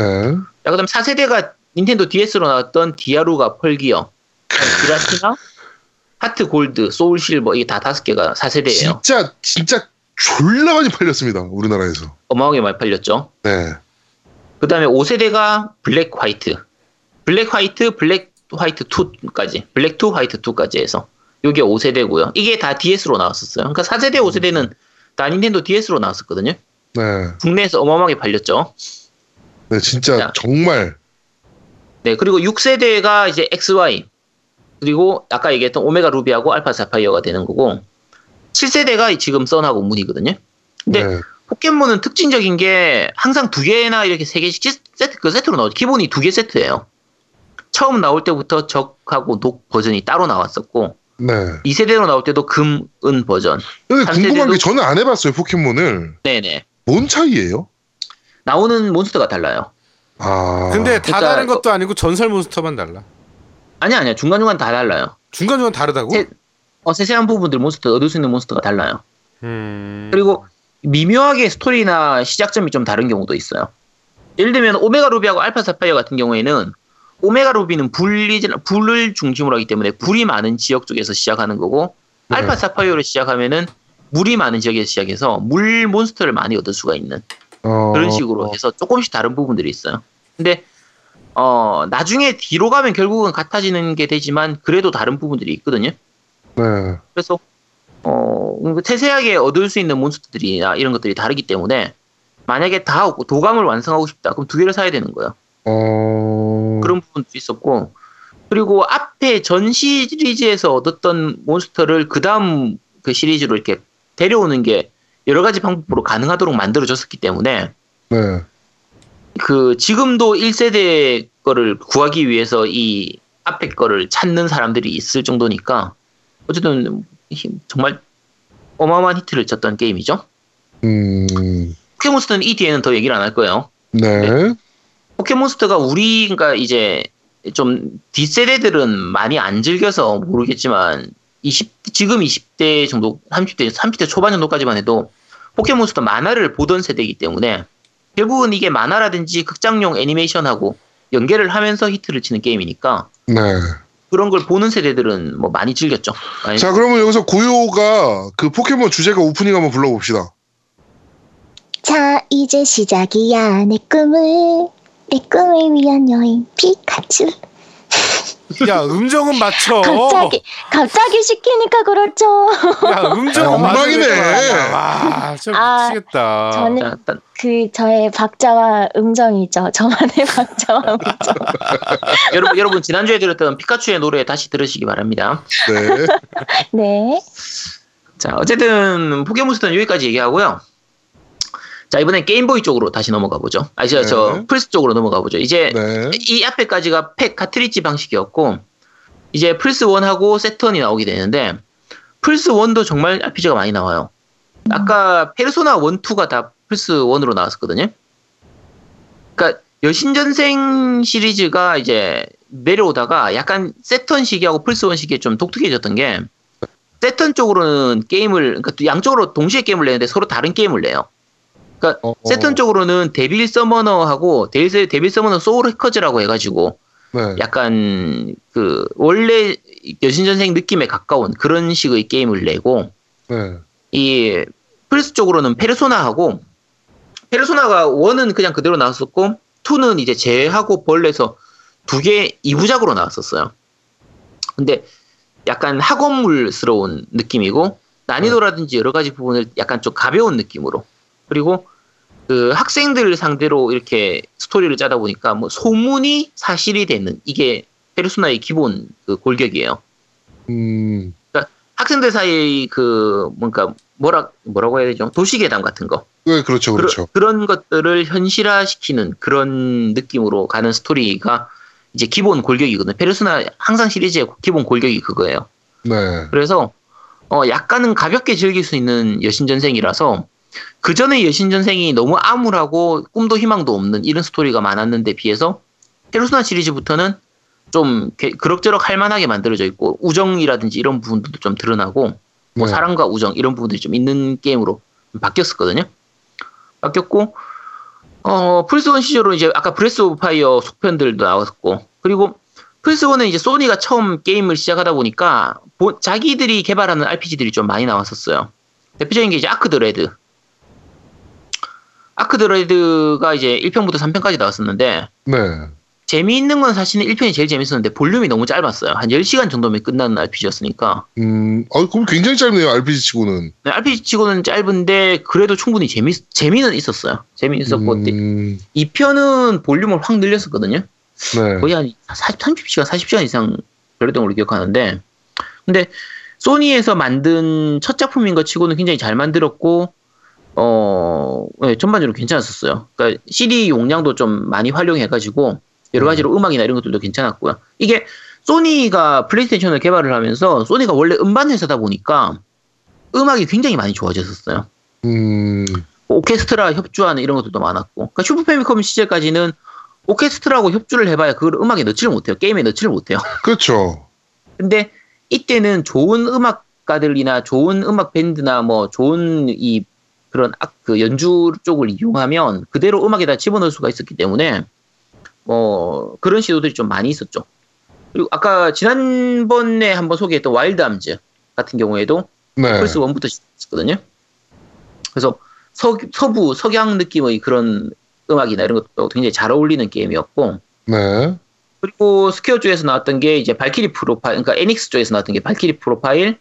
[SPEAKER 4] 자, 그다음 4세대가 닌텐도 DS로 나왔던 디아루가 펄기어, 기라티나, 하트 골드, 소울 실버 이게 다 다섯 개가 4세대예요.
[SPEAKER 1] 진짜 진짜 졸라 많이 팔렸습니다. 우리나라에서.
[SPEAKER 4] 어마어마하게 많이 팔렸죠.
[SPEAKER 1] 네.
[SPEAKER 4] 그 다음에 5세대가 블랙 화이트. 블랙 화이트, 블랙 화이트 2까지. 블랙 2, 화이트 2까지 해서. 요게 5세대고요. 이게 다 DS로 나왔었어요. 그러니까 4세대, 5세대는 다 닌텐도 DS로 나왔었거든요.
[SPEAKER 1] 네.
[SPEAKER 4] 국내에서 어마어마하게 팔렸죠.
[SPEAKER 1] 네, 진짜
[SPEAKER 4] 자.
[SPEAKER 1] 정말
[SPEAKER 4] 네, 그리고 6세대가 이제 XY. 그리고 아까 얘기했던 오메가 루비하고 알파 사파이어가 되는 거고 7세대가 지금 선하고 문이거든요. 근데
[SPEAKER 1] 네.
[SPEAKER 4] 포켓몬은 특징적인 게 항상 두 개나 이렇게 세 개씩 시- 세트 그 세트로 나오죠. 기본이 두 개 세트예요. 처음 나올 때부터 적하고 녹 버전이 따로 나왔었고
[SPEAKER 1] 네.
[SPEAKER 4] 2세대로 나올 때도 금, 은 버전.
[SPEAKER 1] 근데
[SPEAKER 4] 삼세대도-
[SPEAKER 1] 궁금한 게 저는 안 해봤어요 포켓몬을.
[SPEAKER 4] 네네.
[SPEAKER 1] 뭔 차이예요?
[SPEAKER 4] 나오는 몬스터가 달라요.
[SPEAKER 1] 아.
[SPEAKER 2] 근데 다
[SPEAKER 4] 그러니까
[SPEAKER 2] 다른
[SPEAKER 4] 그-
[SPEAKER 2] 것도 아니고 전설 몬스터만 달라.
[SPEAKER 4] 아니야 아니야 중간중간 다 달라요.
[SPEAKER 2] 중간중간 다르다고?
[SPEAKER 4] 세- 어, 세세한 부분들 몬스터 얻을 수 있는 몬스터가 달라요.
[SPEAKER 2] 음.
[SPEAKER 4] 그리고 미묘하게 스토리나 시작점이 좀 다른 경우도 있어요. 예를 들면 오메가 루비하고 알파 사파이어 같은 경우에는 오메가 루비는 불이, 불을 중심으로 하기 때문에 불이 많은 지역 쪽에서 시작하는 거고 알파 사파이어를 시작하면은 물이 많은 지역에서 시작해서 물 몬스터를 많이 얻을 수가 있는
[SPEAKER 1] 어,
[SPEAKER 4] 그런 식으로 해서 조금씩 다른 부분들이 있어요. 근데 어 나중에 뒤로 가면 결국은 같아지는 게 되지만 그래도 다른 부분들이 있거든요.
[SPEAKER 1] 네.
[SPEAKER 4] 그래서 어 세세하게 얻을 수 있는 몬스터들이나 이런 것들이 다르기 때문에 만약에 다 얻고 도감을 완성하고 싶다 그럼 두 개를 사야 되는 거예요
[SPEAKER 1] 어.
[SPEAKER 4] 그런 부분도 있었고 그리고 앞에 전 시리즈에서 얻었던 몬스터를 그 다음 그 시리즈로 이렇게 데려오는 게 여러 가지 방법으로 가능하도록 만들어졌었기 때문에
[SPEAKER 1] 네.
[SPEAKER 4] 그 지금도 1세대 거를 구하기 위해서 이 앞에 거를 찾는 사람들이 있을 정도니까 어쨌든 힘- 정말 어마어마한 히트를 쳤던 게임이죠.
[SPEAKER 1] 음.
[SPEAKER 4] 포켓몬스터는 이 뒤에는 더 얘기를 안 할 거예요.
[SPEAKER 1] 네.
[SPEAKER 4] 포켓몬스터가 우리 그러니까 이제 좀 뒷세대들은 많이 안 즐겨서 모르겠지만 20 지금 20대 정도 30대 30대 초반 정도까지만 해도 포켓몬스터 만화를 보던 세대이기 때문에 결국은 이게 만화라든지 극장용 애니메이션하고 연계를 하면서 히트를 치는 게임이니까
[SPEAKER 1] 네.
[SPEAKER 4] 그런 걸 보는 세대들은 뭐 많이 즐겼죠. 많이
[SPEAKER 1] 자 그러면 여기서 고요가 그 포켓몬 주제가 오프닝 한번 불러봅시다.
[SPEAKER 5] 자, 이제 시작이야. 내 꿈을, 내 꿈을 위한 여행, 피카츄.
[SPEAKER 2] 야 음정은
[SPEAKER 4] 어. [LAUGHS]
[SPEAKER 2] 맞춰.
[SPEAKER 5] 갑자기, 갑자기 시키니까 그렇죠.
[SPEAKER 1] 아,
[SPEAKER 2] 야 음정은 맞춰야
[SPEAKER 1] 엉망이네.
[SPEAKER 2] 되는 거 아니야. 와, 진짜
[SPEAKER 5] 아,
[SPEAKER 2] 미치겠다.
[SPEAKER 5] 저는
[SPEAKER 4] 자, 일단
[SPEAKER 5] 그, 저의 박자와 음정이죠. 저만의 [LAUGHS] 박자와 음정.
[SPEAKER 4] 여러분 여러분 지난주에 들었던 피카츄의 노래 다시 들으시기 바랍니다.
[SPEAKER 1] 네.
[SPEAKER 4] [LAUGHS]
[SPEAKER 5] 네.
[SPEAKER 4] 자, 어쨌든 포켓몬스터는 여기까지 얘기하고요. 자, 이번엔 게임보이 쪽으로 다시 넘어가 보죠. 아, 저, 저
[SPEAKER 1] 네.
[SPEAKER 4] 플스 쪽으로 넘어가 보죠. 이제
[SPEAKER 1] 네.
[SPEAKER 4] 이 앞에까지가 팩 카트리지 방식이었고 이제 플스 1하고 세턴이 나오게 되는데 플스 1도 정말 RPG가 많이 나와요.
[SPEAKER 1] 음.
[SPEAKER 4] 아까 페르소나 1, 2가 다 플스 1으로 나왔었거든요. 그러니까 여신전생 시리즈가 이제 내려오다가 약간 세턴 시기하고 플스원 시기에 좀 독특해졌던 게 세턴 쪽으로는 게임을 그러니까 양쪽으로 동시에 게임을 내는데 서로 다른 게임을 내요. 그러니까
[SPEAKER 1] 어, 어.
[SPEAKER 4] 세턴 쪽으로는 데빌 서머너하고 데빌, 데빌 서머너 소울 해커즈라고 해가지고
[SPEAKER 1] 네.
[SPEAKER 4] 약간 그 원래 여신전생 느낌에 가까운 그런 식의 게임을 내고
[SPEAKER 1] 네.
[SPEAKER 4] 이 플스 쪽으로는 페르소나하고 페르소나가 원은 그냥 그대로 나왔었고 투는 이제 제하고 벌레에서 두 개 이부작으로 나왔었어요. 근데 약간 학원물스러운 느낌이고 난이도라든지 여러 가지 부분을 약간 좀 가벼운 느낌으로 그리고 그 학생들 상대로 이렇게 스토리를 짜다 보니까 뭐 소문이 사실이 되는 이게 페르소나의 기본 그 골격이에요.
[SPEAKER 1] 음.
[SPEAKER 4] 학생들 사이 그 뭔가 뭐라 뭐라고 해야 되죠 도시계담 같은 거
[SPEAKER 1] 네, 그렇죠, 그렇죠.
[SPEAKER 4] 그런 것들을 현실화시키는 그런 느낌으로 가는 스토리가 이제 기본 골격이거든요 페르소나 항상 시리즈의 기본 골격이 그거예요
[SPEAKER 1] 네.
[SPEAKER 4] 그래서 어 약간은 가볍게 즐길 수 있는 여신전생이라서 그 전에 여신전생이 너무 암울하고 꿈도 희망도 없는 이런 스토리가 많았는데 비해서 페르소나 시리즈부터는 좀 게- 그럭저럭 할만하게 만들어져 있고 우정이라든지 이런 부분들도 좀 드러나고
[SPEAKER 1] 네.
[SPEAKER 4] 뭐 사랑과 우정 이런 부분들이 좀 있는 게임으로 좀 바뀌었었거든요. 바뀌었고 어 플스원 시절로 이제 아까 브레스 오브 파이어 속편들도 나왔고 그리고 플스원은 이제 소니가 처음 게임을 시작하다 보니까 보- 자기들이 개발하는 RPG들이 좀 많이 나왔었어요. 대표적인 게 이제 아크 드레드. 아크 드레드가 이제 1편부터 3편까지 나왔었는데
[SPEAKER 1] 네.
[SPEAKER 4] 재미있는 건 사실은 1편이 제일 재밌었는데 볼륨이 너무 짧았어요. 한 10시간 정도면 끝나는 RPG였으니까
[SPEAKER 1] 음, 어, 그럼 굉장히 짧네요, RPG 치고는.
[SPEAKER 4] RPG 치고는 짧은데 그래도 충분히 재미 재미는 있었어요. 재미있었고
[SPEAKER 1] 음,
[SPEAKER 4] 2편은 볼륨을 확 늘렸었거든요.
[SPEAKER 1] 네.
[SPEAKER 4] 거의 한 40, 30시간, 40시간 이상 걸렸던 걸로 기억하는데 근데 소니에서 만든 첫 작품인 것 치고는 굉장히 잘 만들었고 어 네, 전반적으로 괜찮았었어요. 그러니까 CD 용량도 좀 많이 활용해가지고 여러 가지로 음악이나 이런 것들도 괜찮았고요. 이게 소니가 플레이스테이션을 개발을 하면서 소니가 원래 음반 회사다 보니까 음악이 굉장히 많이 좋아졌었어요.
[SPEAKER 1] 음,
[SPEAKER 4] 오케스트라 협주하는 이런 것들도 많았고 그러니까 슈퍼 패미컴 시절까지는 오케스트라하고 협주를 해봐야 그걸 음악에 넣지를 못해요 게임에 넣지를 못해요 [LAUGHS]
[SPEAKER 1] 그렇죠.
[SPEAKER 4] 근데 이때는 좋은 음악가들이나 좋은 음악 밴드나 뭐 좋은 이 그런 악- 그 연주 쪽을 이용하면 그대로 음악에다 집어넣을 수가 있었기 때문에 뭐 그런 시도들이 좀 많이 있었죠. 그리고 아까 지난번에 한번 소개했던 와일드 암즈 같은 경우에도
[SPEAKER 1] 네.
[SPEAKER 4] 플스 1부터 시작했거든요. 그래서 서, 서부 석양 느낌의 그런 음악이나 이런 것도 굉장히 잘 어울리는 게임이었고
[SPEAKER 1] 네.
[SPEAKER 4] 그리고 스퀘어 쪽에서 나왔던 게 이제 발키리 프로파일, 그러니까 에닉스 쪽에서 나왔던 게 발키리 프로파일,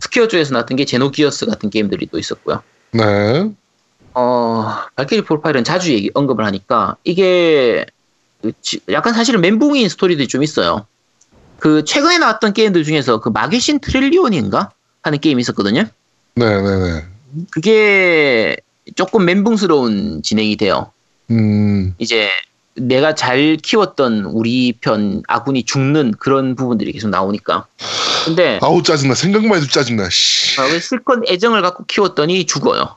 [SPEAKER 4] 스퀘어 쪽에서 나왔던 게 제노기어스 같은 게임들이 또 있었고요.
[SPEAKER 1] 네.
[SPEAKER 4] 어, 발키리 프로파일은 자주 얘기, 언급을 하니까 이게 그 지- 약간 사실은 멘붕인 스토리들이 좀 있어요. 그 최근에 나왔던 게임들 중에서 그 마계신 트릴리온인가 하는 게임이 있었거든요.
[SPEAKER 1] 네. 네. 네.
[SPEAKER 4] 그게 조금 멘붕스러운 진행이 돼요.
[SPEAKER 1] 음,
[SPEAKER 4] 이제 내가 잘 키웠던 우리 편 아군이 죽는 그런 부분들이 계속 나오니까. 근데
[SPEAKER 1] 아우, 짜증나. 생각만 해도 짜증나, 씨.
[SPEAKER 4] 어, 왜 실컷 애정을 갖고 키웠더니 죽어요.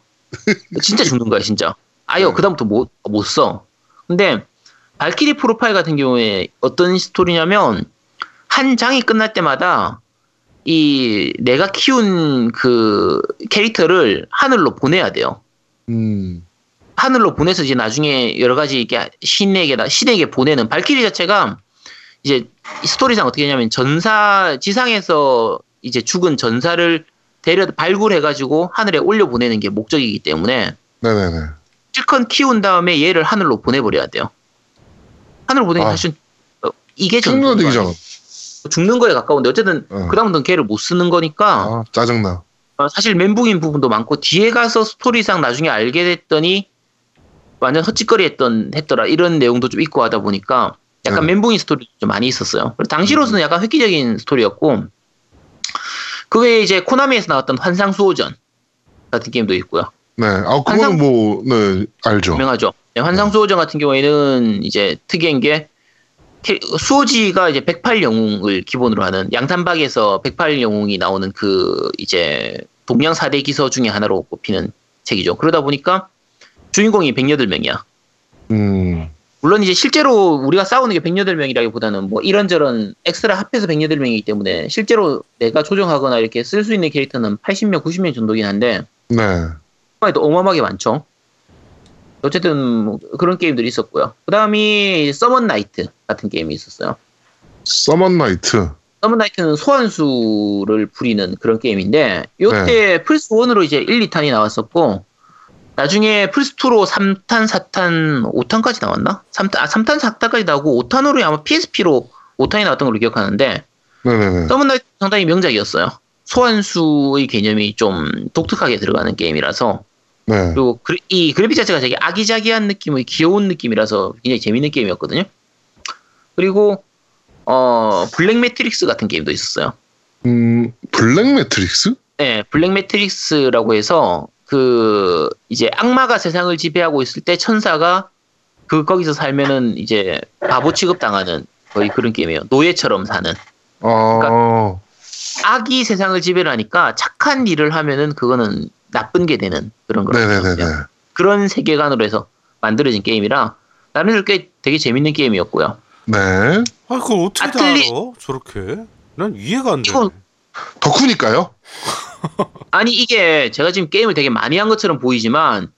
[SPEAKER 4] 진짜 죽는 거야, 진짜. 아예
[SPEAKER 1] 네.
[SPEAKER 4] 그다음부터 못, 못 써. 근데 발키리 프로파일 같은 경우에 어떤 스토리냐면 한 장이 끝날 때마다 이 내가 키운 그 캐릭터를 하늘로 보내야 돼요.
[SPEAKER 1] 음,
[SPEAKER 4] 하늘로 보내서 이제 나중에 여러 가지 이렇게 신에게 나- 신에게 보내는 발키리 자체가 이제 스토리상 어떻게 했냐면 전사 지상에서 이제 죽은 전사를 데려 발굴해 가지고 하늘에 올려 보내는 게 목적이기 때문에
[SPEAKER 1] 네네네.
[SPEAKER 4] 실컷 키운 다음에 얘를 하늘로 보내버려야 돼요. 하늘로 보내기
[SPEAKER 1] 아.
[SPEAKER 4] 사실 어, 이게
[SPEAKER 1] 충분한
[SPEAKER 4] 전부가
[SPEAKER 1] 얘기잖아.
[SPEAKER 4] 아니에요. 죽는 거에 가까운데 어쨌든
[SPEAKER 1] 어.
[SPEAKER 4] 그다음부터는 걔를 못 쓰는 거니까
[SPEAKER 1] 아, 짜증나.
[SPEAKER 4] 어, 사실 멘붕인 부분도 많고 뒤에 가서 스토리상 나중에 알게 됐더니 완전 헛짓거리했던 했더라 이런 내용도 좀 있고 하다 보니까 약간
[SPEAKER 1] 네.
[SPEAKER 4] 멘붕인 스토리도 좀 많이 있었어요. 그리고 당시로서는 약간 획기적인 스토리였고 그 외에 이제 코나미에서 나왔던 환상 수호전 같은 게임도 있고요.
[SPEAKER 1] 네. 아, 그거는
[SPEAKER 4] 항상-
[SPEAKER 1] 뭐, 네, 알죠.
[SPEAKER 4] 유명하죠. 네, 환상 수호전 같은 경우에는 이제 특이한 게 캐- 수호지가 이제 108영웅을 기본으로 하는 양산박에서 108영웅이 나오는 그 이제 동양 4대 기서 중에 하나로 꼽히는 책이죠. 그러다 보니까 주인공이 108명이야.
[SPEAKER 1] 음,
[SPEAKER 4] 물론 이제 실제로 우리가 싸우는 게 108명이라기보다는 뭐 이런저런 엑스라 합해서 108명이기 때문에 실제로 내가 조정하거나 이렇게 쓸 수 있는 캐릭터는 80명, 90명 정도긴 한데
[SPEAKER 1] 네.
[SPEAKER 4] 정말 또 어마어마하게 많죠. 어쨌든 뭐 그런 게임들이 있었고요. 그 다음이 서먼 나이트 같은 게임이 있었어요.
[SPEAKER 1] 서먼 나이트.
[SPEAKER 4] 서먼 나이트는 소환수를 부리는 그런 게임인데 이때 플스 1으로 이제 1, 2탄이 나왔었고 나중에 플스 2로 3탄, 4탄, 5탄까지 나왔나? 3탄, 아 3탄, 4탄까지 나오고 5탄으로 아마 PSP로 5탄이 나왔던 걸로 기억하는데
[SPEAKER 1] 네네네.
[SPEAKER 4] 서먼 나이트 상당히 명작이었어요. 소환수의 개념이 좀 독특하게 들어가는 게임이라서
[SPEAKER 1] 네.
[SPEAKER 4] 그리고 그래- 이 그래픽 자체가 되게 아기자기한 느낌의 귀여운 느낌이라서 굉장히 재밌는 게임이었거든요. 그리고 어 블랙 매트릭스 같은 게임도 있었어요.
[SPEAKER 1] 음, 블랙 매트릭스?
[SPEAKER 4] 네, 블랙 매트릭스라고 해서 그 이제 악마가 세상을 지배하고 있을 때 천사가 그 거기서 살면은 이제 바보 취급 당하는 거의 그런 게임이에요. 노예처럼 사는
[SPEAKER 1] 아,
[SPEAKER 4] 악이 세상을 지배를 하니까 착한 일을 하면은 그거는 나쁜 게 되는 그런 거라고 생각해요.
[SPEAKER 1] 네네네네.
[SPEAKER 4] 그러니까 그런 세계관으로 해서 만들어진 게임이라 나름대로 꽤 되게 재밌는 게임이었고요.
[SPEAKER 1] 네.
[SPEAKER 2] 아 그걸 어떻게 다
[SPEAKER 4] 아틀리-
[SPEAKER 2] 알아? 저렇게? 난 이해가 안 돼.
[SPEAKER 4] 이거-
[SPEAKER 1] 덕후니까요.
[SPEAKER 4] 아니 이게 제가 지금 게임을 되게 많이 한 것처럼 보이지만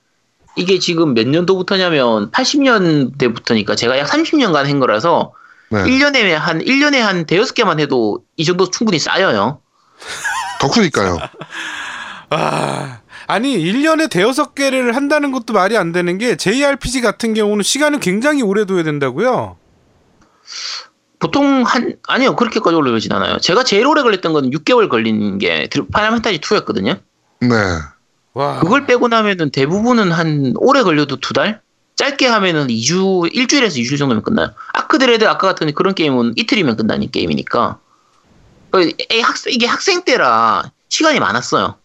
[SPEAKER 4] 이게 지금 몇 년도부터냐면 80년대부터니까 제가 약 30년간 한 거라서
[SPEAKER 1] 네.
[SPEAKER 4] 1년에 한 1년에 한 대여섯 개만 해도 이 정도 충분히 쌓여요.
[SPEAKER 1] 덕후니까요.
[SPEAKER 2] 아, 아니 1년에 대여섯 개를 한다는 것도 말이 안 되는 게 JRPG 같은 경우는 시간을 굉장히 오래 둬야 된다고요.
[SPEAKER 4] 보통 한 아니요 그렇게까지 오래걸리진 않아요. 제가 제일 오래 걸렸던 건 6개월 걸린 게 드- 파이널 판타지 2였거든요.
[SPEAKER 1] 네.
[SPEAKER 2] 와.
[SPEAKER 4] 그걸 빼고 나면은 대부분은 한 오래 걸려도 두 달? 짧게 하면은 2주, 일주일에서 2주 정도면 끝나요. 아크드레드 아까 같은 그런 게임은 이틀이면 끝나는 게임이니까. 어, 에, 학생- 이게 학생 때라 시간이 많았어요.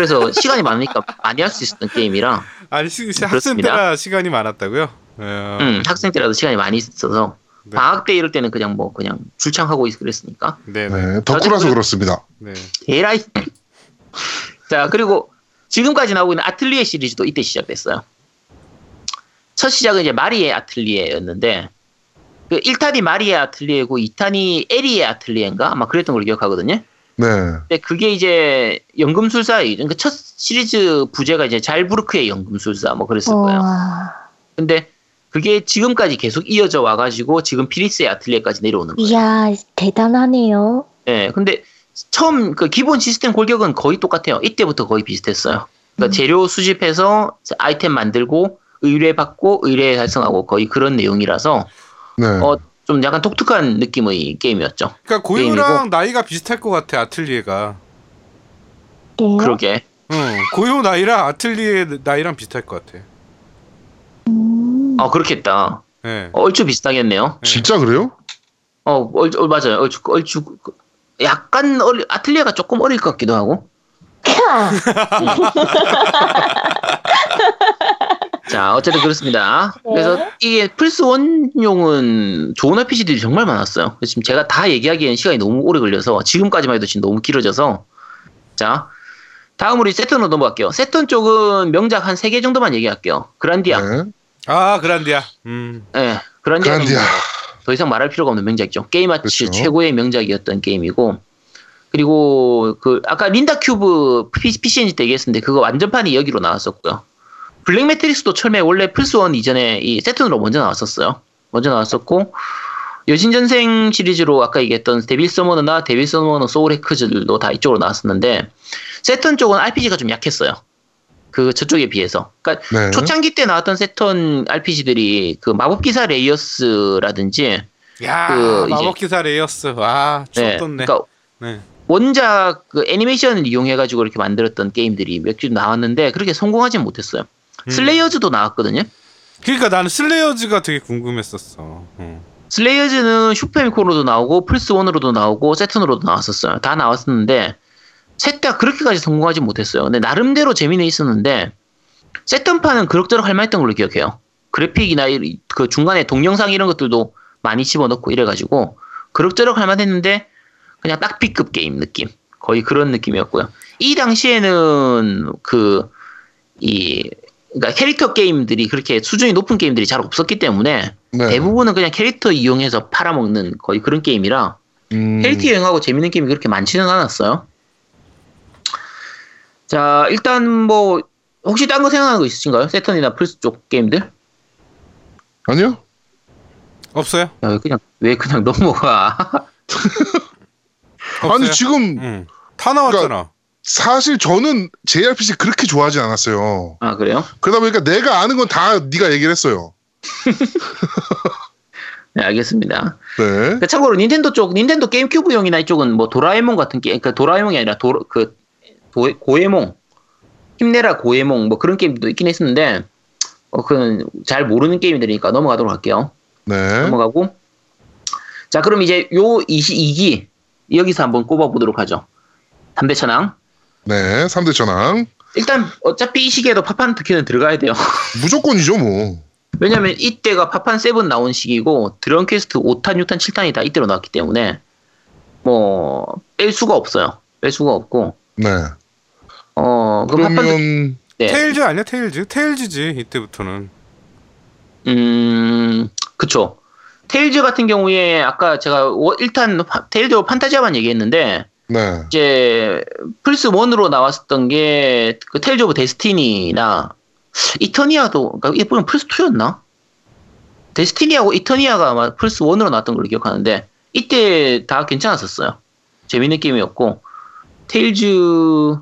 [SPEAKER 4] 그래서 시간이 많으니까 많이 할 수 있었던 게임이라,
[SPEAKER 2] 아니 시, 시-
[SPEAKER 4] 그렇습니다.
[SPEAKER 2] 학생 때라 시간이 많았다고요? 예.
[SPEAKER 4] 음, 학생 때라도 시간이 많이 있어서
[SPEAKER 2] 네.
[SPEAKER 4] 방학 때 이럴 때는 그냥 뭐 그냥 줄창하고 있- 그랬으니까.
[SPEAKER 2] 네, 네,
[SPEAKER 1] 네. 덕후라서 그렇습니다.
[SPEAKER 2] 네.
[SPEAKER 4] 에라이. [LAUGHS] 자, 그리고 지금까지 나오고 있는 아틀리에 시리즈도 이때 시작됐어요. 첫 시작은 이제 마리의 아틀리에였는데, 그 1탄이 마리의 아틀리에고 2탄이 에리의 아틀리에인가? 아마 그랬던 걸로 기억하거든요.
[SPEAKER 1] 네.
[SPEAKER 4] 근데 그게 이제 연금술사, 그러니까 첫 시리즈 부제가 이제 잘부르크의 연금술사 뭐 그랬을
[SPEAKER 5] 어.
[SPEAKER 4] 거예요.
[SPEAKER 5] 와,
[SPEAKER 4] 근데 그게 지금까지 계속 이어져 와가지고 지금 피리스의 아틀리에까지 내려오는 거예요.
[SPEAKER 5] 이야 대단하네요.
[SPEAKER 4] 예, 근데 처음 그 기본 시스템 골격은 거의 똑같아요. 이때부터 거의 비슷했어요. 그러니까 재료 수집해서 아이템 만들고 의뢰 받고 의뢰 달성하고 거의 그런 내용이라서
[SPEAKER 1] 네.
[SPEAKER 4] 어, 좀 약간 독특한 느낌의 게임이었죠.
[SPEAKER 2] 그러니까 고요랑 나이가 비슷할 것 같아 아틀리에가.
[SPEAKER 5] 예.
[SPEAKER 4] 그러게.
[SPEAKER 2] 응. 고요 나이랑 아틀리에 나이랑 비슷할 것 같아.
[SPEAKER 5] 음,
[SPEAKER 4] 어, 그렇겠다.
[SPEAKER 2] 네.
[SPEAKER 4] 어, 얼추 비슷하겠네요.
[SPEAKER 1] 진짜 그래요?
[SPEAKER 4] 어, 얼, 얼 맞아요. 얼추 얼추 그, 약간 어리, 아틀리에가 조금 어릴 것 같기도 하고.
[SPEAKER 5] 啊
[SPEAKER 4] 자, 어쨌든 그렇습니다. 그래서 이게 플스 1용은 좋은 RPG들이 정말 많았어요. 그래서 지금 제가 다 얘기하기엔 시간이 너무 오래 걸려서 지금까지만 해도 지금 너무 길어져서 자, 다음으로 이제 세턴으로 넘어갈게요. 세턴 쪽은 명작 한 3개 정도만 얘기할게요. 그란디아.
[SPEAKER 1] 네.
[SPEAKER 2] 아 그란디아. 음.
[SPEAKER 4] 예, 그란디아는
[SPEAKER 1] 그란디아.
[SPEAKER 4] 뭐 더 이상 말할 필요가 없는 명작이죠. 게임 아츠
[SPEAKER 1] 그렇죠.
[SPEAKER 4] 최고의 명작이었던 게임이고 그리고 그 아까 린다 큐브 PC엔지 때 얘기했었는데 그거 완전판이 여기로 나왔었고요. 블랙 매트릭스도 처음에 원래 플스 1 이전에 이 세턴으로 먼저 나왔었어요. 먼저 나왔었고 여신전생 시리즈로 아까 얘기했던 데빌 서머너나 데빌 서머너 소울 해크즈들도 다 이쪽으로 나왔었는데 세턴 쪽은 RPG가 좀 약했어요. 그 저쪽에 비해서. 그러니까
[SPEAKER 1] 네.
[SPEAKER 4] 초창기 때 나왔던 세턴 RPG들이 그 마법기사 레이어스라든지
[SPEAKER 2] 야
[SPEAKER 4] 그 이제-
[SPEAKER 2] 마법기사 레이어스. 와 죽었네.
[SPEAKER 4] 그러니까
[SPEAKER 2] 네.
[SPEAKER 4] 원작 그 애니메이션을 이용해가지고 이렇게 만들었던 게임들이 몇 개 나왔는데 그렇게 성공하진 못했어요.
[SPEAKER 2] 음.
[SPEAKER 4] 슬레이어즈도 나왔거든요.
[SPEAKER 2] 그러니까 나는 슬레이어즈가 되게 궁금했었어. 음.
[SPEAKER 4] 슬레이어즈는 슈퍼미콘으로도 나오고 플스 1으로도 나오고 세턴으로도 나왔었어요. 다 나왔었는데 셋 다 그렇게까지 성공하지 못했어요. 근데 나름대로 재미는 있었는데 세턴판은 그럭저럭 할만했던 걸로 기억해요. 그래픽이나 이- 그 중간에 동영상 이런 것들도 많이 집어넣고 이래가지고 그럭저럭 할만했는데 그냥 딱 B급 게임 느낌 거의 그런 느낌이었고요. 이 당시에는 그 이 그러니까 캐릭터 게임들이 그렇게 수준이 높은 게임들이 잘 없었기 때문에
[SPEAKER 1] 네.
[SPEAKER 4] 대부분은 그냥 캐릭터 이용해서 팔아먹는 거의 그런 게임이라
[SPEAKER 1] 음,
[SPEAKER 4] 캐릭터 여행하고 재밌는 게임이 그렇게 많지는 않았어요. 자, 일단 뭐 혹시 딴 거 생각나는 거 있으신가요? 세턴이나 플스 쪽 게임들?
[SPEAKER 1] 아니요?
[SPEAKER 2] 없어요?
[SPEAKER 4] 야, 왜 그냥 왜 그냥 [LAUGHS] 넘어가?
[SPEAKER 2] 없어요?
[SPEAKER 1] 아니 지금 그러니까
[SPEAKER 2] 음. 다 나왔잖아.
[SPEAKER 1] 사실 저는 JRPG 그렇게 좋아하지 않았어요.
[SPEAKER 4] 아 그래요?
[SPEAKER 1] 그러다 보니까 내가 아는 건 다 네가 얘기를 했어요.
[SPEAKER 4] 네, 알겠습니다.
[SPEAKER 1] 네.
[SPEAKER 4] 그 참고로 닌텐도 쪽 닌텐도 게임큐브용이나 이쪽은 뭐 도라에몽 같은 게임 그러니까 도라에몽이 아니라 도, 그 도, 고에몽 힘내라 고에몽 뭐 그런 게임도 있긴 했었는데 어, 그건 잘 모르는 게임들이니까 넘어가도록 할게요.
[SPEAKER 1] 네.
[SPEAKER 4] 넘어가고 자 그럼 이제 요 22기 여기서 한번 꼽아보도록 하죠. 담배천왕
[SPEAKER 1] 네. 3대 전황.
[SPEAKER 4] 일단 어차피 이 시기에도 파판 특히는 들어가야 돼요. [LAUGHS]
[SPEAKER 1] 무조건이죠, 뭐.
[SPEAKER 4] 왜냐면 이때가 파판 세븐 나온 시기고 드럼 퀘스트 5탄, 6탄, 7탄이 다 이때로 나왔기 때문에 뭐 뺄 수가 없어요. 뺄 수가 없고
[SPEAKER 1] 네.
[SPEAKER 4] 어 그럼 파판
[SPEAKER 1] 그러면
[SPEAKER 4] 네.
[SPEAKER 2] 테일즈 아니야 테일즈? 테일즈지 이때부터는.
[SPEAKER 4] 음 그쵸. 테일즈 같은 경우에 아까 제가 1탄 테일즈 판타지아만 얘기했는데
[SPEAKER 1] 네.
[SPEAKER 4] 이제 플스 1으로 나왔었던 게 그 테일즈 오브 데스티니나 이터니아도 그러니까 이게 보면 플스 2였나? 데스티니하고 이터니아가 아마 플스 1으로 나왔던 걸로 기억하는데 이때 다 괜찮았었어요. 재밌는 게임이었고 테일즈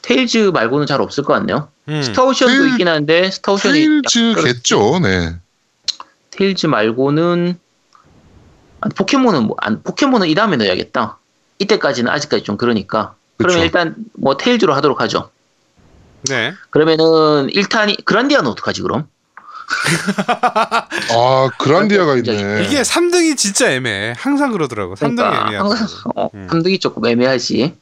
[SPEAKER 4] 테일즈 말고는 잘 없을 것 같네요.
[SPEAKER 2] 음.
[SPEAKER 4] 스타오션도
[SPEAKER 1] 테일-
[SPEAKER 4] 있긴 한데 스타오션이 약간
[SPEAKER 1] 테일즈겠죠, 네.
[SPEAKER 4] 테일즈 말고는 아, 포켓몬은 뭐, 안, 포켓몬은 이 다음에 넣어야겠다. 이때까지는 아직까지 좀 그러니까. 그러면
[SPEAKER 1] 그쵸.
[SPEAKER 4] 일단 뭐 테일즈로 하도록 하죠.
[SPEAKER 2] 네.
[SPEAKER 4] 그러면은 1탄이 그란디아는 어떡하지 그럼?
[SPEAKER 1] 아, 그란디아가 있네.
[SPEAKER 2] 이게 3등이 진짜 애매해. 항상 그러더라고. 3등이 애매하고.
[SPEAKER 4] [LAUGHS] 항상 어,
[SPEAKER 2] 음.
[SPEAKER 4] 감독이 조금 애매하지.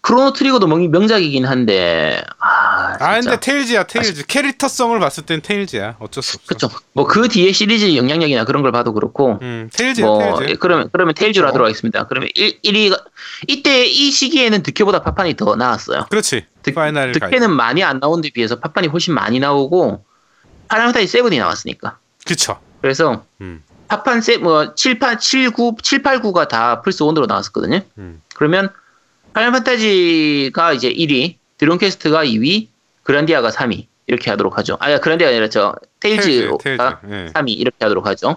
[SPEAKER 4] 크로노 트리거도 명- 명작이긴 한데 아, 진짜.
[SPEAKER 2] 아 근데 테일즈야 테일즈. 캐릭터성을 봤을 땐 테일즈야. 어쩔 수 없어.
[SPEAKER 4] 그쵸. 뭐그 뒤에 시리즈 영향력이나 그런 걸 봐도 그렇고
[SPEAKER 2] 음, 테일즈야
[SPEAKER 4] 뭐
[SPEAKER 2] 테일즈.
[SPEAKER 4] 예, 그러면 그러면 테일즈로 하도록 하겠습니다. 그러면 1, 1위가 이때 이 시기에는 득회보다 파판이 더 나았어요.
[SPEAKER 2] 그렇지.
[SPEAKER 4] 득-
[SPEAKER 2] 파이널 가이드.
[SPEAKER 4] 득회는 많이 안 나온 데 비해서 팝판이 훨씬 많이 나오고 파란타이 세븐이 나왔으니까
[SPEAKER 2] 그쵸.
[SPEAKER 4] 그래서
[SPEAKER 2] 음.
[SPEAKER 4] 팝판 세뭐 7판 7, 9, 7, 8, 9가 다 플스 1으로 나왔었거든요.
[SPEAKER 2] 음.
[SPEAKER 4] 그러면 파이널 판타지가 이제 1위, 드론 퀘스트가 2위, 그란디아가 3위 이렇게 하도록 하죠. 아, 그란디아가 아니라 저
[SPEAKER 2] 테일즈.
[SPEAKER 4] 테일즈가 아.
[SPEAKER 2] 테일즈. 예.
[SPEAKER 4] 3위 이렇게 하도록 하죠.